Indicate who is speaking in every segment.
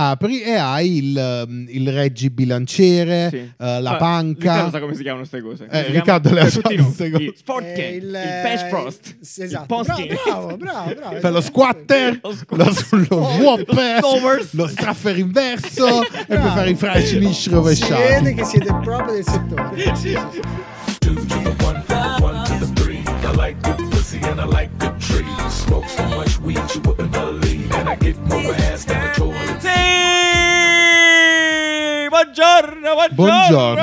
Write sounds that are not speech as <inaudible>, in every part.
Speaker 1: apri e hai il, um, il reggi bilanciere,
Speaker 2: Sì.
Speaker 1: eh,
Speaker 2: Ah,
Speaker 1: la
Speaker 2: Riccardo
Speaker 1: banca.
Speaker 2: sa come si chiamano queste cose.
Speaker 1: Eh,
Speaker 2: Si
Speaker 1: Riccardo
Speaker 2: chiama-
Speaker 1: le ha
Speaker 2: Tutti
Speaker 1: fatto
Speaker 2: no,
Speaker 1: queste cose.
Speaker 2: Il Sportcast,
Speaker 3: Eh,
Speaker 2: il, Patch Frost,
Speaker 3: s-
Speaker 2: il
Speaker 3: Esatto.
Speaker 2: Postkey.
Speaker 3: Bravo, bravo, bravo, bravo.
Speaker 1: Fai lo squatter,
Speaker 2: Lo
Speaker 1: lo,
Speaker 2: squat-
Speaker 1: lo, whopper,
Speaker 2: lo stovers.
Speaker 1: lo straffer
Speaker 2: <laughs>
Speaker 1: inverso e puoi
Speaker 3: Bravo.
Speaker 1: fare i french
Speaker 3: Si vede
Speaker 1: rovesciati.
Speaker 3: che siete proprio
Speaker 1: <laughs>
Speaker 3: del settore. Sì, sì, sì.
Speaker 4: Two to the one, one to the three. I like good pussy and I like good trees. Smoke so much weed you wouldn't believe. And I get more ass than a toilet.
Speaker 2: Sì! Buongiorno, buongiorno.
Speaker 1: Buongiorno,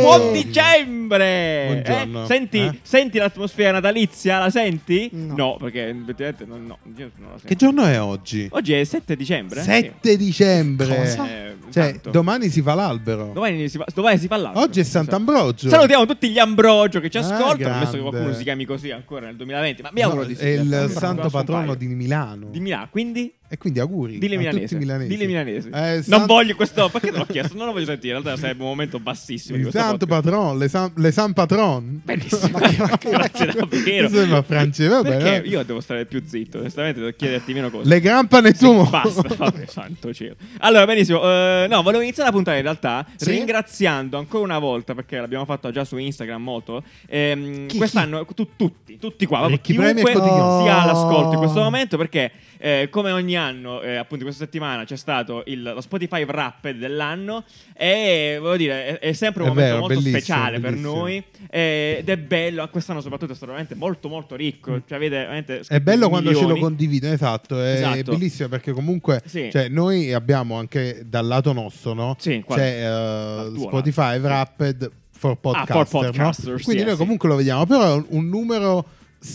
Speaker 1: buongiorno.
Speaker 2: Buon dicembre.
Speaker 1: Buongiorno.
Speaker 2: Eh, senti,
Speaker 1: Eh?
Speaker 2: senti l'atmosfera natalizia, la senti?
Speaker 3: No.
Speaker 2: perché effettivamente non, no, io non la sento.
Speaker 1: Che giorno è oggi?
Speaker 2: Oggi è 7 dicembre. eh?
Speaker 1: 7 dicembre.
Speaker 2: Cosa? Eh,
Speaker 1: Cioè,
Speaker 2: tanto.
Speaker 1: domani si fa l'albero.
Speaker 2: Sì. Domani si, fa- domani si fa l'altro.
Speaker 1: Oggi è Sant'Ambrogio.
Speaker 2: Salutiamo tutti gli Ambrogio che ci
Speaker 1: Ah,
Speaker 2: ascoltano.
Speaker 1: grande.
Speaker 2: Ammesso che qualcuno si chiami così ancora nel 2020, ma mi
Speaker 1: No,
Speaker 2: auguro di sì.
Speaker 1: È
Speaker 2: Mi auguro
Speaker 1: il
Speaker 2: di
Speaker 1: santo
Speaker 2: ascoltarci un
Speaker 1: patrono
Speaker 2: paio.
Speaker 1: di Milano.
Speaker 2: Di Milano, quindi
Speaker 1: E quindi auguri
Speaker 2: dille
Speaker 1: a
Speaker 2: milanese.
Speaker 1: tutti i milanesi.
Speaker 2: Dille milanesi.
Speaker 1: Eh,
Speaker 2: non
Speaker 1: san-
Speaker 2: voglio questo. Perché te l'ho chiesto? Non lo voglio sentire. In realtà sarebbe un momento bassissimo. di
Speaker 1: Il
Speaker 2: questo
Speaker 1: santo
Speaker 2: podcast.
Speaker 1: patrono, le san, le san patron. <laughs>
Speaker 2: Benissimo. Grazie davvero.
Speaker 1: Questo sembra francese, vabbè,
Speaker 2: Perché
Speaker 1: vabbè.
Speaker 2: io devo stare più zitto. Onestamente, devo chiederti meno cose.
Speaker 1: Le gran panettone.
Speaker 2: Basta, <laughs> vabbè, santo cielo. Allora, benissimo. eh, no, volevo iniziare la puntata in realtà
Speaker 3: Sì?
Speaker 2: ringraziando ancora una volta, perché l'abbiamo fatto già su Instagram molto, ehm,
Speaker 3: Chi,
Speaker 2: quest'anno tu- tutti, tutti qua, proprio
Speaker 1: Ricchi premi e
Speaker 2: chiunque
Speaker 3: quotidiani.
Speaker 2: sia all'ascolto in
Speaker 3: Oh.
Speaker 2: questo momento, perché eh, come ogni anno, eh, appunto questa settimana c'è stato il, lo Spotify Wrapped dell'anno e, voglio dire, è, è sempre un
Speaker 1: È
Speaker 2: momento
Speaker 1: vero,
Speaker 2: molto
Speaker 1: bellissimo,
Speaker 2: speciale per
Speaker 1: bellissimo.
Speaker 2: noi eh, ed è bello, quest'anno soprattutto è stato veramente molto molto ricco, cioè, avete veramente
Speaker 1: Mm. È bello quando ce lo
Speaker 2: milioni.
Speaker 1: condividono, esatto, è
Speaker 2: Esatto.
Speaker 1: bellissimo perché comunque
Speaker 2: Sì.
Speaker 1: cioè, noi abbiamo anche dal lato nostro, no?
Speaker 2: Sì, qual-
Speaker 1: C'è eh,
Speaker 2: tuo
Speaker 1: Spotify
Speaker 2: lato.
Speaker 1: Wrapped for podcaster,
Speaker 2: Ah, for
Speaker 1: no?
Speaker 2: podcasters,
Speaker 1: Quindi
Speaker 2: sì,
Speaker 1: noi
Speaker 2: sì.
Speaker 1: comunque lo vediamo, però è un numero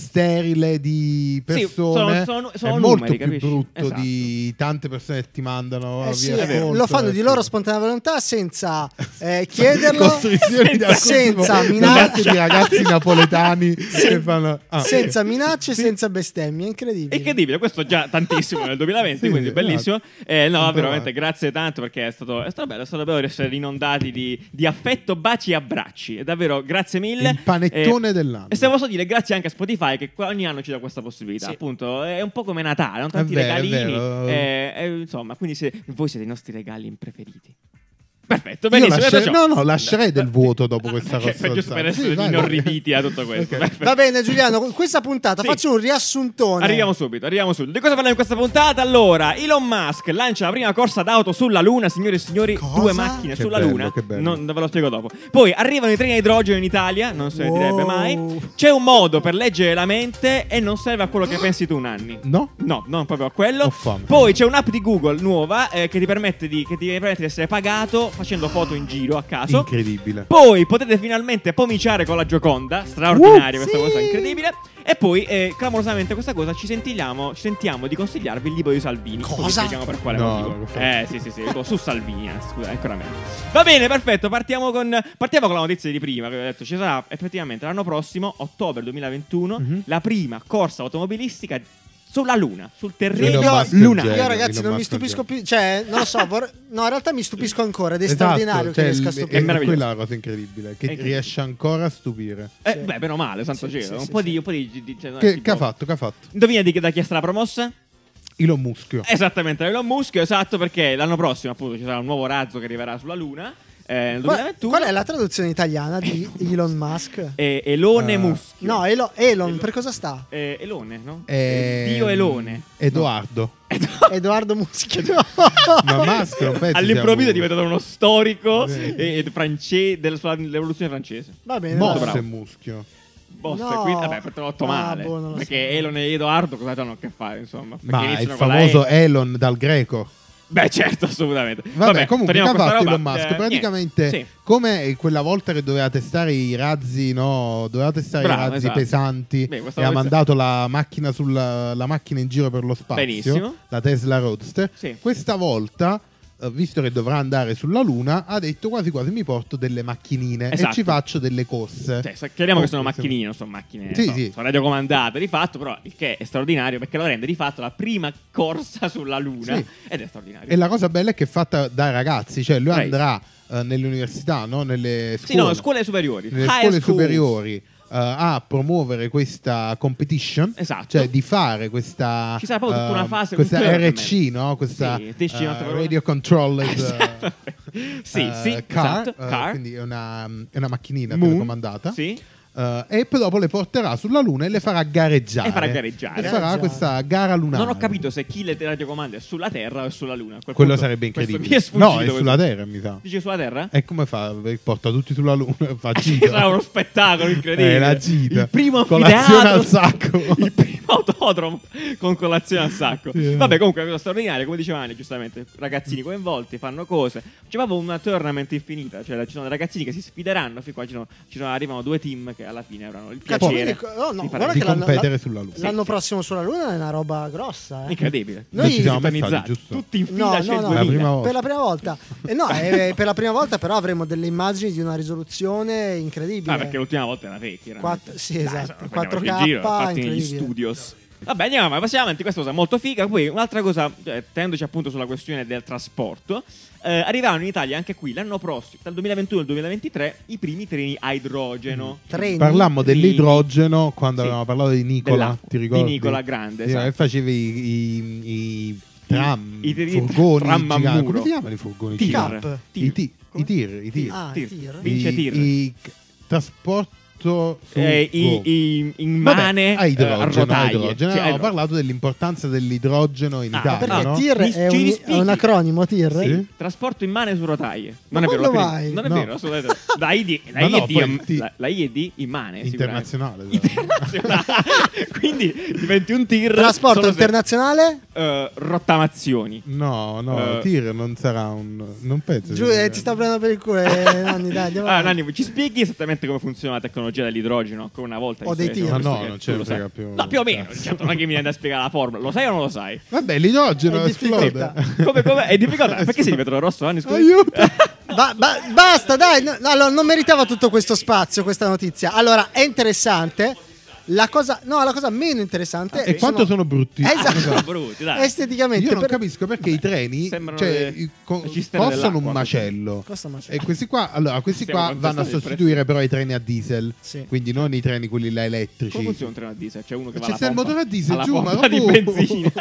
Speaker 1: sterile di persone
Speaker 2: sono- sono- sono
Speaker 1: è molto
Speaker 2: numeri,
Speaker 1: più
Speaker 2: capisci?
Speaker 1: brutto
Speaker 2: Esatto.
Speaker 1: di tante persone che ti mandano
Speaker 3: Eh
Speaker 1: via
Speaker 3: sì,
Speaker 1: ascolto,
Speaker 3: lo fanno di
Speaker 1: eh,
Speaker 3: loro
Speaker 1: sì.
Speaker 3: spontanea volontà senza eh, chiederlo.
Speaker 1: Costrizioni di alcun
Speaker 3: senza
Speaker 1: tipo.
Speaker 3: minacce,
Speaker 1: Ragazzi- ragazzi
Speaker 2: <laughs>
Speaker 1: napoletani che fanno ah, <laughs>
Speaker 3: <laughs> senza minacce, senza bestemmie, è incredibile.
Speaker 2: È incredibile, questo già tantissimo nel 2020,
Speaker 1: <laughs> Sì, esatto.
Speaker 2: quindi
Speaker 1: sì,
Speaker 2: bellissimo. Eh, no,
Speaker 1: Sono
Speaker 2: veramente
Speaker 1: provato.
Speaker 2: grazie tanto perché è stato, è stato bello, è stato bello essere inondati di, di affetto, baci e abbracci. È davvero grazie mille. Eh,
Speaker 1: Il panettone dell'anno.
Speaker 2: E se posso dire grazie anche a Spotify che qua- ogni anno ci dà questa possibilità.
Speaker 3: Sì.
Speaker 2: Appunto, è un po' come Natale, hanno tanti
Speaker 1: È vero, è
Speaker 2: regalini.
Speaker 1: vero.
Speaker 2: eh, eh, insomma, quindi se voi siete i nostri regali preferiti. Perfetto,
Speaker 1: Io
Speaker 2: benissimo.
Speaker 1: lascerei-
Speaker 2: detto ciò.
Speaker 1: no, no, lascerei del vuoto dopo
Speaker 2: <laughs>
Speaker 1: questa
Speaker 2: Cioè,
Speaker 1: cosa.
Speaker 2: giusto per essere inorriditi da tutto questo.
Speaker 1: Ok.
Speaker 2: Perfetto.
Speaker 3: Va bene, Giuliano, con questa puntata
Speaker 2: Sì.
Speaker 3: faccio un riassuntone.
Speaker 2: Arriviamo subito, arriviamo subito. Di cosa parliamo in questa puntata? Allora, Elon Musk lancia la prima corsa d'auto sulla Luna, signore e signori,
Speaker 3: Cosa?
Speaker 2: due macchine
Speaker 1: Che
Speaker 2: sulla
Speaker 1: bello,
Speaker 2: Luna.
Speaker 1: che bello.
Speaker 2: Non ve lo spiego dopo. Poi arrivano i treni a idrogeno in Italia, non se ne
Speaker 3: Wow.
Speaker 2: direbbe mai. C'è un modo per leggere la mente e non serve a quello che pensi tu, Nanni.
Speaker 1: No?
Speaker 2: No, non proprio a quello.
Speaker 1: Ho fame.
Speaker 2: Poi c'è un'app di Google nuova eh, che, ti permette di, che ti permette di essere pagato facendo foto in giro a caso.
Speaker 1: Incredibile.
Speaker 2: Poi potete finalmente pomiciare con la Gioconda, straordinaria
Speaker 1: Uh,
Speaker 2: questa
Speaker 1: sì.
Speaker 2: cosa, incredibile. E poi, eh, clamorosamente, questa cosa ci sentiamo, ci sentiamo di consigliarvi il libro di Salvini. Poi vi
Speaker 3: Cosa?
Speaker 2: spieghiamo per quale
Speaker 1: No,
Speaker 2: motivo.
Speaker 1: per favore.
Speaker 2: Eh, sì, sì, sì, dico, su Salvini, anzi, scusa, ancora meglio. Va bene, perfetto, partiamo con, partiamo con la notizia di prima, che ho detto, ci sarà effettivamente l'anno prossimo, ottobre 2021,
Speaker 1: Mhm.
Speaker 2: la prima corsa automobilistica sulla Luna, sul
Speaker 1: Elon
Speaker 2: terreno
Speaker 1: Musk
Speaker 2: lunare.
Speaker 1: genio,
Speaker 3: Io ragazzi
Speaker 1: Elon
Speaker 3: non mi
Speaker 1: Musk
Speaker 3: stupisco
Speaker 1: al
Speaker 3: più, cioè non lo so, vor- no in realtà mi stupisco ancora ed è
Speaker 1: Esatto, cioè,
Speaker 3: straordinario che riesca a
Speaker 1: il-
Speaker 3: stupire.
Speaker 1: è
Speaker 2: Meraviglioso.
Speaker 1: quella è la cosa incredibile, che
Speaker 2: È incredibile.
Speaker 1: riesce ancora a stupire.
Speaker 2: Eh,
Speaker 3: Sì.
Speaker 2: beh, meno male, santo
Speaker 3: Sì,
Speaker 2: cielo.
Speaker 3: sì,
Speaker 2: un,
Speaker 3: sì,
Speaker 2: po
Speaker 3: sì.
Speaker 2: di, un po' di... di- cioè, no,
Speaker 1: Che,
Speaker 2: tipo-
Speaker 1: che ha fatto? Che ha fatto?
Speaker 2: Indovina di chi- da chi è stata la promossa?
Speaker 1: Elon Musk.
Speaker 2: Esattamente, Elon Musk, esatto, perché l'anno prossimo appunto ci sarà un nuovo razzo che arriverà sulla Luna. Eh, nel
Speaker 3: Qual,
Speaker 2: 2021.
Speaker 3: qual è la traduzione italiana di
Speaker 1: <laughs>
Speaker 3: Elon Musk?
Speaker 2: Eh, Elone
Speaker 1: Ah.
Speaker 2: Muschio.
Speaker 3: No, Elo- Elon, per cosa sta?
Speaker 2: <laughs> Eh, Elone, no?
Speaker 1: Eh,
Speaker 2: Eh, Dio Elone.
Speaker 1: Edoardo.
Speaker 3: Edoardo Muschio.
Speaker 1: Ma Musk non pensi
Speaker 2: All'improvviso
Speaker 1: sia
Speaker 2: è diventato uno storico
Speaker 1: Sì.
Speaker 2: eh, france- della sua- dell'evoluzione francese.
Speaker 3: <laughs> Va bene,
Speaker 2: Molto
Speaker 3: dai.
Speaker 1: Boss
Speaker 2: bravo.
Speaker 1: e Muschio.
Speaker 2: Boss,
Speaker 3: No.
Speaker 2: quindi, vabbè, per trovare
Speaker 3: Ah,
Speaker 2: male.
Speaker 3: boh, non lo
Speaker 2: perché
Speaker 3: so.
Speaker 2: Elone e Edoardo cosa hanno a che fare, insomma? Perché
Speaker 1: Ma il
Speaker 2: iniziano con la
Speaker 1: famoso
Speaker 2: E.
Speaker 1: Elon dal greco.
Speaker 2: Beh, certo, assolutamente. Vabbè,
Speaker 1: Vabbè, comunque che
Speaker 2: torniamo
Speaker 1: ha
Speaker 2: a questa
Speaker 1: fatto
Speaker 2: roba.
Speaker 1: Elon Musk?
Speaker 2: Eh,
Speaker 1: Praticamente
Speaker 2: niente. Sì.
Speaker 1: come quella volta che doveva testare i razzi, no? Doveva testare
Speaker 2: Bravo,
Speaker 1: i razzi
Speaker 2: esatto.
Speaker 1: pesanti
Speaker 2: Beh, questa
Speaker 1: e ha
Speaker 2: volta-
Speaker 1: mandato la macchina, sulla, la macchina in giro per lo spazio,
Speaker 2: Benissimo.
Speaker 1: la Tesla Roadster.
Speaker 2: Sì.
Speaker 1: Questa volta eh, Visto che dovrà andare sulla Luna, ha detto quasi quasi mi porto delle macchinine
Speaker 2: Esatto.
Speaker 1: e ci faccio delle corse.
Speaker 2: Cioè, sa- chiariamo che
Speaker 1: Oh,
Speaker 2: sono
Speaker 1: sì.
Speaker 2: macchinine, non sono macchine.
Speaker 1: Sì,
Speaker 2: so-
Speaker 1: sì.
Speaker 2: Sono radiocomandate di fatto, però il che è straordinario perché lo rende di fatto la prima corsa sulla Luna.
Speaker 1: Sì.
Speaker 2: Ed è straordinario.
Speaker 1: E la cosa bella è che è fatta dai ragazzi, cioè lui
Speaker 2: Dai.
Speaker 1: andrà eh, nelle università, no? nelle
Speaker 2: Sì, no, scuole superiori.
Speaker 1: nelle
Speaker 2: high
Speaker 1: scuole
Speaker 2: schools.
Speaker 1: superiori eh, a promuovere questa competition,
Speaker 2: Esatto.
Speaker 1: cioè di fare questa,
Speaker 2: Ci sarà proprio tutta una
Speaker 1: eh,
Speaker 2: fase, un
Speaker 1: questa
Speaker 2: tournament.
Speaker 1: RC, no? questa
Speaker 2: Sì, dici
Speaker 1: eh,
Speaker 2: un'altra parola?
Speaker 1: radio controlled
Speaker 2: <laughs> Esatto.
Speaker 1: eh,
Speaker 2: Sì,
Speaker 1: eh,
Speaker 2: sì,
Speaker 1: car,
Speaker 2: esatto,
Speaker 1: eh,
Speaker 2: car.
Speaker 1: quindi è una, è una macchinina
Speaker 2: Mu.
Speaker 1: telecomandata.
Speaker 2: Sì.
Speaker 1: Eh, e poi dopo le porterà sulla Luna e le farà gareggiare.
Speaker 2: E farà gareggiare.
Speaker 1: E farà
Speaker 3: Gareggiare.
Speaker 1: questa gara lunare.
Speaker 2: Non ho capito se chi le radiocomanda è sulla Terra o sulla Luna. A quel
Speaker 1: Quello
Speaker 2: punto-
Speaker 1: sarebbe
Speaker 2: questo
Speaker 1: incredibile.
Speaker 2: mi è sfuggito
Speaker 1: no, è
Speaker 2: questo.
Speaker 1: sulla Terra, mi sa.
Speaker 2: Dice sulla Terra?
Speaker 1: E come fa? Porta tutti sulla Luna <laughs> e fa
Speaker 2: Sì, esatto.
Speaker 1: gita.
Speaker 2: sarà uno spettacolo incredibile.
Speaker 1: Eh, la gita.
Speaker 2: Il primo
Speaker 1: Colazione
Speaker 2: anfiteatro-
Speaker 1: al sacco.
Speaker 2: <laughs> Il primo autodromo con colazione al sacco.
Speaker 1: Sì. eh.
Speaker 2: Vabbè, comunque è una cosa straordinaria. Come diceva Anne, giustamente, ragazzini coinvolti fanno cose. C'è proprio una tournament infinita. Cioè, ci sono dei ragazzini che si sfideranno. Fin qua ci sono, ci sono- arrivano due team che alla fine avranno il
Speaker 3: Cazzo,
Speaker 2: piacere
Speaker 3: quindi- oh, no,
Speaker 2: di fare
Speaker 3: guarda
Speaker 1: Di
Speaker 3: che l'hanno-
Speaker 1: competere
Speaker 3: la-
Speaker 1: sulla Luna.
Speaker 3: L'anno prossimo sulla Luna è una roba grossa. eh.
Speaker 2: incredibile.
Speaker 3: Noi- Non ci
Speaker 1: siamo mai
Speaker 2: Sintonizzati,
Speaker 1: stati, giusto?
Speaker 2: Tutti in fila
Speaker 3: No,
Speaker 2: c'è il
Speaker 3: no, no.
Speaker 2: 2000.
Speaker 1: La prima volta.
Speaker 3: Per la prima volta. Eh, no, eh, per la prima volta però avremo delle immagini di una risoluzione incredibile.
Speaker 2: Ah, perché l'ultima volta era vecchia. era
Speaker 3: Quatt-
Speaker 2: veramente.
Speaker 3: sì,
Speaker 2: Dai,
Speaker 3: esatto,
Speaker 2: insomma, prendiamoci
Speaker 3: 4K,
Speaker 2: in giro, fatti negli
Speaker 3: incredibile.
Speaker 2: studios. Vabbè, andiamo avanti, passiamo avanti. Questa cosa molto figa. Poi un'altra cosa, eh, tenendoci appunto sulla questione del trasporto, eh, arriveranno in Italia anche qui l'anno prossimo, dal 2021 al 2023, i primi treni a idrogeno.
Speaker 3: Treni.
Speaker 1: Parlammo
Speaker 2: Quindi-
Speaker 1: dell'idrogeno quando
Speaker 2: Sì.
Speaker 1: avevamo parlato di Nicola,
Speaker 2: Dell'acqua.
Speaker 1: ti ricordi?
Speaker 2: Di Nicola Grande,
Speaker 1: Sì,
Speaker 2: esatto.
Speaker 1: e facevi i, i, i tram,
Speaker 2: I- i- i-
Speaker 1: furgoni,
Speaker 2: tram a
Speaker 1: giganti.
Speaker 2: muro.
Speaker 1: come si chiamano i furgoni?
Speaker 2: Tir.
Speaker 1: giganti?
Speaker 3: Cap.
Speaker 1: I, ti-
Speaker 2: Come?
Speaker 1: i tir, i tir.
Speaker 3: Ah,
Speaker 2: Tir.
Speaker 3: tir.
Speaker 2: Vince
Speaker 1: I-
Speaker 2: tir.
Speaker 1: i c- trasporto su
Speaker 2: Eh, i,
Speaker 1: gomma.
Speaker 2: i, in
Speaker 1: Vabbè,
Speaker 2: mane
Speaker 1: a idrogeno,
Speaker 2: eh, a rotaie.
Speaker 1: a idrogeno.
Speaker 2: Sì, a
Speaker 1: Avevamo
Speaker 2: idrogeno.
Speaker 1: parlato dell'importanza dell'idrogeno in
Speaker 2: Ah,
Speaker 1: Italia,
Speaker 3: Perché
Speaker 1: no?
Speaker 3: TIR
Speaker 2: Mi-
Speaker 3: è
Speaker 2: ci
Speaker 3: un,
Speaker 2: rispieghi?
Speaker 3: è un acronimo, TIR?
Speaker 1: Sì.
Speaker 2: Trasporto in mane su rotaie. Non
Speaker 3: Ma
Speaker 2: è vero,
Speaker 3: quando
Speaker 2: la-
Speaker 3: vai?
Speaker 2: non è
Speaker 1: No.
Speaker 2: vero, assolutamente. La ID, la
Speaker 1: Ma no,
Speaker 2: ID
Speaker 1: poi
Speaker 2: è-
Speaker 1: ti-
Speaker 2: la- la ID in mane, sicuramente.
Speaker 1: Internazionale. esatto.
Speaker 2: internazionale. Quindi diventi un tir.
Speaker 3: Trasporto
Speaker 2: solo se-
Speaker 3: internazionale?
Speaker 2: eh, rottamazioni.
Speaker 1: No, no,
Speaker 2: Eh.
Speaker 1: tir non sarà un... Non penso.
Speaker 3: Giù,
Speaker 1: che-
Speaker 3: eh, ti sta prendendo per il culo, eh, Nanni, dai, andiamo
Speaker 2: Ah,
Speaker 3: avanti.
Speaker 2: Nanni, ci spieghi esattamente come funziona la tecnologia dell'idrogeno ancora una volta?
Speaker 3: Ho
Speaker 2: visto
Speaker 3: dei
Speaker 2: che
Speaker 3: tir.
Speaker 2: abbiamo
Speaker 3: Ma
Speaker 2: visto
Speaker 1: Ah, no,
Speaker 2: che
Speaker 1: non
Speaker 2: tu
Speaker 1: ce ne
Speaker 2: lo
Speaker 1: frega
Speaker 2: sai.
Speaker 1: più.
Speaker 2: No, più o meno.
Speaker 1: Cazzo.
Speaker 2: Certo, non è che mi viene da spiegare la formula. Lo sai o non
Speaker 1: <laughs>
Speaker 2: lo sai?
Speaker 1: Vabbè, l'idrogeno
Speaker 2: Eh,
Speaker 3: È difficoltà.
Speaker 1: esplode.
Speaker 2: Come, come? È difficoltà. Perché sei di vetro rosso, Nanni? Scusa.
Speaker 1: Aiuto!
Speaker 2: <laughs>
Speaker 3: Ba- ba- basta, dai, no- no, allora, non meritava tutto questo spazio, questa notizia. Allora, è interessante. La cosa, no, la cosa meno interessante
Speaker 1: E quanto sono brutti.
Speaker 3: Eh, esatto.
Speaker 2: sono brutti, dai.
Speaker 3: Esteticamente,
Speaker 1: Io non
Speaker 3: per-
Speaker 1: capisco perché i treni
Speaker 2: sembrano
Speaker 1: cioè,
Speaker 2: le-
Speaker 1: i- co-
Speaker 2: le cisterne
Speaker 1: costano
Speaker 2: dell'acqua.
Speaker 1: un macello.
Speaker 3: Costa un macello.
Speaker 1: E questi qua, allora, questi
Speaker 2: Stiamo
Speaker 1: qua vanno a
Speaker 2: contestando il
Speaker 1: sostituire però i treni a diesel.
Speaker 3: Sì.
Speaker 1: Quindi non i treni quelli là elettrici.
Speaker 2: Come funziona un treno a diesel? C'è uno che va
Speaker 1: C'è
Speaker 2: alla
Speaker 1: il
Speaker 2: pompa-
Speaker 1: motore a diesel
Speaker 2: alla
Speaker 1: giù, ma
Speaker 2: pompa di
Speaker 1: dopo- <laughs>
Speaker 2: benzina.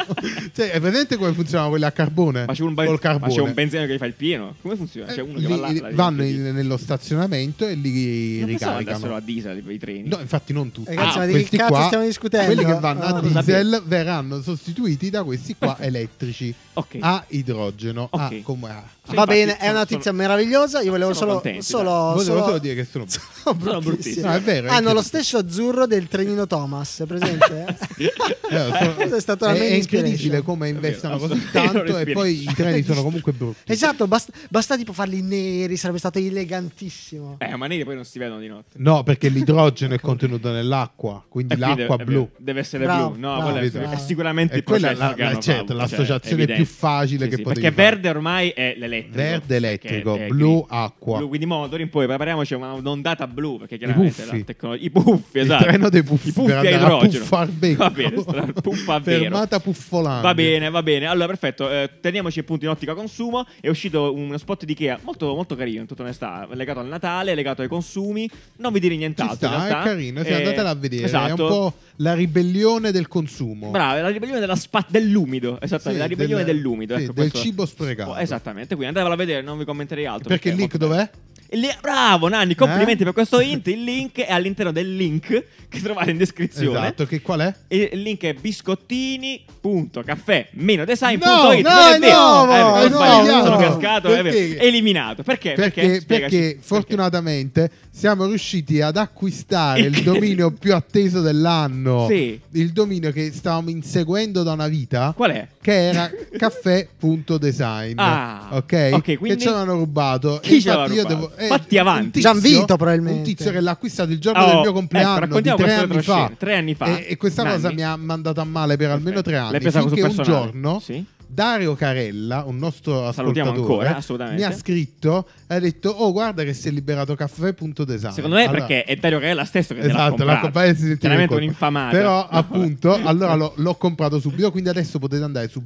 Speaker 1: cioè, è vedente come funzionano quelli a carbone?
Speaker 2: Ma c'è un, ben-
Speaker 1: Col
Speaker 2: ma
Speaker 1: carbone.
Speaker 2: c'è un benzinaio che gli fa il pieno. Come funziona? C'è
Speaker 1: Eh,
Speaker 2: uno che
Speaker 1: lì-
Speaker 2: va là. la-
Speaker 1: vanno
Speaker 2: la-
Speaker 1: in- nello stazionamento e li
Speaker 2: Non pensavo
Speaker 1: ricaricano.
Speaker 2: andassero a diesel i treni.
Speaker 1: No, infatti non tutti.
Speaker 3: Ragazzi,
Speaker 2: Ah,
Speaker 3: ma di
Speaker 1: questi
Speaker 3: che cazzo
Speaker 1: qua,
Speaker 3: stiamo discutendo?
Speaker 1: Quelli che vanno
Speaker 3: Ah,
Speaker 1: a
Speaker 3: lo sapevo.
Speaker 1: diesel verranno sostituiti da questi qua elettrici
Speaker 2: Ok.
Speaker 1: a idrogeno. a-
Speaker 2: Ok.
Speaker 1: come a-
Speaker 2: Sì,
Speaker 3: Va
Speaker 2: infatti,
Speaker 3: bene, è
Speaker 2: sono-
Speaker 3: una notizia
Speaker 2: sono-
Speaker 3: meravigliosa. Io volevo
Speaker 2: sono
Speaker 3: solo,
Speaker 2: contenti,
Speaker 3: solo,
Speaker 1: Volevo
Speaker 3: solo-
Speaker 1: solo dire che
Speaker 3: <laughs>
Speaker 1: sono.
Speaker 2: Sono bruttissimi.
Speaker 1: No, è vero. è
Speaker 3: Hanno lo
Speaker 1: incredibile.
Speaker 3: stesso azzurro del trenino Thomas,
Speaker 1: <laughs>
Speaker 3: è presente?
Speaker 1: Eh, sono-
Speaker 3: Questa è stata la
Speaker 1: è-
Speaker 3: main
Speaker 1: è incredibile
Speaker 3: inspiration.
Speaker 1: come investano
Speaker 2: vero,
Speaker 1: così
Speaker 2: assolutamente.
Speaker 1: tanto e poi i treni sono comunque brutti.
Speaker 3: esatto, basta, basta tipo farli neri, sarebbe stato elegantissimo.
Speaker 2: <laughs> Eh, ma neri poi non si vedono di notte.
Speaker 1: No, perché l'idrogeno è contenuto nell'acqua, quindi
Speaker 2: Eh, quindi
Speaker 1: l'acqua
Speaker 2: è- è
Speaker 1: blu.
Speaker 2: vero, Deve essere
Speaker 3: Bravo,
Speaker 2: blu. No,
Speaker 3: bravo,
Speaker 2: quella è-
Speaker 1: bravo.
Speaker 2: è sicuramente
Speaker 1: E
Speaker 2: il
Speaker 1: quella è
Speaker 2: processo
Speaker 1: la-
Speaker 2: che
Speaker 1: la-
Speaker 2: hanno
Speaker 1: certo,
Speaker 2: fatto,
Speaker 1: l'associazione
Speaker 2: evidente.
Speaker 1: più facile
Speaker 2: Sì,
Speaker 1: che
Speaker 2: sì,
Speaker 1: potevi
Speaker 2: Perché
Speaker 1: fare.
Speaker 2: verde ormai è l'elettrico.
Speaker 1: Verde elettrico,
Speaker 2: perché è
Speaker 1: blu
Speaker 2: grigio.
Speaker 1: acqua.
Speaker 2: Blu, quindi mo, d'ora in poi prepariamoci a una- un'ondata blu, perché chiaramente
Speaker 1: puffi.
Speaker 2: la tecnologia... I puffi, esatto.
Speaker 1: Il treno dei puffi,
Speaker 2: I puffi
Speaker 1: per
Speaker 2: a
Speaker 1: andare a
Speaker 2: idrogeno.
Speaker 1: puffar becco.
Speaker 2: Va bene, stra- puffa a vero.
Speaker 1: Fermata puffolante.
Speaker 2: Va bene, va bene. Allora, perfetto. eh, teniamoci appunto in ottica consumo. È uscito uno spot di Ikea molto, molto carino, in tutta onestà. Legato al Natale, legato ai consumi. Non vi dire
Speaker 1: Ci
Speaker 2: nient'altro.
Speaker 1: sta,
Speaker 2: Esatto, in
Speaker 1: è
Speaker 2: realtà.
Speaker 1: carino, sì,
Speaker 2: Eh,
Speaker 1: andatela a vedere,
Speaker 2: Esatto.
Speaker 1: è un po' la ribellione del consumo.
Speaker 2: Brava, la ribellione della spa- dell'umido, esattamente,
Speaker 1: Sì,
Speaker 2: la ribellione
Speaker 1: del-
Speaker 2: dell'umido.
Speaker 1: sì,
Speaker 2: ecco,
Speaker 1: del
Speaker 2: questo-
Speaker 1: cibo sprecato.
Speaker 2: Oh, Esattamente, quindi andatevela a vedere, non vi commenterei altro.
Speaker 1: Perché il
Speaker 2: è
Speaker 1: link
Speaker 2: molto
Speaker 1: dov'è? Eh?
Speaker 2: bello. Il li- bravo Nanni, complimenti per questo hint. Il link è all'interno del link <laughs> che trovate in descrizione.
Speaker 1: Esatto, che qual è?
Speaker 2: E il link è biscottini.caffè-design.it
Speaker 1: No,
Speaker 2: Non è
Speaker 1: no,
Speaker 2: vero.
Speaker 1: è nuovo,
Speaker 2: Eh, ho
Speaker 1: è
Speaker 2: sbagliato,
Speaker 1: nuovo.
Speaker 2: sono cascato, è vero.
Speaker 1: Perché?
Speaker 2: Eliminato. Perché?
Speaker 1: Perché,
Speaker 2: Spiegaci.
Speaker 1: perché fortunatamente siamo riusciti ad acquistare
Speaker 2: Il
Speaker 1: il
Speaker 2: <laughs> che-
Speaker 1: dominio più atteso dell'anno.
Speaker 2: Sì.
Speaker 1: Il dominio che stavamo inseguendo da una vita.
Speaker 2: Qual è?
Speaker 1: Che era caffè.design.
Speaker 2: Ah,
Speaker 1: ok?
Speaker 2: ok,
Speaker 1: che
Speaker 2: quindi-
Speaker 1: ce l'hanno rubato.
Speaker 2: Chi
Speaker 1: E
Speaker 2: ce l'ha
Speaker 1: infatti io
Speaker 2: rubato?
Speaker 1: devo- eh,
Speaker 2: Fatti avanti.
Speaker 1: un tizio-
Speaker 3: Gianvito, probabilmente.
Speaker 1: Un tizio che l'ha acquistato il giorno
Speaker 2: Oh,
Speaker 1: del mio
Speaker 2: ecco,
Speaker 1: compleanno. di
Speaker 2: raccontiamo
Speaker 1: tre,
Speaker 2: questa
Speaker 1: anni
Speaker 2: trascena.
Speaker 1: fa.
Speaker 2: Tre anni fa.
Speaker 1: E, e questa cosa
Speaker 2: Nanni.
Speaker 1: mi ha mandato a male per almeno tre anni.
Speaker 2: L'hai presa
Speaker 1: finché
Speaker 2: sul
Speaker 1: un
Speaker 2: personale.
Speaker 1: giorno
Speaker 2: Sì.
Speaker 1: Dario Carella, un nostro
Speaker 2: Salutiamo
Speaker 1: ascoltatore,
Speaker 2: ancora, assolutamente.
Speaker 1: mi ha scritto e ha detto "Oh, guarda che si è liberato caffè punto design".
Speaker 2: Secondo me
Speaker 1: Allora-
Speaker 2: perché è Dario Carella stesso che te l'ha
Speaker 1: Esatto,
Speaker 2: comprato.
Speaker 1: la compagna si sentiva in
Speaker 2: Chiaramente
Speaker 1: colpa.
Speaker 2: un infamato. <laughs>
Speaker 1: Però, appunto, allora lo- l'ho comprato subito. Quindi adesso potete andare su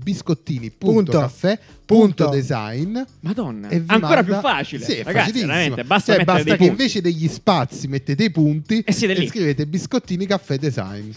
Speaker 1: biscottini.caffè.design.
Speaker 2: Madonna,
Speaker 1: e vi
Speaker 2: Eh.
Speaker 1: manda-
Speaker 2: ancora più facile.
Speaker 1: Sì, è
Speaker 2: Ragazzi,
Speaker 1: facilissimo.
Speaker 2: veramente, basta
Speaker 1: Cioè,
Speaker 2: mettere
Speaker 1: basta
Speaker 2: dei
Speaker 1: che
Speaker 2: punti.
Speaker 1: invece degli spazi mettete i punti
Speaker 2: E siete lì.
Speaker 1: scrivete biscottini caffè design. Bellissimo,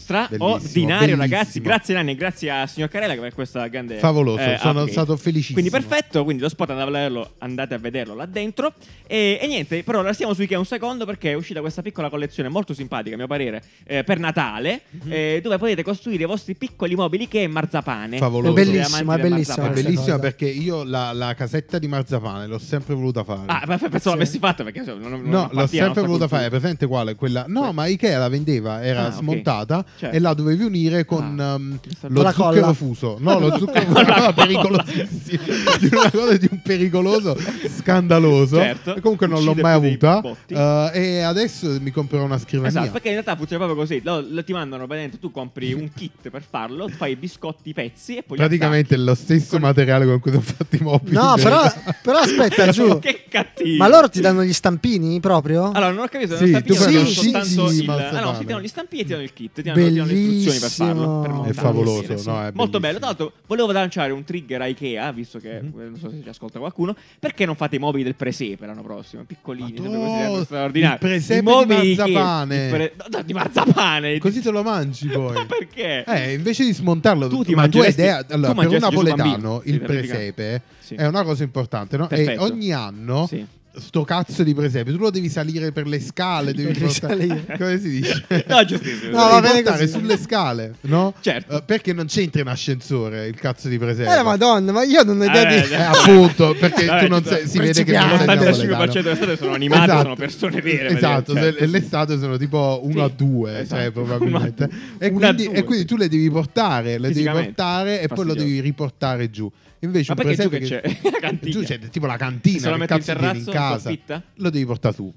Speaker 2: straordinario,
Speaker 1: bellissimo.
Speaker 2: ragazzi. Grazie Nanni, e grazie a signor Carella per questa grande
Speaker 1: Favoloso, sono
Speaker 2: upgrade.
Speaker 1: stato felicissimo.
Speaker 2: Quindi perfetto, quindi lo spot andate a vederlo, andate a vederlo là dentro. E, e niente, però restiamo su Ikea un secondo perché è uscita questa piccola collezione molto simpatica, a mio parere, eh, per Natale,
Speaker 1: Mhm.
Speaker 2: eh, dove potete costruire i vostri piccoli mobili Ikea in marzapane.
Speaker 1: Favoloso.
Speaker 2: Se
Speaker 1: È
Speaker 2: siete
Speaker 3: bellissimo,
Speaker 2: amanti
Speaker 3: è
Speaker 2: del
Speaker 3: bellissimo,
Speaker 1: È
Speaker 2: marzapane.
Speaker 3: bellissimo.
Speaker 1: bellissima
Speaker 3: cosa.
Speaker 1: perché io la, la casetta di marzapane l'ho sempre voluta fare.
Speaker 2: Ah, ma penso
Speaker 3: Sì.
Speaker 2: l'avessi fatta perché insomma, non, non
Speaker 1: No,
Speaker 2: appartiene
Speaker 1: l'ho
Speaker 2: alla
Speaker 1: sempre
Speaker 2: nostra
Speaker 1: voluta
Speaker 2: cultura.
Speaker 1: fare, presente quale? Quella... No,
Speaker 2: Quella.
Speaker 1: ma Ikea la vendeva, era
Speaker 2: Ah, ok.
Speaker 1: smontata
Speaker 2: Certo.
Speaker 1: e la dovevi unire con
Speaker 2: Ah.
Speaker 1: ehm,
Speaker 2: Con
Speaker 1: lo
Speaker 3: la
Speaker 1: zucchero
Speaker 3: colla.
Speaker 1: fuso. No,
Speaker 2: <laughs>
Speaker 1: lo zucchero fuso era
Speaker 2: Esatto.
Speaker 1: pericolosissimo. di una cosa di un pericoloso scandaloso.
Speaker 2: Certo.
Speaker 1: E Comunque non l'ho
Speaker 2: Uccide
Speaker 1: mai
Speaker 2: dei
Speaker 1: avuta.
Speaker 2: botti.
Speaker 1: eh, e adesso mi comprerò una scrivania.
Speaker 2: Esatto, perché in realtà funziona proprio così. Lo, lo- ti mandano praticamente, tu compri un kit per farlo, fai i biscotti, i pezzi e poi. li
Speaker 1: Praticamente è lo stesso
Speaker 2: Con-
Speaker 1: materiale con cui sono fatti i mobili.
Speaker 3: No, però,
Speaker 1: <laughs>
Speaker 3: però
Speaker 2: attacchi.
Speaker 3: aspetta, giù.
Speaker 2: Cioè, che cattivo.
Speaker 3: Ma loro ti danno gli stampini proprio?
Speaker 2: Allora, non ho capito,
Speaker 1: Sì,
Speaker 2: non stampino,
Speaker 1: tu
Speaker 2: ti
Speaker 1: prendi
Speaker 2: danno
Speaker 1: un
Speaker 2: soltanto
Speaker 1: sì,
Speaker 2: il.
Speaker 1: ma
Speaker 2: Ah, no,
Speaker 1: sapane.
Speaker 2: si danno gli stampi e ti danno il kit, ti danno, ti danno le istruzioni per farlo. Per
Speaker 3: Bellissimo.
Speaker 1: È
Speaker 2: montarlo.
Speaker 1: favoloso,
Speaker 3: Sì, sì.
Speaker 1: no, è bellissimo.
Speaker 2: Molto bello,
Speaker 1: Mhm.
Speaker 2: tra l'altro volevo lanciare un trigger a Ikea, visto che eh, non so se ci ascolta qualcuno, perché non fate i mobili del presepe l'anno prossimo, piccolini, sempre così,
Speaker 1: Madò,
Speaker 2: sempre straordinari.
Speaker 1: il presepe
Speaker 2: I mobili
Speaker 1: di
Speaker 2: Ikea,
Speaker 1: marzapane.
Speaker 2: il pre- no, no, di marzapane.
Speaker 1: <laughs> Così te lo mangi poi.
Speaker 2: <laughs> Ma perché?
Speaker 1: Eh, invece di smontarlo,
Speaker 2: Tu ti
Speaker 1: ma tu hai
Speaker 2: mangeresti-
Speaker 1: idea, allora,
Speaker 2: tu
Speaker 1: per un
Speaker 2: mangeresti Gesù bambino,
Speaker 1: napoletano
Speaker 2: sì,
Speaker 1: il
Speaker 2: per verificare.
Speaker 1: presepe
Speaker 2: Sì.
Speaker 1: è una cosa importante, no? E
Speaker 2: Perfetto.
Speaker 1: ogni anno
Speaker 2: Sì.
Speaker 1: sto cazzo di presepe, tu lo devi salire per le scale, devi
Speaker 3: Devi
Speaker 1: portare- <laughs>
Speaker 3: salire.
Speaker 1: Come si dice?
Speaker 2: <laughs> No, giustissimo.
Speaker 3: No, va
Speaker 1: <laughs> devi
Speaker 3: bene
Speaker 1: portare
Speaker 3: così.
Speaker 1: sulle scale, no?
Speaker 2: Certo.
Speaker 1: Eh, perché non c'entra in ascensore il cazzo di presepe?
Speaker 3: Eh, la madonna, ma io non ho idea
Speaker 2: Eh,
Speaker 3: di...
Speaker 1: Eh, appunto, perché
Speaker 2: Vabbè,
Speaker 1: tu non
Speaker 2: ci
Speaker 1: sei,
Speaker 2: sono
Speaker 1: si vede che non sei
Speaker 3: principianti.
Speaker 1: napoletano.
Speaker 2: 95% delle statue sono animate,
Speaker 1: Esatto.
Speaker 2: sono persone vere,
Speaker 1: Esatto,
Speaker 2: vedete,
Speaker 1: se- e le statue sono tipo 1 a
Speaker 2: Sì,
Speaker 1: 2,
Speaker 2: esatto.
Speaker 1: cioè probabilmente.
Speaker 2: Uno a-
Speaker 1: E
Speaker 2: uno a
Speaker 1: quindi,
Speaker 2: due,
Speaker 1: e quindi
Speaker 2: sì.
Speaker 1: tu le devi portare, le devi
Speaker 2: Fisicamente.
Speaker 1: portare e poi lo
Speaker 2: Fastidioso.
Speaker 1: devi riportare giù. Invece
Speaker 2: Ma
Speaker 1: un
Speaker 2: perché giù
Speaker 1: presepe
Speaker 2: che
Speaker 1: che-
Speaker 2: c'è? <laughs> La cantina.
Speaker 1: Giù c'è tipo la
Speaker 2: Se
Speaker 1: cantina,
Speaker 2: lo
Speaker 1: che
Speaker 2: metti in
Speaker 1: cazzo tieni
Speaker 2: terrazzo,
Speaker 1: in
Speaker 2: in
Speaker 1: casa.
Speaker 2: soffitta?
Speaker 1: lo devi portare tu.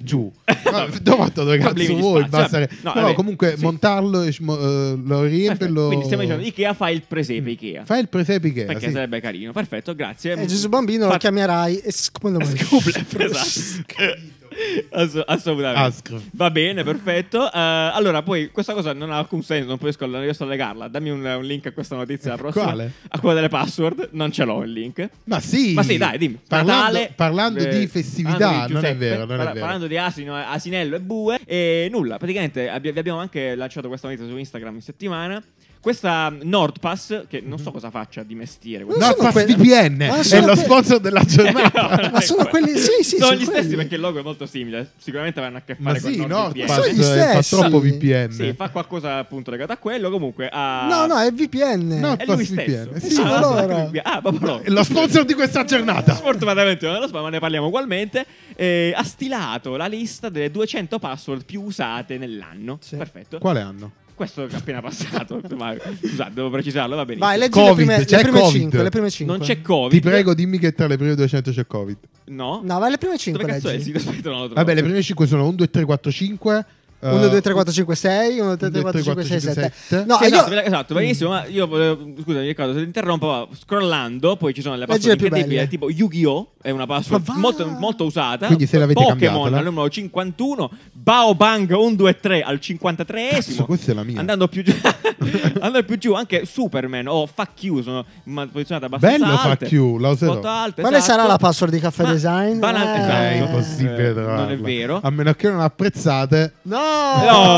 Speaker 2: <laughs>
Speaker 1: Giù, Ma dopo fatto dove cazzo
Speaker 2: Problemi di
Speaker 1: vuoi?
Speaker 2: spazio,
Speaker 1: basta
Speaker 2: vabbè.
Speaker 1: che-
Speaker 2: No,
Speaker 1: Però
Speaker 2: vabbè,
Speaker 1: comunque
Speaker 2: sì.
Speaker 1: montarlo, e sm- eh, lo riempi e
Speaker 2: Perfetto,
Speaker 1: lo.
Speaker 2: Quindi stiamo dicendo Ikea fa il
Speaker 1: Mm.
Speaker 2: presepe Ikea.
Speaker 1: Fai il presepe che
Speaker 2: perché sarebbe carino. Perfetto, grazie.
Speaker 3: Eh, Gesù Bambino lo
Speaker 2: Fa- <laughs>
Speaker 3: chiamerai e secondo me...
Speaker 2: Scoop, esatto. Ass- assolutamente.
Speaker 1: Ascro.
Speaker 2: Va bene, perfetto. Eh, allora, poi questa cosa non ha alcun senso, non riesco, non riesco a legarla. Dammi un, un link a questa notizia la prossima.
Speaker 1: Eh, Quale?
Speaker 2: A quella delle password. Non ce l'ho il link.
Speaker 1: Ma sì,
Speaker 2: Ma sì, dai, dimmi.
Speaker 1: Parlando,
Speaker 2: Natale,
Speaker 1: parlando
Speaker 2: eh,
Speaker 1: di festività,
Speaker 2: parlando di
Speaker 1: non è
Speaker 2: Giuseppe,
Speaker 1: vero, non
Speaker 2: parla-
Speaker 1: è vero.
Speaker 2: Parlando di asino, eh, asinello e bue, e nulla. Praticamente abbi- vi abbiamo anche lanciato questa notizia su Instagram in settimana. Questa mm, Nordpass, che non so cosa faccia di mestiere.
Speaker 3: Non
Speaker 1: Mm-hmm. No,
Speaker 3: sono
Speaker 1: Pass
Speaker 3: que-
Speaker 1: VPN
Speaker 3: Ma
Speaker 1: è
Speaker 3: sono
Speaker 1: lo
Speaker 3: que- Eh,
Speaker 1: sponsor della giornata.
Speaker 3: Ma sono quelli- sì, sì,
Speaker 2: sono
Speaker 3: sono
Speaker 2: gli stessi
Speaker 3: quelli.
Speaker 2: perché il logo è molto simile. Sicuramente avranno a che fare
Speaker 1: Ma
Speaker 2: con
Speaker 1: sì, no,
Speaker 2: NordVPN.
Speaker 1: fa,
Speaker 3: sono gli
Speaker 1: fa
Speaker 3: stessi.
Speaker 1: troppo VPN.
Speaker 2: Sì, fa qualcosa appunto legato a quello. Comunque, a...
Speaker 3: No, no, è VPN.
Speaker 1: No,
Speaker 2: è lui
Speaker 1: Pass VPN.
Speaker 2: stesso.
Speaker 1: Sì,
Speaker 2: ah,
Speaker 3: ma allora.
Speaker 2: ecco qui. Ah, proprio loro.
Speaker 1: È lo sponsor di questa giornata.
Speaker 2: Sfortunatamente non è lo spam, ma ne parliamo ugualmente. Eh, ha stilato la lista delle 200 password più usate nell'anno.
Speaker 3: Sì.
Speaker 2: Perfetto.
Speaker 1: Quale anno?
Speaker 2: Questo è appena passato. ma, scusate, devo precisarlo, va bene.
Speaker 3: Vai, leggi
Speaker 1: Covid,
Speaker 3: le prime, le
Speaker 1: c'è
Speaker 3: prime
Speaker 1: Covid.
Speaker 3: cinque, le prime cinque.
Speaker 2: non c'è Covid.
Speaker 1: Ti prego, dimmi che tra le prime 200 c'è Covid.
Speaker 2: No.
Speaker 3: No, vai le prime
Speaker 2: Dove
Speaker 3: 5
Speaker 2: cazzo è?
Speaker 3: leggi.
Speaker 2: Sì, aspetta, non lo trovo.
Speaker 1: Vabbè, le prime 5 sono 1, 2, 3, 4, 5.
Speaker 3: 1, 2,
Speaker 2: Eh,
Speaker 3: 3, 4, 5, 6, 1, 2, 3, 4, 5, 6, 7. No,
Speaker 2: Sì, esatto,
Speaker 3: io...
Speaker 2: esatto, benissimo. Ma io volevo. Scusami, Riccardo, se ti interrompo. ma scrollando, poi ci sono le
Speaker 3: Leggi
Speaker 2: password
Speaker 3: le più
Speaker 2: incredibili.
Speaker 3: belle.
Speaker 2: Tipo Yu-Gi-Oh! è una password
Speaker 3: Ma va!
Speaker 2: molto, molto usata.
Speaker 1: Quindi se l'avete
Speaker 2: Pokémon
Speaker 1: cambiatela.
Speaker 2: al numero 51, Baobang 1, 2, 3 al 53esimo.
Speaker 1: Cazzo, questa è la mia.
Speaker 2: Andando più giù, <laughs> andando più giù anche Superman o Fuck You sono ma- posizionate abbastanza
Speaker 1: Bello
Speaker 2: alte.
Speaker 1: Fuck You, la userò.
Speaker 2: Molto alte,
Speaker 3: Quale
Speaker 2: esatto.
Speaker 3: sarà la password di Caffè
Speaker 2: Ma-
Speaker 3: Design?
Speaker 2: banal-
Speaker 1: Eh,
Speaker 3: Eh.
Speaker 2: esatto.
Speaker 1: è impossibile
Speaker 2: Eh,
Speaker 1: trovarla.
Speaker 2: non è vero.
Speaker 1: A meno che non apprezzate.
Speaker 3: No!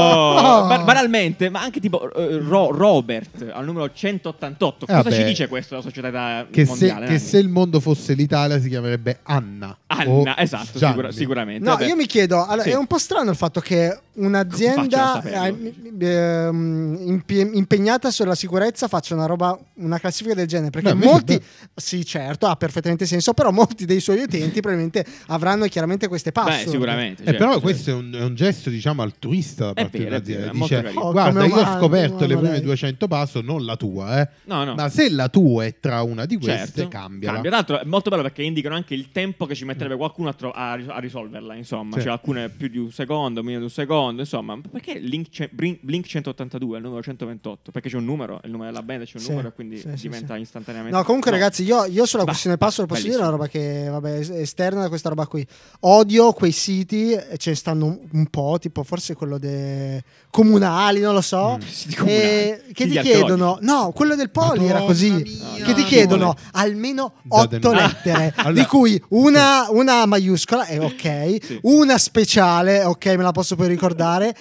Speaker 2: No, ba- banalmente, ma anche tipo eh, Ro- Robert al numero 188.
Speaker 1: Eh,
Speaker 2: Cosa
Speaker 1: vabbè.
Speaker 2: ci dice questo la società
Speaker 1: Che, se,
Speaker 2: mondiale? eh?
Speaker 1: che
Speaker 2: Nanni?
Speaker 1: se il mondo fosse l'Italia si chiamerebbe Anna. o
Speaker 2: Anna, esatto,
Speaker 1: Gianni.
Speaker 2: sicura- sicuramente.
Speaker 3: No,
Speaker 2: Vabbè.
Speaker 3: io mi chiedo, allora,
Speaker 2: Sì.
Speaker 3: è un po' strano il fatto che
Speaker 2: Facciano
Speaker 3: un'azienda
Speaker 2: saperlo.
Speaker 3: eh, mi- mi- ehm, impie- impegnata sulla sicurezza faccia una roba, una classifica del genere, perché
Speaker 1: Beh, invece
Speaker 3: molti,
Speaker 1: beh.
Speaker 3: sì certo, ha perfettamente senso, però molti dei suoi utenti probabilmente avranno chiaramente queste password.
Speaker 2: Beh, sicuramente.
Speaker 1: Eh,
Speaker 2: certo,
Speaker 1: però
Speaker 2: certo.
Speaker 1: questo è un, è un gesto, diciamo, al altruista da
Speaker 2: È
Speaker 1: parte
Speaker 2: vero, è
Speaker 1: dell'azienda.
Speaker 2: vero, è molto
Speaker 1: Dice,
Speaker 2: carino.
Speaker 3: Oh,
Speaker 1: guarda,
Speaker 3: come
Speaker 1: io ho
Speaker 3: umano,
Speaker 1: scoperto
Speaker 3: umano
Speaker 1: le prime
Speaker 3: lei."
Speaker 1: 200 passo, non la tua, eh.
Speaker 2: certo. No, no.
Speaker 1: Ma se la tua è tra una di queste,
Speaker 2: Certo,
Speaker 1: cambiala.
Speaker 2: Cambia. Tra l'altro è molto bello perché indicano anche il tempo che ci metterebbe qualcuno a, tro- a ris- a risolverla, insomma.
Speaker 1: Sì.
Speaker 2: Cioè alcune più di un secondo, meno di un secondo, insomma. Perché Link, ce- Blink- Blink 182 è il numero 128? Perché c'è un numero, è il numero della band, c'è un
Speaker 3: Sì,
Speaker 2: numero e quindi
Speaker 3: sì, sì,
Speaker 2: diventa
Speaker 3: sì.
Speaker 2: istantaneamente...
Speaker 3: No, comunque, ragazzi, io, io sulla
Speaker 2: Bah,
Speaker 3: questione password posso dire una
Speaker 2: bellissimo.
Speaker 3: roba che vabbè, es- esterna da questa roba qui. Odio quei siti, eh, ce ne stanno un, un po', tipo forse quello dei comunali, non lo so.
Speaker 1: Mm,
Speaker 2: Siti
Speaker 3: eh,
Speaker 2: comunali.
Speaker 3: che
Speaker 2: Gli
Speaker 3: ti
Speaker 2: archeologi.
Speaker 3: chiedono, no, quello del Poli era
Speaker 1: Madonna
Speaker 3: così.
Speaker 1: mia,
Speaker 3: che ti
Speaker 1: no.
Speaker 3: chiedono almeno
Speaker 1: Da
Speaker 3: otto
Speaker 1: denunciare.
Speaker 3: lettere,
Speaker 1: <laughs> Allora-
Speaker 3: di cui una, una maiuscola, è ok,
Speaker 2: Sì.
Speaker 3: una speciale, ok, me la posso poi ricordare,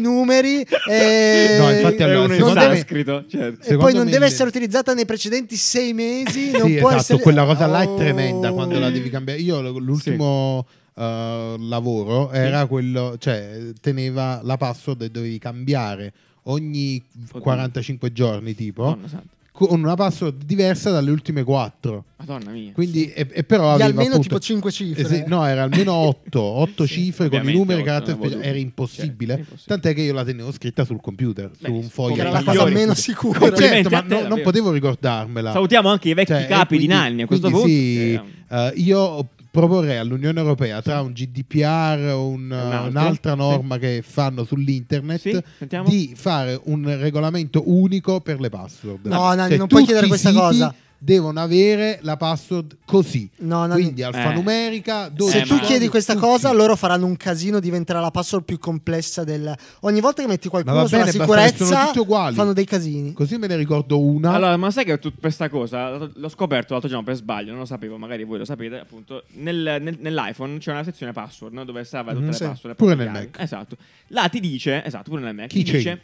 Speaker 1: <laughs>
Speaker 3: numeri. eh,
Speaker 1: No, infatti, allora,
Speaker 2: è uno in
Speaker 1: secondo me-
Speaker 2: sanscrito, certo.
Speaker 3: e
Speaker 1: Secondo
Speaker 3: poi non
Speaker 1: me
Speaker 3: deve
Speaker 1: il-
Speaker 3: essere utilizzata nei precedenti sei
Speaker 1: <laughs>
Speaker 3: mesi. Non
Speaker 1: Sì,
Speaker 3: può
Speaker 1: esatto,
Speaker 3: essere...
Speaker 1: quella cosa là è
Speaker 3: Oh.
Speaker 1: tremenda quando la devi cambiare. Io l- l'ultimo eh, lavoro era quello, cioè teneva la password e dovevi cambiare ogni
Speaker 2: Madonna.
Speaker 1: 45 giorni tipo
Speaker 3: boh.
Speaker 2: Madonna, santa.
Speaker 1: con una password diversa dalle ultime 4.
Speaker 2: Madonna mia.
Speaker 1: Quindi, e, e però
Speaker 3: Di
Speaker 1: aveva
Speaker 3: almeno
Speaker 1: appunto-
Speaker 3: tipo 5 cifre.
Speaker 1: eh sì, no, era almeno
Speaker 2: <laughs>
Speaker 1: 8, 8
Speaker 3: Sì.
Speaker 1: cifre con i
Speaker 2: Ovviamente
Speaker 1: numeri
Speaker 2: otto,
Speaker 1: caratteri
Speaker 2: non
Speaker 1: speciali.
Speaker 2: voglio-
Speaker 1: Era impossibile,
Speaker 2: Cioè, impossibile.
Speaker 1: Tant'è che io la tenevo scritta sul computer, su
Speaker 2: Beh,
Speaker 1: un foglio.
Speaker 3: che era
Speaker 2: Migliori.
Speaker 3: la cosa meno
Speaker 1: Certo,
Speaker 2: <laughs>
Speaker 3: sicura.
Speaker 2: Complimenti
Speaker 1: ma
Speaker 2: a te,
Speaker 1: no- non
Speaker 2: davvero.
Speaker 1: potevo ricordarmela.
Speaker 2: Salutiamo anche i vecchi
Speaker 1: Cioè,
Speaker 2: capi
Speaker 1: e quindi-
Speaker 2: di Nanni a questo punto.
Speaker 1: quindi sì,
Speaker 2: Cioè,
Speaker 1: eh, io proporrei all'Unione Europea tra un GDPR o un,
Speaker 2: Un'altra,
Speaker 1: un'altra
Speaker 2: sì.
Speaker 1: norma che fanno sull'internet
Speaker 2: Sì, sentiamo.
Speaker 1: di fare un regolamento unico per le password. Cioè,
Speaker 3: No, Nanni, non
Speaker 1: tutti
Speaker 3: puoi chiedere
Speaker 1: i
Speaker 3: questa
Speaker 1: siti
Speaker 3: cosa.
Speaker 1: Devono avere la password così,
Speaker 3: No, Nanni.
Speaker 1: quindi alfanumerica.
Speaker 2: Eh,
Speaker 1: dodici
Speaker 3: Se tu
Speaker 2: ma-
Speaker 3: chiedi questa
Speaker 1: tutti.
Speaker 3: cosa, loro faranno un casino, diventerà la password più complessa del. Ogni volta che metti
Speaker 1: Ma
Speaker 3: qualcuno
Speaker 1: va
Speaker 3: sulla
Speaker 1: bene, basta che sono
Speaker 3: sicurezza,
Speaker 1: tutte uguali.
Speaker 3: fanno dei casini.
Speaker 1: così me ne ricordo una.
Speaker 2: Allora, ma sai che tu- questa cosa l'ho- l'ho scoperto l'altro giorno per sbaglio, non lo sapevo, magari voi lo sapete, appunto, nel- nel- nell'iPhone c'è una sezione password no? dove salva tutte
Speaker 1: Mhm,
Speaker 2: le
Speaker 1: sì.
Speaker 2: password. le
Speaker 1: Pure
Speaker 2: proprie
Speaker 1: nel
Speaker 2: chiavi. Esatto. Là ti dice, esatto, pure nel Mac, ti
Speaker 1: Keychain.
Speaker 2: dice...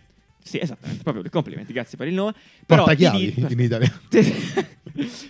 Speaker 2: Sì, esattamente, proprio complimenti, grazie per il nome. Però Eh. ti
Speaker 1: portachiavi
Speaker 2: di-
Speaker 1: in Italia,
Speaker 2: <laughs> ti,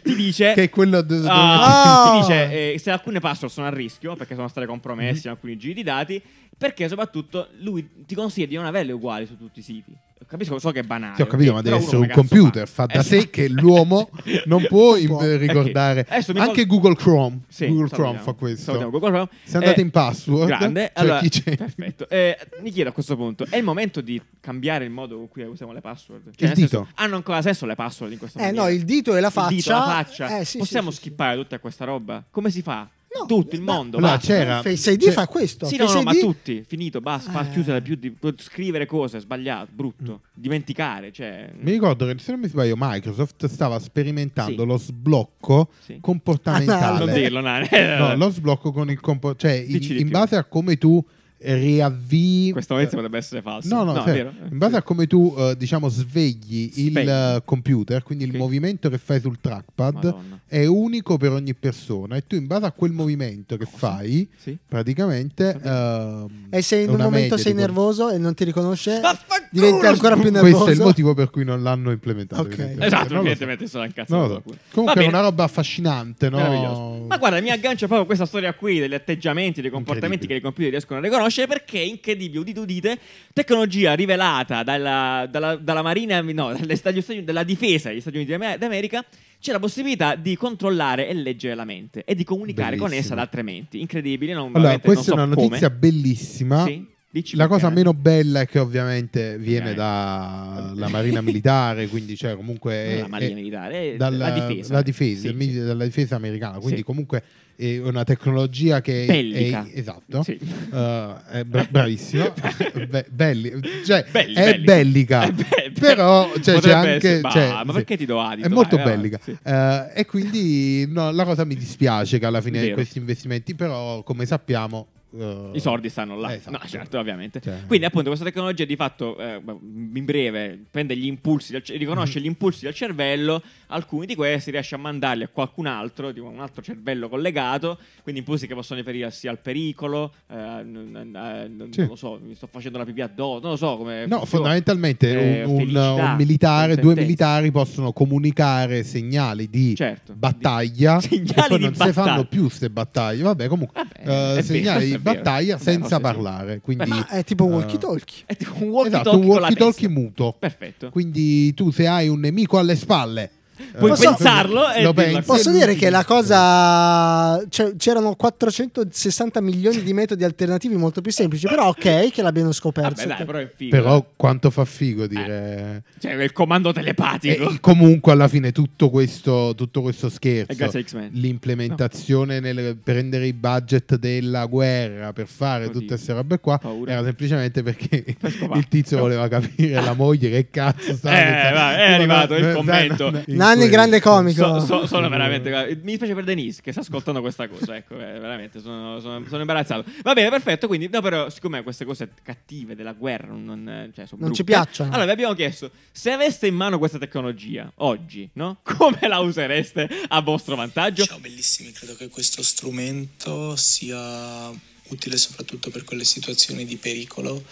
Speaker 2: ti dice...
Speaker 1: <laughs> che è quello d- dove-
Speaker 2: Ah,
Speaker 3: Ah!
Speaker 2: Ti dice eh, se alcune password sono a rischio perché sono state compromesse
Speaker 1: Mm-hmm.
Speaker 2: in alcuni giri di dati, perché soprattutto lui ti consiglia di non averle uguali su tutti i siti. Capisco, so che è banale.
Speaker 1: Sì, ho capito,
Speaker 2: ok?
Speaker 1: ma deve
Speaker 2: Eh, Però
Speaker 1: essere
Speaker 2: uno
Speaker 1: un
Speaker 2: come cazzo
Speaker 1: computer fa, da sé
Speaker 2: Esatto.
Speaker 1: che
Speaker 2: <laughs>
Speaker 1: l'uomo non può
Speaker 3: Non può.
Speaker 1: eh, ricordare.
Speaker 2: Perché? Adesso mi
Speaker 1: Anche
Speaker 2: ricordo-
Speaker 1: Google Chrome,
Speaker 2: Sì,
Speaker 1: Google
Speaker 2: salutiamo.
Speaker 1: Chrome fa questo.
Speaker 2: Salutiamo Google Chrome.
Speaker 1: Se andate
Speaker 2: Eh,
Speaker 1: in password,
Speaker 2: grande.
Speaker 1: c'è
Speaker 2: allora,
Speaker 1: chi c'è.
Speaker 2: Perfetto. Eh, mi chiedo a questo punto, è il momento di cambiare il modo con cui usiamo le password? Cioè,
Speaker 1: Il
Speaker 2: nel senso,
Speaker 1: dito.
Speaker 2: hanno ancora senso le password in questo
Speaker 3: Eh
Speaker 2: momento?
Speaker 3: no, il dito e la faccia.
Speaker 2: dito, la faccia.
Speaker 3: Eh, sì,
Speaker 2: Possiamo
Speaker 3: sì, sì,
Speaker 2: skippare tutta questa roba? Come si fa?
Speaker 3: No, certo.
Speaker 2: Tutto il
Speaker 3: ma-
Speaker 2: mondo.
Speaker 1: Allora,
Speaker 2: basta.
Speaker 1: c'era-
Speaker 3: Ah,
Speaker 1: Cioè-
Speaker 3: Face ID
Speaker 1: c'è-
Speaker 3: fa questo.
Speaker 2: Sì, no,
Speaker 3: Face
Speaker 2: no, ma
Speaker 3: ID
Speaker 2: tutti, finito, basta, fa
Speaker 3: Eh. Mm.
Speaker 2: chiudere più di pu- scrivere cose, sbagliato, brutto, dimenticare, cioè
Speaker 1: Mi ricordo che se non mi sbaglio, Microsoft stava sperimentando
Speaker 2: Sì.
Speaker 1: lo sblocco
Speaker 2: Sì. Ah,
Speaker 1: comportamentale.
Speaker 2: non
Speaker 3: Vabbè.
Speaker 2: dirlo, Nani. <laughs>
Speaker 1: No, lo sblocco con il compo- cioè in,
Speaker 2: Dici di
Speaker 1: in
Speaker 2: più.
Speaker 1: base a come tu eh, riavvii
Speaker 2: Questo momento potrebbe essere falso.
Speaker 1: No, no,
Speaker 2: è
Speaker 1: cioè,
Speaker 2: vero.
Speaker 1: in base a come tu eh, diciamo svegli il
Speaker 2: Svegli.
Speaker 1: eh, computer, quindi
Speaker 2: Ok.
Speaker 1: il movimento che fai sul trackpad
Speaker 2: Madonna.
Speaker 1: è unico per ogni persona e tu in base a quel movimento che fai
Speaker 2: Sì.
Speaker 1: praticamente ehm,
Speaker 3: E se in un momento sei nervoso e non ti riconosce,
Speaker 2: Vaffanculo!
Speaker 3: diventi ancora più nervoso.
Speaker 1: questo è il motivo per cui non l'hanno implementato
Speaker 3: Ok.
Speaker 1: evidentemente. Non lo
Speaker 2: Esatto,
Speaker 1: so.
Speaker 2: evidentemente sono incazzato.
Speaker 1: Non lo so.
Speaker 2: qualcuno.
Speaker 1: comunque
Speaker 2: Va
Speaker 1: è
Speaker 2: bene,
Speaker 1: una roba affascinante no?
Speaker 2: meraviglioso. Ma guarda, mi aggancio proprio a questa storia qui degli atteggiamenti, dei comportamenti che i
Speaker 1: Incredibile.
Speaker 2: computer riescono a riconoscere perché è incredibile, udite, udite, tecnologia rivelata dalla, dalla- dalla Marina, no, dalle Stati- Stati- dalla difesa degli Stati Uniti d'Ame- d'America, c'è la possibilità di controllare e leggere la mente e di comunicare con
Speaker 1: Bellissimo.
Speaker 2: essa ad altre menti. Incredibile, non,
Speaker 1: allora
Speaker 2: veramente non
Speaker 1: questa è
Speaker 2: so
Speaker 1: una notizia
Speaker 2: come.
Speaker 1: bellissima
Speaker 2: Sì? Dici
Speaker 1: La
Speaker 2: perché.
Speaker 1: cosa meno bella è che ovviamente viene
Speaker 2: Ok.
Speaker 1: dalla Marina Militare, quindi cioè comunque...
Speaker 2: Non
Speaker 1: è-
Speaker 2: la Marina
Speaker 1: è-
Speaker 2: Militare, è
Speaker 1: dalla-
Speaker 2: la difesa.
Speaker 1: la difesa,
Speaker 2: Sì,
Speaker 1: il mili-
Speaker 2: sì.
Speaker 1: dalla difesa americana, quindi
Speaker 2: Sì.
Speaker 1: comunque è una tecnologia che... è-
Speaker 2: Bellica.
Speaker 1: È, esatto.
Speaker 2: Sì.
Speaker 1: Eh, è bra- bravissimo.
Speaker 2: <laughs>
Speaker 1: Be- belli- cioè,
Speaker 2: Belli,
Speaker 1: è
Speaker 2: bellica.
Speaker 1: bellica,
Speaker 2: <laughs> È be-
Speaker 1: però cioè, c'è
Speaker 2: Potrebbe
Speaker 1: anche...
Speaker 2: essere- ma-
Speaker 1: cioè,
Speaker 2: ma perché ti do adito,
Speaker 1: È molto
Speaker 2: dai, vai,
Speaker 1: bellica.
Speaker 2: sì.
Speaker 1: Eh, e quindi no, la cosa mi dispiace che alla fine
Speaker 2: Vero.
Speaker 1: questi investimenti, però come sappiamo... eh,
Speaker 2: I soldi stanno là,
Speaker 1: eh, esatto.
Speaker 2: no, certo, ovviamente.
Speaker 1: Cioè-
Speaker 2: Quindi, appunto, questa tecnologia di fatto, eh, in breve, prende gli impulsi, del ce- riconosce
Speaker 1: Mm-hmm.
Speaker 2: gli impulsi del cervello, alcuni di questi riesce a mandarli a qualcun altro, tipo un altro cervello collegato, quindi impulsi che possono riferirsi al pericolo, eh, n- n- eh, non
Speaker 1: Sì.
Speaker 2: lo so, mi sto facendo la pipì addosso, non lo so come...
Speaker 1: No,
Speaker 2: tipo,
Speaker 1: fondamentalmente
Speaker 2: eh,
Speaker 1: un, un-
Speaker 2: felicità,
Speaker 1: un militare, due
Speaker 2: contentezza.
Speaker 1: militari possono comunicare segnali di
Speaker 2: Certo.
Speaker 1: battaglia
Speaker 2: Di- segnali
Speaker 1: e poi
Speaker 2: di
Speaker 1: non si
Speaker 2: battaglia.
Speaker 1: fanno più queste battaglie. Vabbè, comunque
Speaker 2: Vabbè, è
Speaker 1: eh,
Speaker 2: vero,
Speaker 1: segnali
Speaker 2: è
Speaker 1: di
Speaker 2: vero.
Speaker 1: battaglia
Speaker 2: Vabbè,
Speaker 1: senza
Speaker 2: forse sì.
Speaker 1: parlare, quindi
Speaker 3: Ma è tipo
Speaker 1: eh,
Speaker 3: walkie talkie.
Speaker 2: È tipo un walkie-talkie
Speaker 1: esatto, un
Speaker 2: con la
Speaker 1: walkie-talkie
Speaker 2: testa.
Speaker 1: muto.
Speaker 2: Perfetto.
Speaker 1: Quindi tu se hai un nemico alle spalle eh,
Speaker 2: Puoi
Speaker 3: Posso-
Speaker 2: pensarlo e
Speaker 1: Lo
Speaker 2: dirla
Speaker 1: penso.
Speaker 2: così.
Speaker 3: Posso dire che la cosa. cioè, c'erano 460 milioni di metodi alternativi molto più semplici. Però, ok, che l'abbiano scoperto.
Speaker 2: Vabbè, dai, però è figo. eh.
Speaker 1: Però quanto fa figo dire...
Speaker 2: Cioè, il comando
Speaker 1: E
Speaker 2: telepatico.
Speaker 1: comunque alla fine tutto questo, tutto questo scherzo,
Speaker 2: È Eh, grazie a X-Men.
Speaker 1: l'implementazione nel prendere i budget della guerra per fare
Speaker 2: Oddio.
Speaker 1: tutte queste robe qua
Speaker 2: Paura.
Speaker 1: era semplicemente perché
Speaker 2: Per scopare.
Speaker 1: il tizio voleva capire la moglie che cazzo sta
Speaker 2: Eh, va, è arrivato il commento.
Speaker 1: Eh,
Speaker 3: Nanni, grande comico.
Speaker 2: So- so- sono veramente. guarda, Mi dispiace per Denise che sta ascoltando questa cosa. Ecco, eh, veramente sono, sono- sono imbarazzato. Va bene, perfetto. Quindi, no, però, siccome queste cose cattive della guerra non, non- cioè, sono
Speaker 3: Non ci
Speaker 2: brutte,
Speaker 3: piacciono.
Speaker 2: Allora, vi abbiamo chiesto: se aveste in mano questa tecnologia oggi, no? Come la usereste a vostro vantaggio?
Speaker 5: Ciao bellissimi, credo che questo strumento sia utile soprattutto per quelle situazioni di pericolo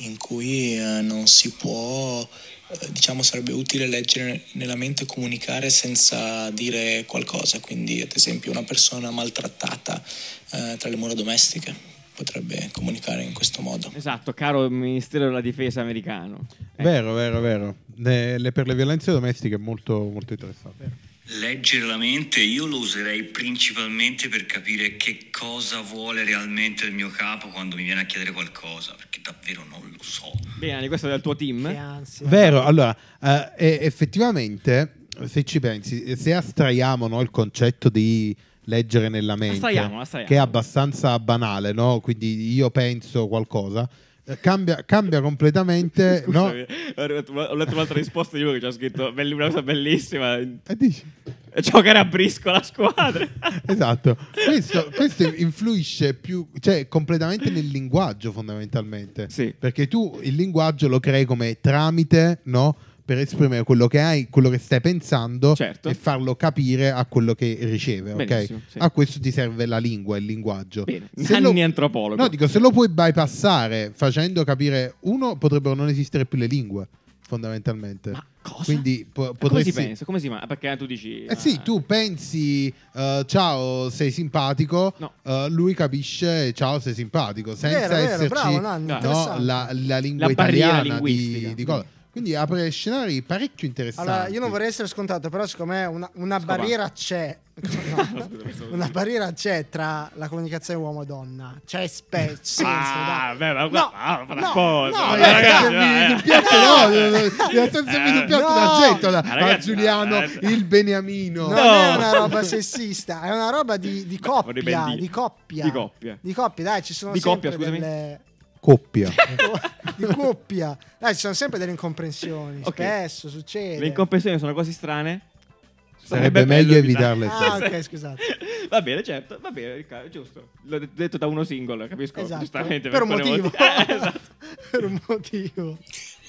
Speaker 5: in cui eh, non si può, eh, diciamo sarebbe utile leggere nella mente e comunicare senza dire qualcosa, quindi ad esempio una persona maltrattata eh, tra le mura domestiche potrebbe comunicare in questo modo.
Speaker 2: Esatto, caro Ministero della Difesa americano. Eh,
Speaker 1: Vero, vero, vero. Le- le- per le violenze domestiche è molto, molto interessante.
Speaker 6: Leggere la mente io lo userei principalmente per capire che cosa vuole realmente il mio capo quando mi viene a chiedere qualcosa, perché davvero non lo so.
Speaker 2: Bene, Ani, questo è del tuo team.
Speaker 3: Che ansia.
Speaker 1: Vero, allora, eh, e- effettivamente, se ci pensi, se astraiamo no, il concetto di leggere nella mente,
Speaker 2: Astraiamo, astraiamo.
Speaker 1: che è abbastanza banale, no? quindi io penso qualcosa, eh, cambia, cambia completamente... no?
Speaker 2: <laughs> Scusami, ho letto- ho letto un'altra risposta di lui che ci ha scritto belli- una cosa bellissima.
Speaker 1: Eh, dici?
Speaker 2: Giocare a brisco la squadra.
Speaker 3: <laughs>
Speaker 1: Esatto, questo, questo influisce più, cioè completamente nel linguaggio fondamentalmente.
Speaker 2: Sì.
Speaker 1: Perché tu il linguaggio lo crei come tramite, no? Per esprimere quello che hai, quello che stai pensando
Speaker 2: Certo.
Speaker 1: e farlo capire a quello che riceve, ok?
Speaker 2: Benissimo, sì.
Speaker 1: A questo ti serve la lingua, il linguaggio.
Speaker 2: Bene,
Speaker 1: Se
Speaker 2: Nanni antropologo.
Speaker 1: No, dico, se lo puoi bypassare facendo capire uno, potrebbero non esistere più le lingue, fondamentalmente.
Speaker 2: Ma cosa?
Speaker 1: Quindi po-
Speaker 2: Come si
Speaker 1: potresti
Speaker 2: pensa? Come si fa? Perché tu dici...
Speaker 1: eh sì,
Speaker 2: ah,
Speaker 1: tu pensi eh, ciao, sei simpatico,
Speaker 2: No.
Speaker 1: eh, lui capisce ciao, sei simpatico, senza
Speaker 3: vero,
Speaker 1: esserci
Speaker 3: bravo, Nanni,
Speaker 1: no,
Speaker 3: interessante.
Speaker 1: la, la lingua
Speaker 2: La barriera
Speaker 1: italiana
Speaker 2: linguistica.
Speaker 1: di, di cosa. Quindi apre scenari parecchio interessanti.
Speaker 3: Allora, io non vorrei essere scontato, però secondo me una, una
Speaker 2: Scopa. <laughs>
Speaker 3: barriera c'è. No.
Speaker 2: scusa, pensavo-
Speaker 3: una barriera c'è tra la comunicazione uomo e donna. C'è spe- senso,
Speaker 2: Ah,
Speaker 3: dai.
Speaker 2: beh, ma
Speaker 3: No,
Speaker 2: ah, fra
Speaker 3: no,
Speaker 2: poco,
Speaker 3: no,
Speaker 1: Ma
Speaker 2: dai,
Speaker 3: eh,
Speaker 2: ragazzi,
Speaker 1: mi-
Speaker 2: dai,
Speaker 1: mi piace,
Speaker 2: <laughs>
Speaker 1: no, mi ha sempre sul piatto
Speaker 3: No.
Speaker 1: d'argento la-
Speaker 2: Ma
Speaker 1: a
Speaker 2: ragazzi,
Speaker 1: Giuliano,
Speaker 2: no, eh.
Speaker 1: il Beniamino.
Speaker 3: No,
Speaker 2: No.
Speaker 3: non è una roba sessista, è una roba di,
Speaker 2: vorrei
Speaker 3: di coppia,
Speaker 2: ben dire.
Speaker 3: di coppia.
Speaker 2: Di coppia.
Speaker 3: Di coppia, dai, ci sono
Speaker 2: Di
Speaker 3: sempre
Speaker 2: coppia, scusami.
Speaker 3: delle-
Speaker 2: <laughs>
Speaker 1: Coppia.
Speaker 3: di coppia. Dai, ci sono sempre delle incomprensioni,
Speaker 2: Ok.
Speaker 3: spesso succede.
Speaker 2: Le incomprensioni sono cose strane.
Speaker 1: Sarebbe meglio
Speaker 2: evitarle <laughs>
Speaker 1: evitarle.
Speaker 3: Ah, ok, scusate.
Speaker 2: Va bene, certo, va bene, Riccardo, giusto. L'ho de- detto da uno singolo, capisco
Speaker 3: Esatto.
Speaker 2: giustamente
Speaker 3: Per un
Speaker 2: quale
Speaker 3: motivo.
Speaker 2: motivo.
Speaker 3: <laughs>
Speaker 2: Eh, esatto.
Speaker 3: per un motivo.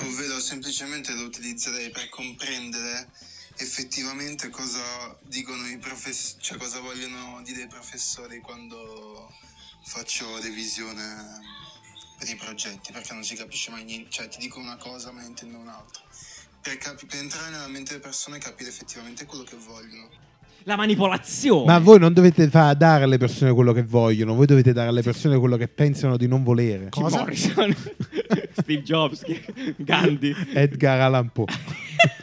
Speaker 7: ovvero semplicemente lo utilizzerei per comprendere effettivamente cosa dicono i professori, cioè cosa vogliono dire i professori quando faccio revisione per i progetti, perché non si capisce mai niente, cioè ti dico una cosa ma ne intendo un'altra. Per, capi- per entrare nella mente delle persone e capire effettivamente quello che vogliono.
Speaker 2: La manipolazione.
Speaker 1: Ma voi non dovete fa- dare alle persone quello che vogliono, voi dovete dare alle persone quello che pensano di non volere.
Speaker 2: Jim Morrison, <laughs> Steve Jobs, Gandhi.
Speaker 1: Edgar Allan Poe.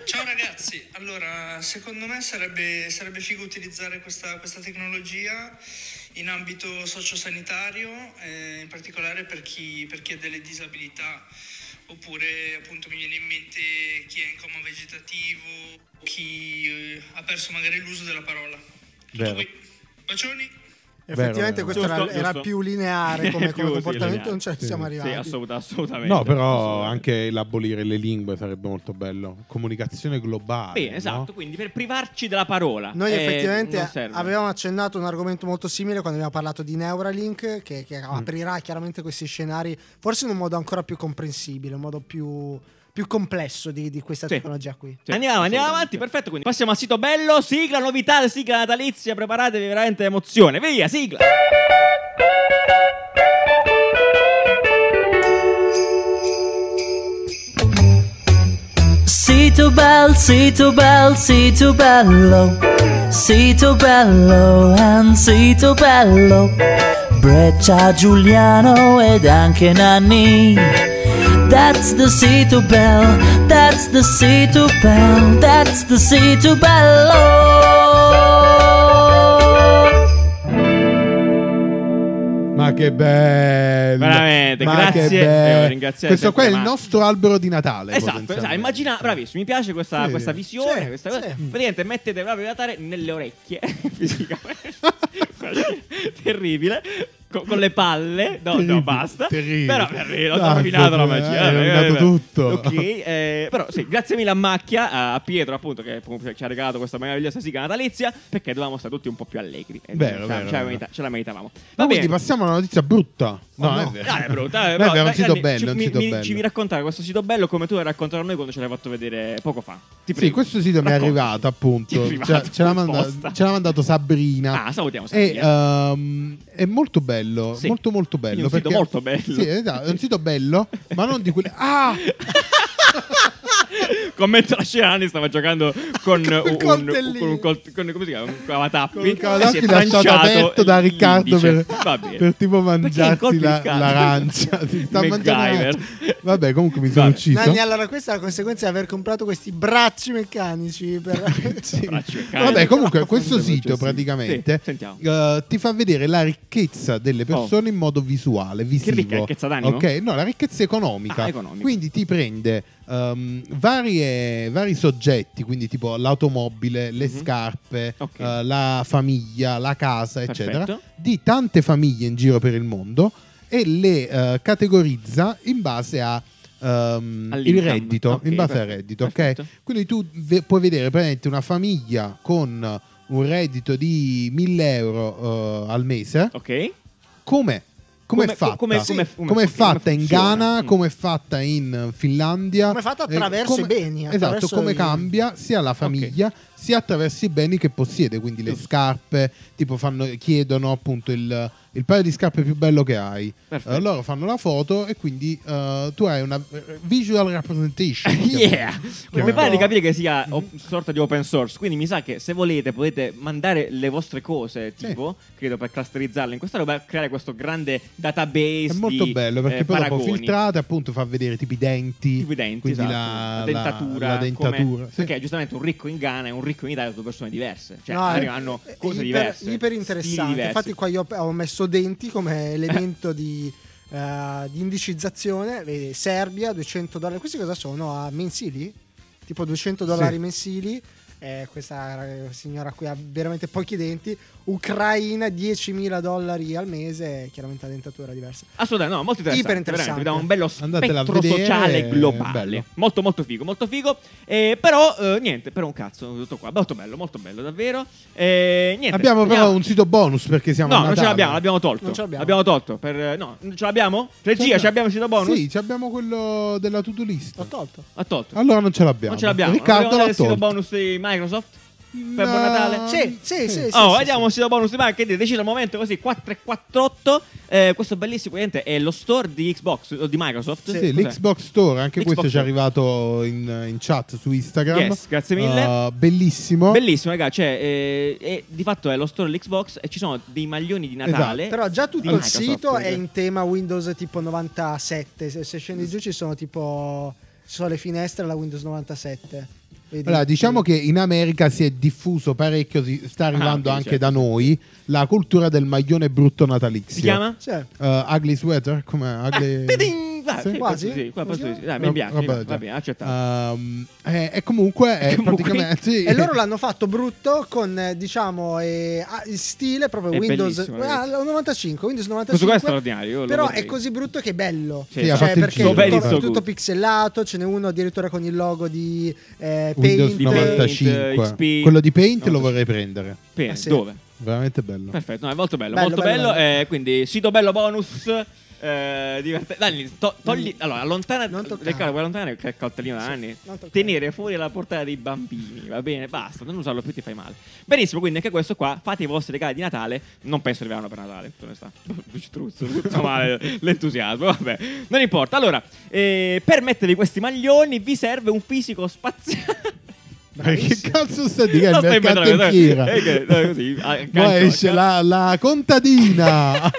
Speaker 8: Ciao ragazzi, allora secondo me sarebbe, sarebbe figo utilizzare questa, questa tecnologia in ambito sociosanitario, eh, in particolare per chi, per chi ha delle disabilità, oppure appunto mi viene in mente chi è in coma vegetativo, chi eh, ha perso magari l'uso della parola. Tutto
Speaker 1: Vero.
Speaker 8: qui. Bacioni!
Speaker 3: Effettivamente
Speaker 1: vero.
Speaker 3: questo
Speaker 2: Giusto,
Speaker 3: era, era
Speaker 2: giusto.
Speaker 3: più lineare
Speaker 2: <laughs>
Speaker 3: come,
Speaker 2: Più,
Speaker 3: come
Speaker 2: sì,
Speaker 3: comportamento,
Speaker 2: lineare.
Speaker 3: non ci
Speaker 1: Sì.
Speaker 3: siamo
Speaker 2: Sì,
Speaker 3: arrivati.
Speaker 2: assoluta- assolutamente.
Speaker 1: No, però
Speaker 2: assolutamente.
Speaker 1: anche l'abolire le lingue sarebbe molto bello. Comunicazione globale.
Speaker 2: Bene,
Speaker 1: no?
Speaker 2: esatto, quindi per privarci della parola.
Speaker 3: Noi
Speaker 2: Eh,
Speaker 3: effettivamente
Speaker 2: non serve.
Speaker 3: avevamo accennato un argomento molto simile quando abbiamo parlato di Neuralink che,
Speaker 2: Mm.
Speaker 3: che aprirà chiaramente questi scenari forse in un modo ancora più comprensibile, un modo più, più complesso di, di questa
Speaker 2: Sì.
Speaker 3: tecnologia qui.
Speaker 2: Sì, andiamo, andiamo avanti, perfetto. Quindi passiamo al sito bello, sigla novità, sigla natalizia, preparatevi veramente emozione. Via, sigla.
Speaker 9: Sito bel, sito bel, sito bello. Sito bello, and sito bello. Breccia Giuliano ed anche Nanni. That's the sito bell, that That's the C to Bell. That's the C to Bello.
Speaker 1: Ma che bello!
Speaker 2: Veramente,
Speaker 1: Ma
Speaker 2: grazie,
Speaker 1: che bello.
Speaker 2: devo ringraziare
Speaker 1: Questo
Speaker 2: sempre
Speaker 1: qua è il
Speaker 2: Marco.
Speaker 1: nostro albero di Natale.
Speaker 2: Esatto,
Speaker 1: potenzialmente.
Speaker 2: esatto, immagina, bravissimo, mi piace questa,
Speaker 1: Sì.
Speaker 2: questa visione,
Speaker 3: Sì,
Speaker 2: questa
Speaker 3: sì.
Speaker 2: cosa. Praticamente mettete proprio Natale nelle orecchie, <laughs> fisicamente. terribile. co- Con, le palle, no, no,
Speaker 1: Terribile,
Speaker 2: basta.
Speaker 1: terribile.
Speaker 2: Però terribile, ho
Speaker 1: Dai,
Speaker 2: rovinato la
Speaker 1: vabbè, hai
Speaker 2: magia. Vabbè,
Speaker 1: rovinato
Speaker 2: vabbè.
Speaker 1: tutto.
Speaker 2: Ok, eh, però sì, grazie mille a Macchia, a- a Pietro, appunto, che appunto ci ha regalato questa meravigliosa sigla natalizia. Perché dovevamo stare tutti un po' più allegri. Eh,
Speaker 1: Vero, vero,
Speaker 2: ce, la- ce la
Speaker 1: vero.
Speaker 2: merita- ce la meritavamo.
Speaker 1: Ma
Speaker 2: Va
Speaker 1: quindi
Speaker 2: bene.
Speaker 1: passiamo a una notizia brutta. No,
Speaker 3: no.
Speaker 1: è vero.
Speaker 2: Ah, è brutta, eh,
Speaker 1: No, è
Speaker 2: però,
Speaker 1: vero, è un
Speaker 2: dai,
Speaker 1: sito
Speaker 2: Andy,
Speaker 1: bello,
Speaker 2: ci-
Speaker 1: è un
Speaker 2: mi-
Speaker 1: sito
Speaker 2: mi-
Speaker 1: bello.
Speaker 2: Ci vi raccontare questo sito bello come tu l'hai raccontato a noi quando ce l'hai fatto vedere poco fa.
Speaker 1: Sì,
Speaker 2: Ti prego.
Speaker 1: questo sito mi è
Speaker 2: Racconta.
Speaker 1: arrivato appunto. Cioè,
Speaker 2: Ti è arrivato
Speaker 1: ce, ce l'ha manda-
Speaker 2: apposta.
Speaker 1: ce l'ha mandato Sabrina.
Speaker 2: Ah, salutiamo.
Speaker 1: E,
Speaker 2: Sofia.
Speaker 1: ehm, è molto bello,
Speaker 2: Sì.
Speaker 1: molto molto
Speaker 2: Quindi
Speaker 1: bello.
Speaker 2: un sito
Speaker 1: perché-
Speaker 2: molto bello.
Speaker 1: Sì, esatto, è un sito bello, ma non di quelli...
Speaker 2: <laughs>
Speaker 1: Ah!
Speaker 2: Commento la scena, Anni stava giocando
Speaker 1: <laughs>
Speaker 2: con
Speaker 1: Con
Speaker 2: un,
Speaker 1: coltellino.
Speaker 2: con un col- con- come si chiama? Un cavatappi.
Speaker 1: Con il
Speaker 2: E Eh, si è
Speaker 1: cavatappi lasciato
Speaker 2: tranciato
Speaker 1: aperto da Riccardo per,
Speaker 2: l'indice. Va bene.
Speaker 1: per tipo
Speaker 2: Perché colpi
Speaker 1: mangiarsi
Speaker 2: il
Speaker 1: la,
Speaker 2: cazzo?
Speaker 1: l'arancia. Si sta mangiando.
Speaker 2: <laughs> MacGyver.
Speaker 1: l'arancia. Vabbè, comunque mi sono
Speaker 2: Vabbè.
Speaker 1: ucciso.
Speaker 3: Nanni, allora questa è la conseguenza di aver comprato questi bracci meccanici per...
Speaker 1: Sì.
Speaker 2: Braccio e cane.
Speaker 1: Vabbè, comunque,
Speaker 3: Sì.
Speaker 1: questo
Speaker 3: Sì.
Speaker 1: sito praticamente
Speaker 2: Sì, sentiamo.
Speaker 1: eh, ti fa vedere la ricchezza delle persone in modo visuale, visivo.
Speaker 2: ricca- ricchezza d'animo?
Speaker 1: Ok, no, la ricchezza economica.
Speaker 2: Ah, economica.
Speaker 1: Quindi ti prende ehm, varie- vari soggetti, quindi tipo l'automobile, le
Speaker 2: Mhm.
Speaker 1: scarpe,
Speaker 2: Ok.
Speaker 1: eh, la famiglia, la casa, eccetera,
Speaker 2: Perfetto.
Speaker 1: di tante famiglie in giro per il mondo e le eh, categorizza in base a ehm, il
Speaker 2: All'income.
Speaker 1: reddito,
Speaker 2: Ok,
Speaker 1: in base
Speaker 2: perfetto,
Speaker 1: al reddito, ok?
Speaker 2: perfetto.
Speaker 1: Quindi tu ve- puoi vedere praticamente una famiglia con un reddito di 1000 euro eh, al mese.
Speaker 2: Ok.
Speaker 1: Come? Come
Speaker 2: Come-
Speaker 1: è fatta?
Speaker 2: come- come-
Speaker 1: Sì.
Speaker 2: come-
Speaker 1: Come è
Speaker 2: come
Speaker 1: fatta in
Speaker 2: funziona?
Speaker 1: Ghana,
Speaker 2: Mm.
Speaker 1: come è fatta in eh, Finlandia.
Speaker 3: Come è fatta attraverso
Speaker 1: Eh,
Speaker 3: i beni,
Speaker 1: Esatto,
Speaker 3: attraverso
Speaker 1: come
Speaker 3: i-
Speaker 1: cambia sia la famiglia sia attraverso i beni che possiede, quindi le
Speaker 2: Giusto.
Speaker 1: scarpe, tipo fanno- chiedono appunto il, il paio di scarpe più bello che hai.
Speaker 2: Perfetto.
Speaker 1: Eh, loro fanno la foto e quindi eh, tu hai una eh, visual representation.
Speaker 2: <laughs> Yeah!
Speaker 1: Chiamiamo-
Speaker 2: Mi pare di capire che sia o-
Speaker 1: Mm-hmm.
Speaker 2: sorta di open source, quindi mi sa che se volete potete mandare le vostre cose,
Speaker 1: Sì.
Speaker 2: tipo, credo per clusterizzarle in questa roba, creare questo grande database
Speaker 1: È molto
Speaker 2: di,
Speaker 1: bello perché
Speaker 2: eh,
Speaker 1: poi
Speaker 2: paragoni.
Speaker 1: dopo filtrate appunto fa vedere tipo i denti,
Speaker 2: Tipo i denti,
Speaker 1: quindi
Speaker 2: esatto.
Speaker 1: la,
Speaker 2: la dentatura,
Speaker 1: la dentatura,
Speaker 2: come-
Speaker 1: sì.
Speaker 2: perché giustamente un ricco in Ghana e un ricco in Italia sono due persone diverse, <laughs> cioè
Speaker 3: <laughs> No,
Speaker 2: magari
Speaker 3: eh,
Speaker 2: hanno
Speaker 3: eh,
Speaker 2: cose
Speaker 3: iper-
Speaker 2: diverse,
Speaker 3: Iper
Speaker 2: stili
Speaker 3: interessante.
Speaker 2: diversi.
Speaker 3: Infatti, qua io ho messo denti come elemento di, eh, di indicizzazione. Vedi, Serbia, 200 dollari. Questi cosa sono? A mensili? Tipo 200 dollari
Speaker 1: Sì.
Speaker 3: mensili. Eh, questa eh, signora qui ha veramente pochi denti. Ucraina, 10.000 dollari al mese. Chiaramente la dentatura è diversa.
Speaker 2: Assolutamente, no, molto interessante.
Speaker 3: Iper interessante.
Speaker 2: veramente, Vi dà un bello
Speaker 1: Andatela a
Speaker 2: spettro
Speaker 1: vedere,
Speaker 2: sociale
Speaker 1: è
Speaker 2: globale.
Speaker 1: bello.
Speaker 2: Molto, molto figo, molto figo. Eh, però, eh, niente, però un cazzo, tutto qua. Molto bello, molto bello, davvero. Eh, niente,
Speaker 1: Abbiamo però
Speaker 2: andiamo-
Speaker 1: un sito bonus perché siamo
Speaker 2: No,
Speaker 1: a
Speaker 2: non ce
Speaker 1: Natale.
Speaker 2: l'abbiamo, l'abbiamo tolto.
Speaker 3: Non ce l'abbiamo.
Speaker 2: L'abbiamo tolto. Per, eh, no, non ce l'abbiamo? Regia,
Speaker 1: abbiamo.
Speaker 2: ce l'abbiamo il sito bonus?
Speaker 1: Sì, ci abbiamo quello della to-do list.
Speaker 3: L'ho tolto.
Speaker 2: Ha tolto.
Speaker 1: Allora non ce l'abbiamo.
Speaker 2: non ce l'abbiamo.
Speaker 1: Riccardo
Speaker 2: Abbiamo
Speaker 1: l'ha
Speaker 2: il sito
Speaker 1: tolto.
Speaker 2: bonus di Microsoft? Per Buon
Speaker 1: No.
Speaker 2: Natale?
Speaker 3: Sì, sì, sì.
Speaker 1: Eh,
Speaker 3: sì,
Speaker 2: Oh,
Speaker 3: sì,
Speaker 2: vediamo
Speaker 3: sì.
Speaker 2: un sito bonus di Mike che decide al momento così 448. Eh, questo bellissimo ovviamente, è lo store di Xbox o di Microsoft.
Speaker 1: Sì,
Speaker 2: Cos'è?
Speaker 1: l'Xbox Store, anche
Speaker 2: L'Xbox
Speaker 1: questo ci è
Speaker 2: Store.
Speaker 1: arrivato in, in chat su Instagram.
Speaker 2: Yes, grazie mille.
Speaker 1: Uh, bellissimo.
Speaker 2: Bellissimo, raga. Cioè, eh, e di fatto è lo store dell'Xbox e ci sono dei maglioni di
Speaker 1: Esatto.
Speaker 2: Natale.
Speaker 3: Esatto. Però già tutto
Speaker 2: di
Speaker 3: il
Speaker 2: Microsoft,
Speaker 3: sito è
Speaker 2: cioè.
Speaker 3: in tema Windows tipo 97. Se, se scendi giù ci sono tipo. Ci sono le finestre alla Windows 97. Vedi?
Speaker 1: Allora, diciamo che in America si è diffuso parecchio, si sta arrivando
Speaker 2: ok,
Speaker 1: anche
Speaker 2: certo,
Speaker 1: da noi, la cultura del maglione brutto natalizio.
Speaker 2: Si chiama? Ah,
Speaker 3: Cioè,
Speaker 1: Uh, ugly Sweater, come
Speaker 2: <laughs>
Speaker 1: ugly...
Speaker 2: Tidin! Dai,
Speaker 1: Sì.
Speaker 2: sì,
Speaker 3: Ah, Quasi?
Speaker 2: penso di sì, qua penso di sì. Dai,
Speaker 1: Rob-
Speaker 2: Ah, mi piace.
Speaker 1: roba
Speaker 2: mi-
Speaker 1: del
Speaker 2: Va
Speaker 1: genere.
Speaker 2: bene, accettato.
Speaker 1: Um, eh, e comunque è
Speaker 2: Comunque-
Speaker 1: praticamente... sì.
Speaker 3: e loro l'hanno fatto brutto con eh, diciamo eh, ah, il stile proprio
Speaker 2: È
Speaker 3: Windows
Speaker 2: bellissimo, ragazzi.
Speaker 3: ah, 95 Windows 95
Speaker 2: Questo qua è straordinario, io lo
Speaker 3: però
Speaker 2: vorrei.
Speaker 3: è così brutto che è bello
Speaker 2: Sì, ha
Speaker 3: cioè
Speaker 1: fatto il
Speaker 3: perché
Speaker 1: giro,
Speaker 3: è tutto,
Speaker 1: Very so
Speaker 3: tutto
Speaker 2: good.
Speaker 3: pixelato ce n'è uno addirittura con il logo di eh,
Speaker 1: <laughs> Windows
Speaker 3: Paint
Speaker 2: Di Paint,
Speaker 1: 95.
Speaker 2: XP.
Speaker 1: Quello di Paint lo
Speaker 2: 95.
Speaker 1: vorrei prendere.
Speaker 2: Bene,
Speaker 3: Ah, sì.
Speaker 2: Dove?
Speaker 1: Veramente bello.
Speaker 2: Perfetto, no, è molto bello,
Speaker 3: Bello,
Speaker 2: molto bello.
Speaker 3: bello, bello.
Speaker 2: eh, quindi sito bello bonus. Eh, diverte- Dai, to- togli, allora, allontana
Speaker 3: Non toccare.
Speaker 2: Riccardo, puoi allontanare il coltellino da
Speaker 3: Sì,
Speaker 2: anni.
Speaker 3: non toccare.
Speaker 2: Tenere fuori la portata dei bambini, va bene, basta, non usarlo più ti fai male. Benissimo, quindi anche questo qua, fate i vostri regali di Natale, non penso arriveranno per Natale, tutto onestà. <laughs> Ci truzzo, tutto male, <laughs> l'entusiasmo, vabbè. Non importa. Allora, eh, per mettervi questi maglioni vi serve un fisico spaziale.
Speaker 1: Ma <laughs> che cazzo sta dicendo?
Speaker 2: <laughs> No,
Speaker 1: Il
Speaker 2: stai
Speaker 1: mercato
Speaker 2: bene,
Speaker 1: in
Speaker 2: dai,
Speaker 1: fiera.
Speaker 2: dai, dai,
Speaker 1: <laughs>
Speaker 2: dai, così, ah, a- accanto-
Speaker 1: Poi esce la, la
Speaker 2: <laughs>
Speaker 1: contadina.